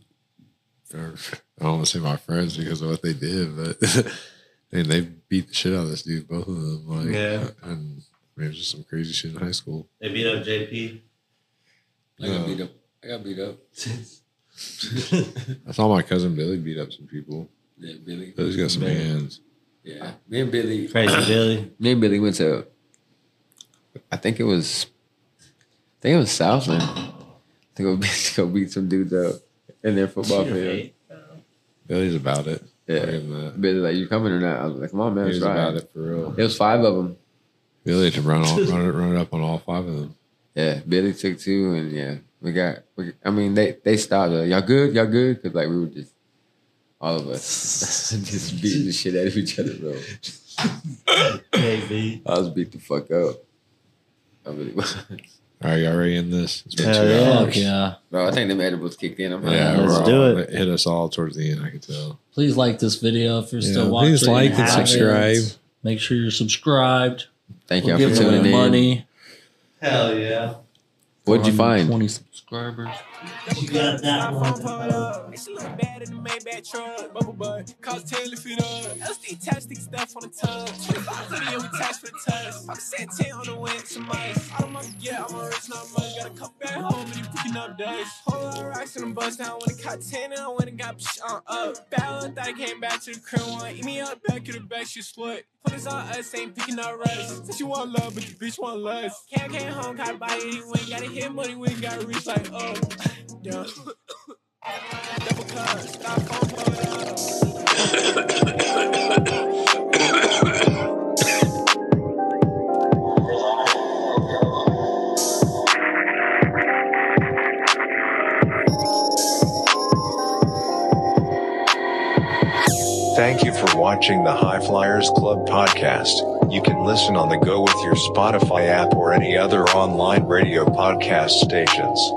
[SPEAKER 10] or- I don't want to say my friends because of what they did, but and they beat the shit out of this dude, both of them. Like,
[SPEAKER 4] Yeah.
[SPEAKER 10] And I mean, it was just some crazy shit in high school.
[SPEAKER 4] They beat up JP.
[SPEAKER 8] I got
[SPEAKER 10] Yeah.
[SPEAKER 8] beat up. I got beat up.
[SPEAKER 10] I saw my cousin Billy beat up some people.
[SPEAKER 8] yeah, Billy.
[SPEAKER 10] Billy's got some hands.
[SPEAKER 8] Yeah, me and Billy.
[SPEAKER 4] Crazy Billy.
[SPEAKER 3] me and Billy went to. I think it was. I think it was Southland. To go, to go beat some dudes up in their football field.
[SPEAKER 10] Billy's about it.
[SPEAKER 3] Yeah.
[SPEAKER 10] Look at that.
[SPEAKER 3] Billy like, "You coming or not?" I was like, "Come on, man,
[SPEAKER 10] He
[SPEAKER 3] let's
[SPEAKER 10] was
[SPEAKER 3] try
[SPEAKER 10] about
[SPEAKER 3] it."
[SPEAKER 10] it for real.
[SPEAKER 3] It was five of them.
[SPEAKER 10] Billy had to run off, run it, run it up on all five of them.
[SPEAKER 3] Yeah, Billy took two, and yeah, we got. We, I mean, they they stopped. Like, y'all good? Y'all good? Because like we were just all of us just beating the shit out of each other, bro. I was beat the fuck up. I really was.
[SPEAKER 5] Are you already in this? It's been
[SPEAKER 3] Hell
[SPEAKER 5] two
[SPEAKER 3] yeah.
[SPEAKER 5] hours.
[SPEAKER 2] Yeah.
[SPEAKER 3] Bro, I think them edibles kicked in. I'm like,
[SPEAKER 5] Yeah,
[SPEAKER 3] bro.
[SPEAKER 5] we're all- Hit us all towards the end. I can tell.
[SPEAKER 2] Please like this video if you're
[SPEAKER 5] Yeah,
[SPEAKER 2] still watching.
[SPEAKER 5] please like and
[SPEAKER 2] Have it.
[SPEAKER 5] subscribe.
[SPEAKER 2] Make sure you're subscribed.
[SPEAKER 3] Thank
[SPEAKER 2] We're
[SPEAKER 3] y'all for
[SPEAKER 2] giving away
[SPEAKER 3] tuning in.
[SPEAKER 2] Money.
[SPEAKER 4] Hell yeah.
[SPEAKER 3] What'd you find?
[SPEAKER 2] 20 subscribers.
[SPEAKER 4] You got that one.
[SPEAKER 15] Thank you for watching the High Flyers Club podcast. You can listen on the go with your Spotify app or any other online radio podcast stations.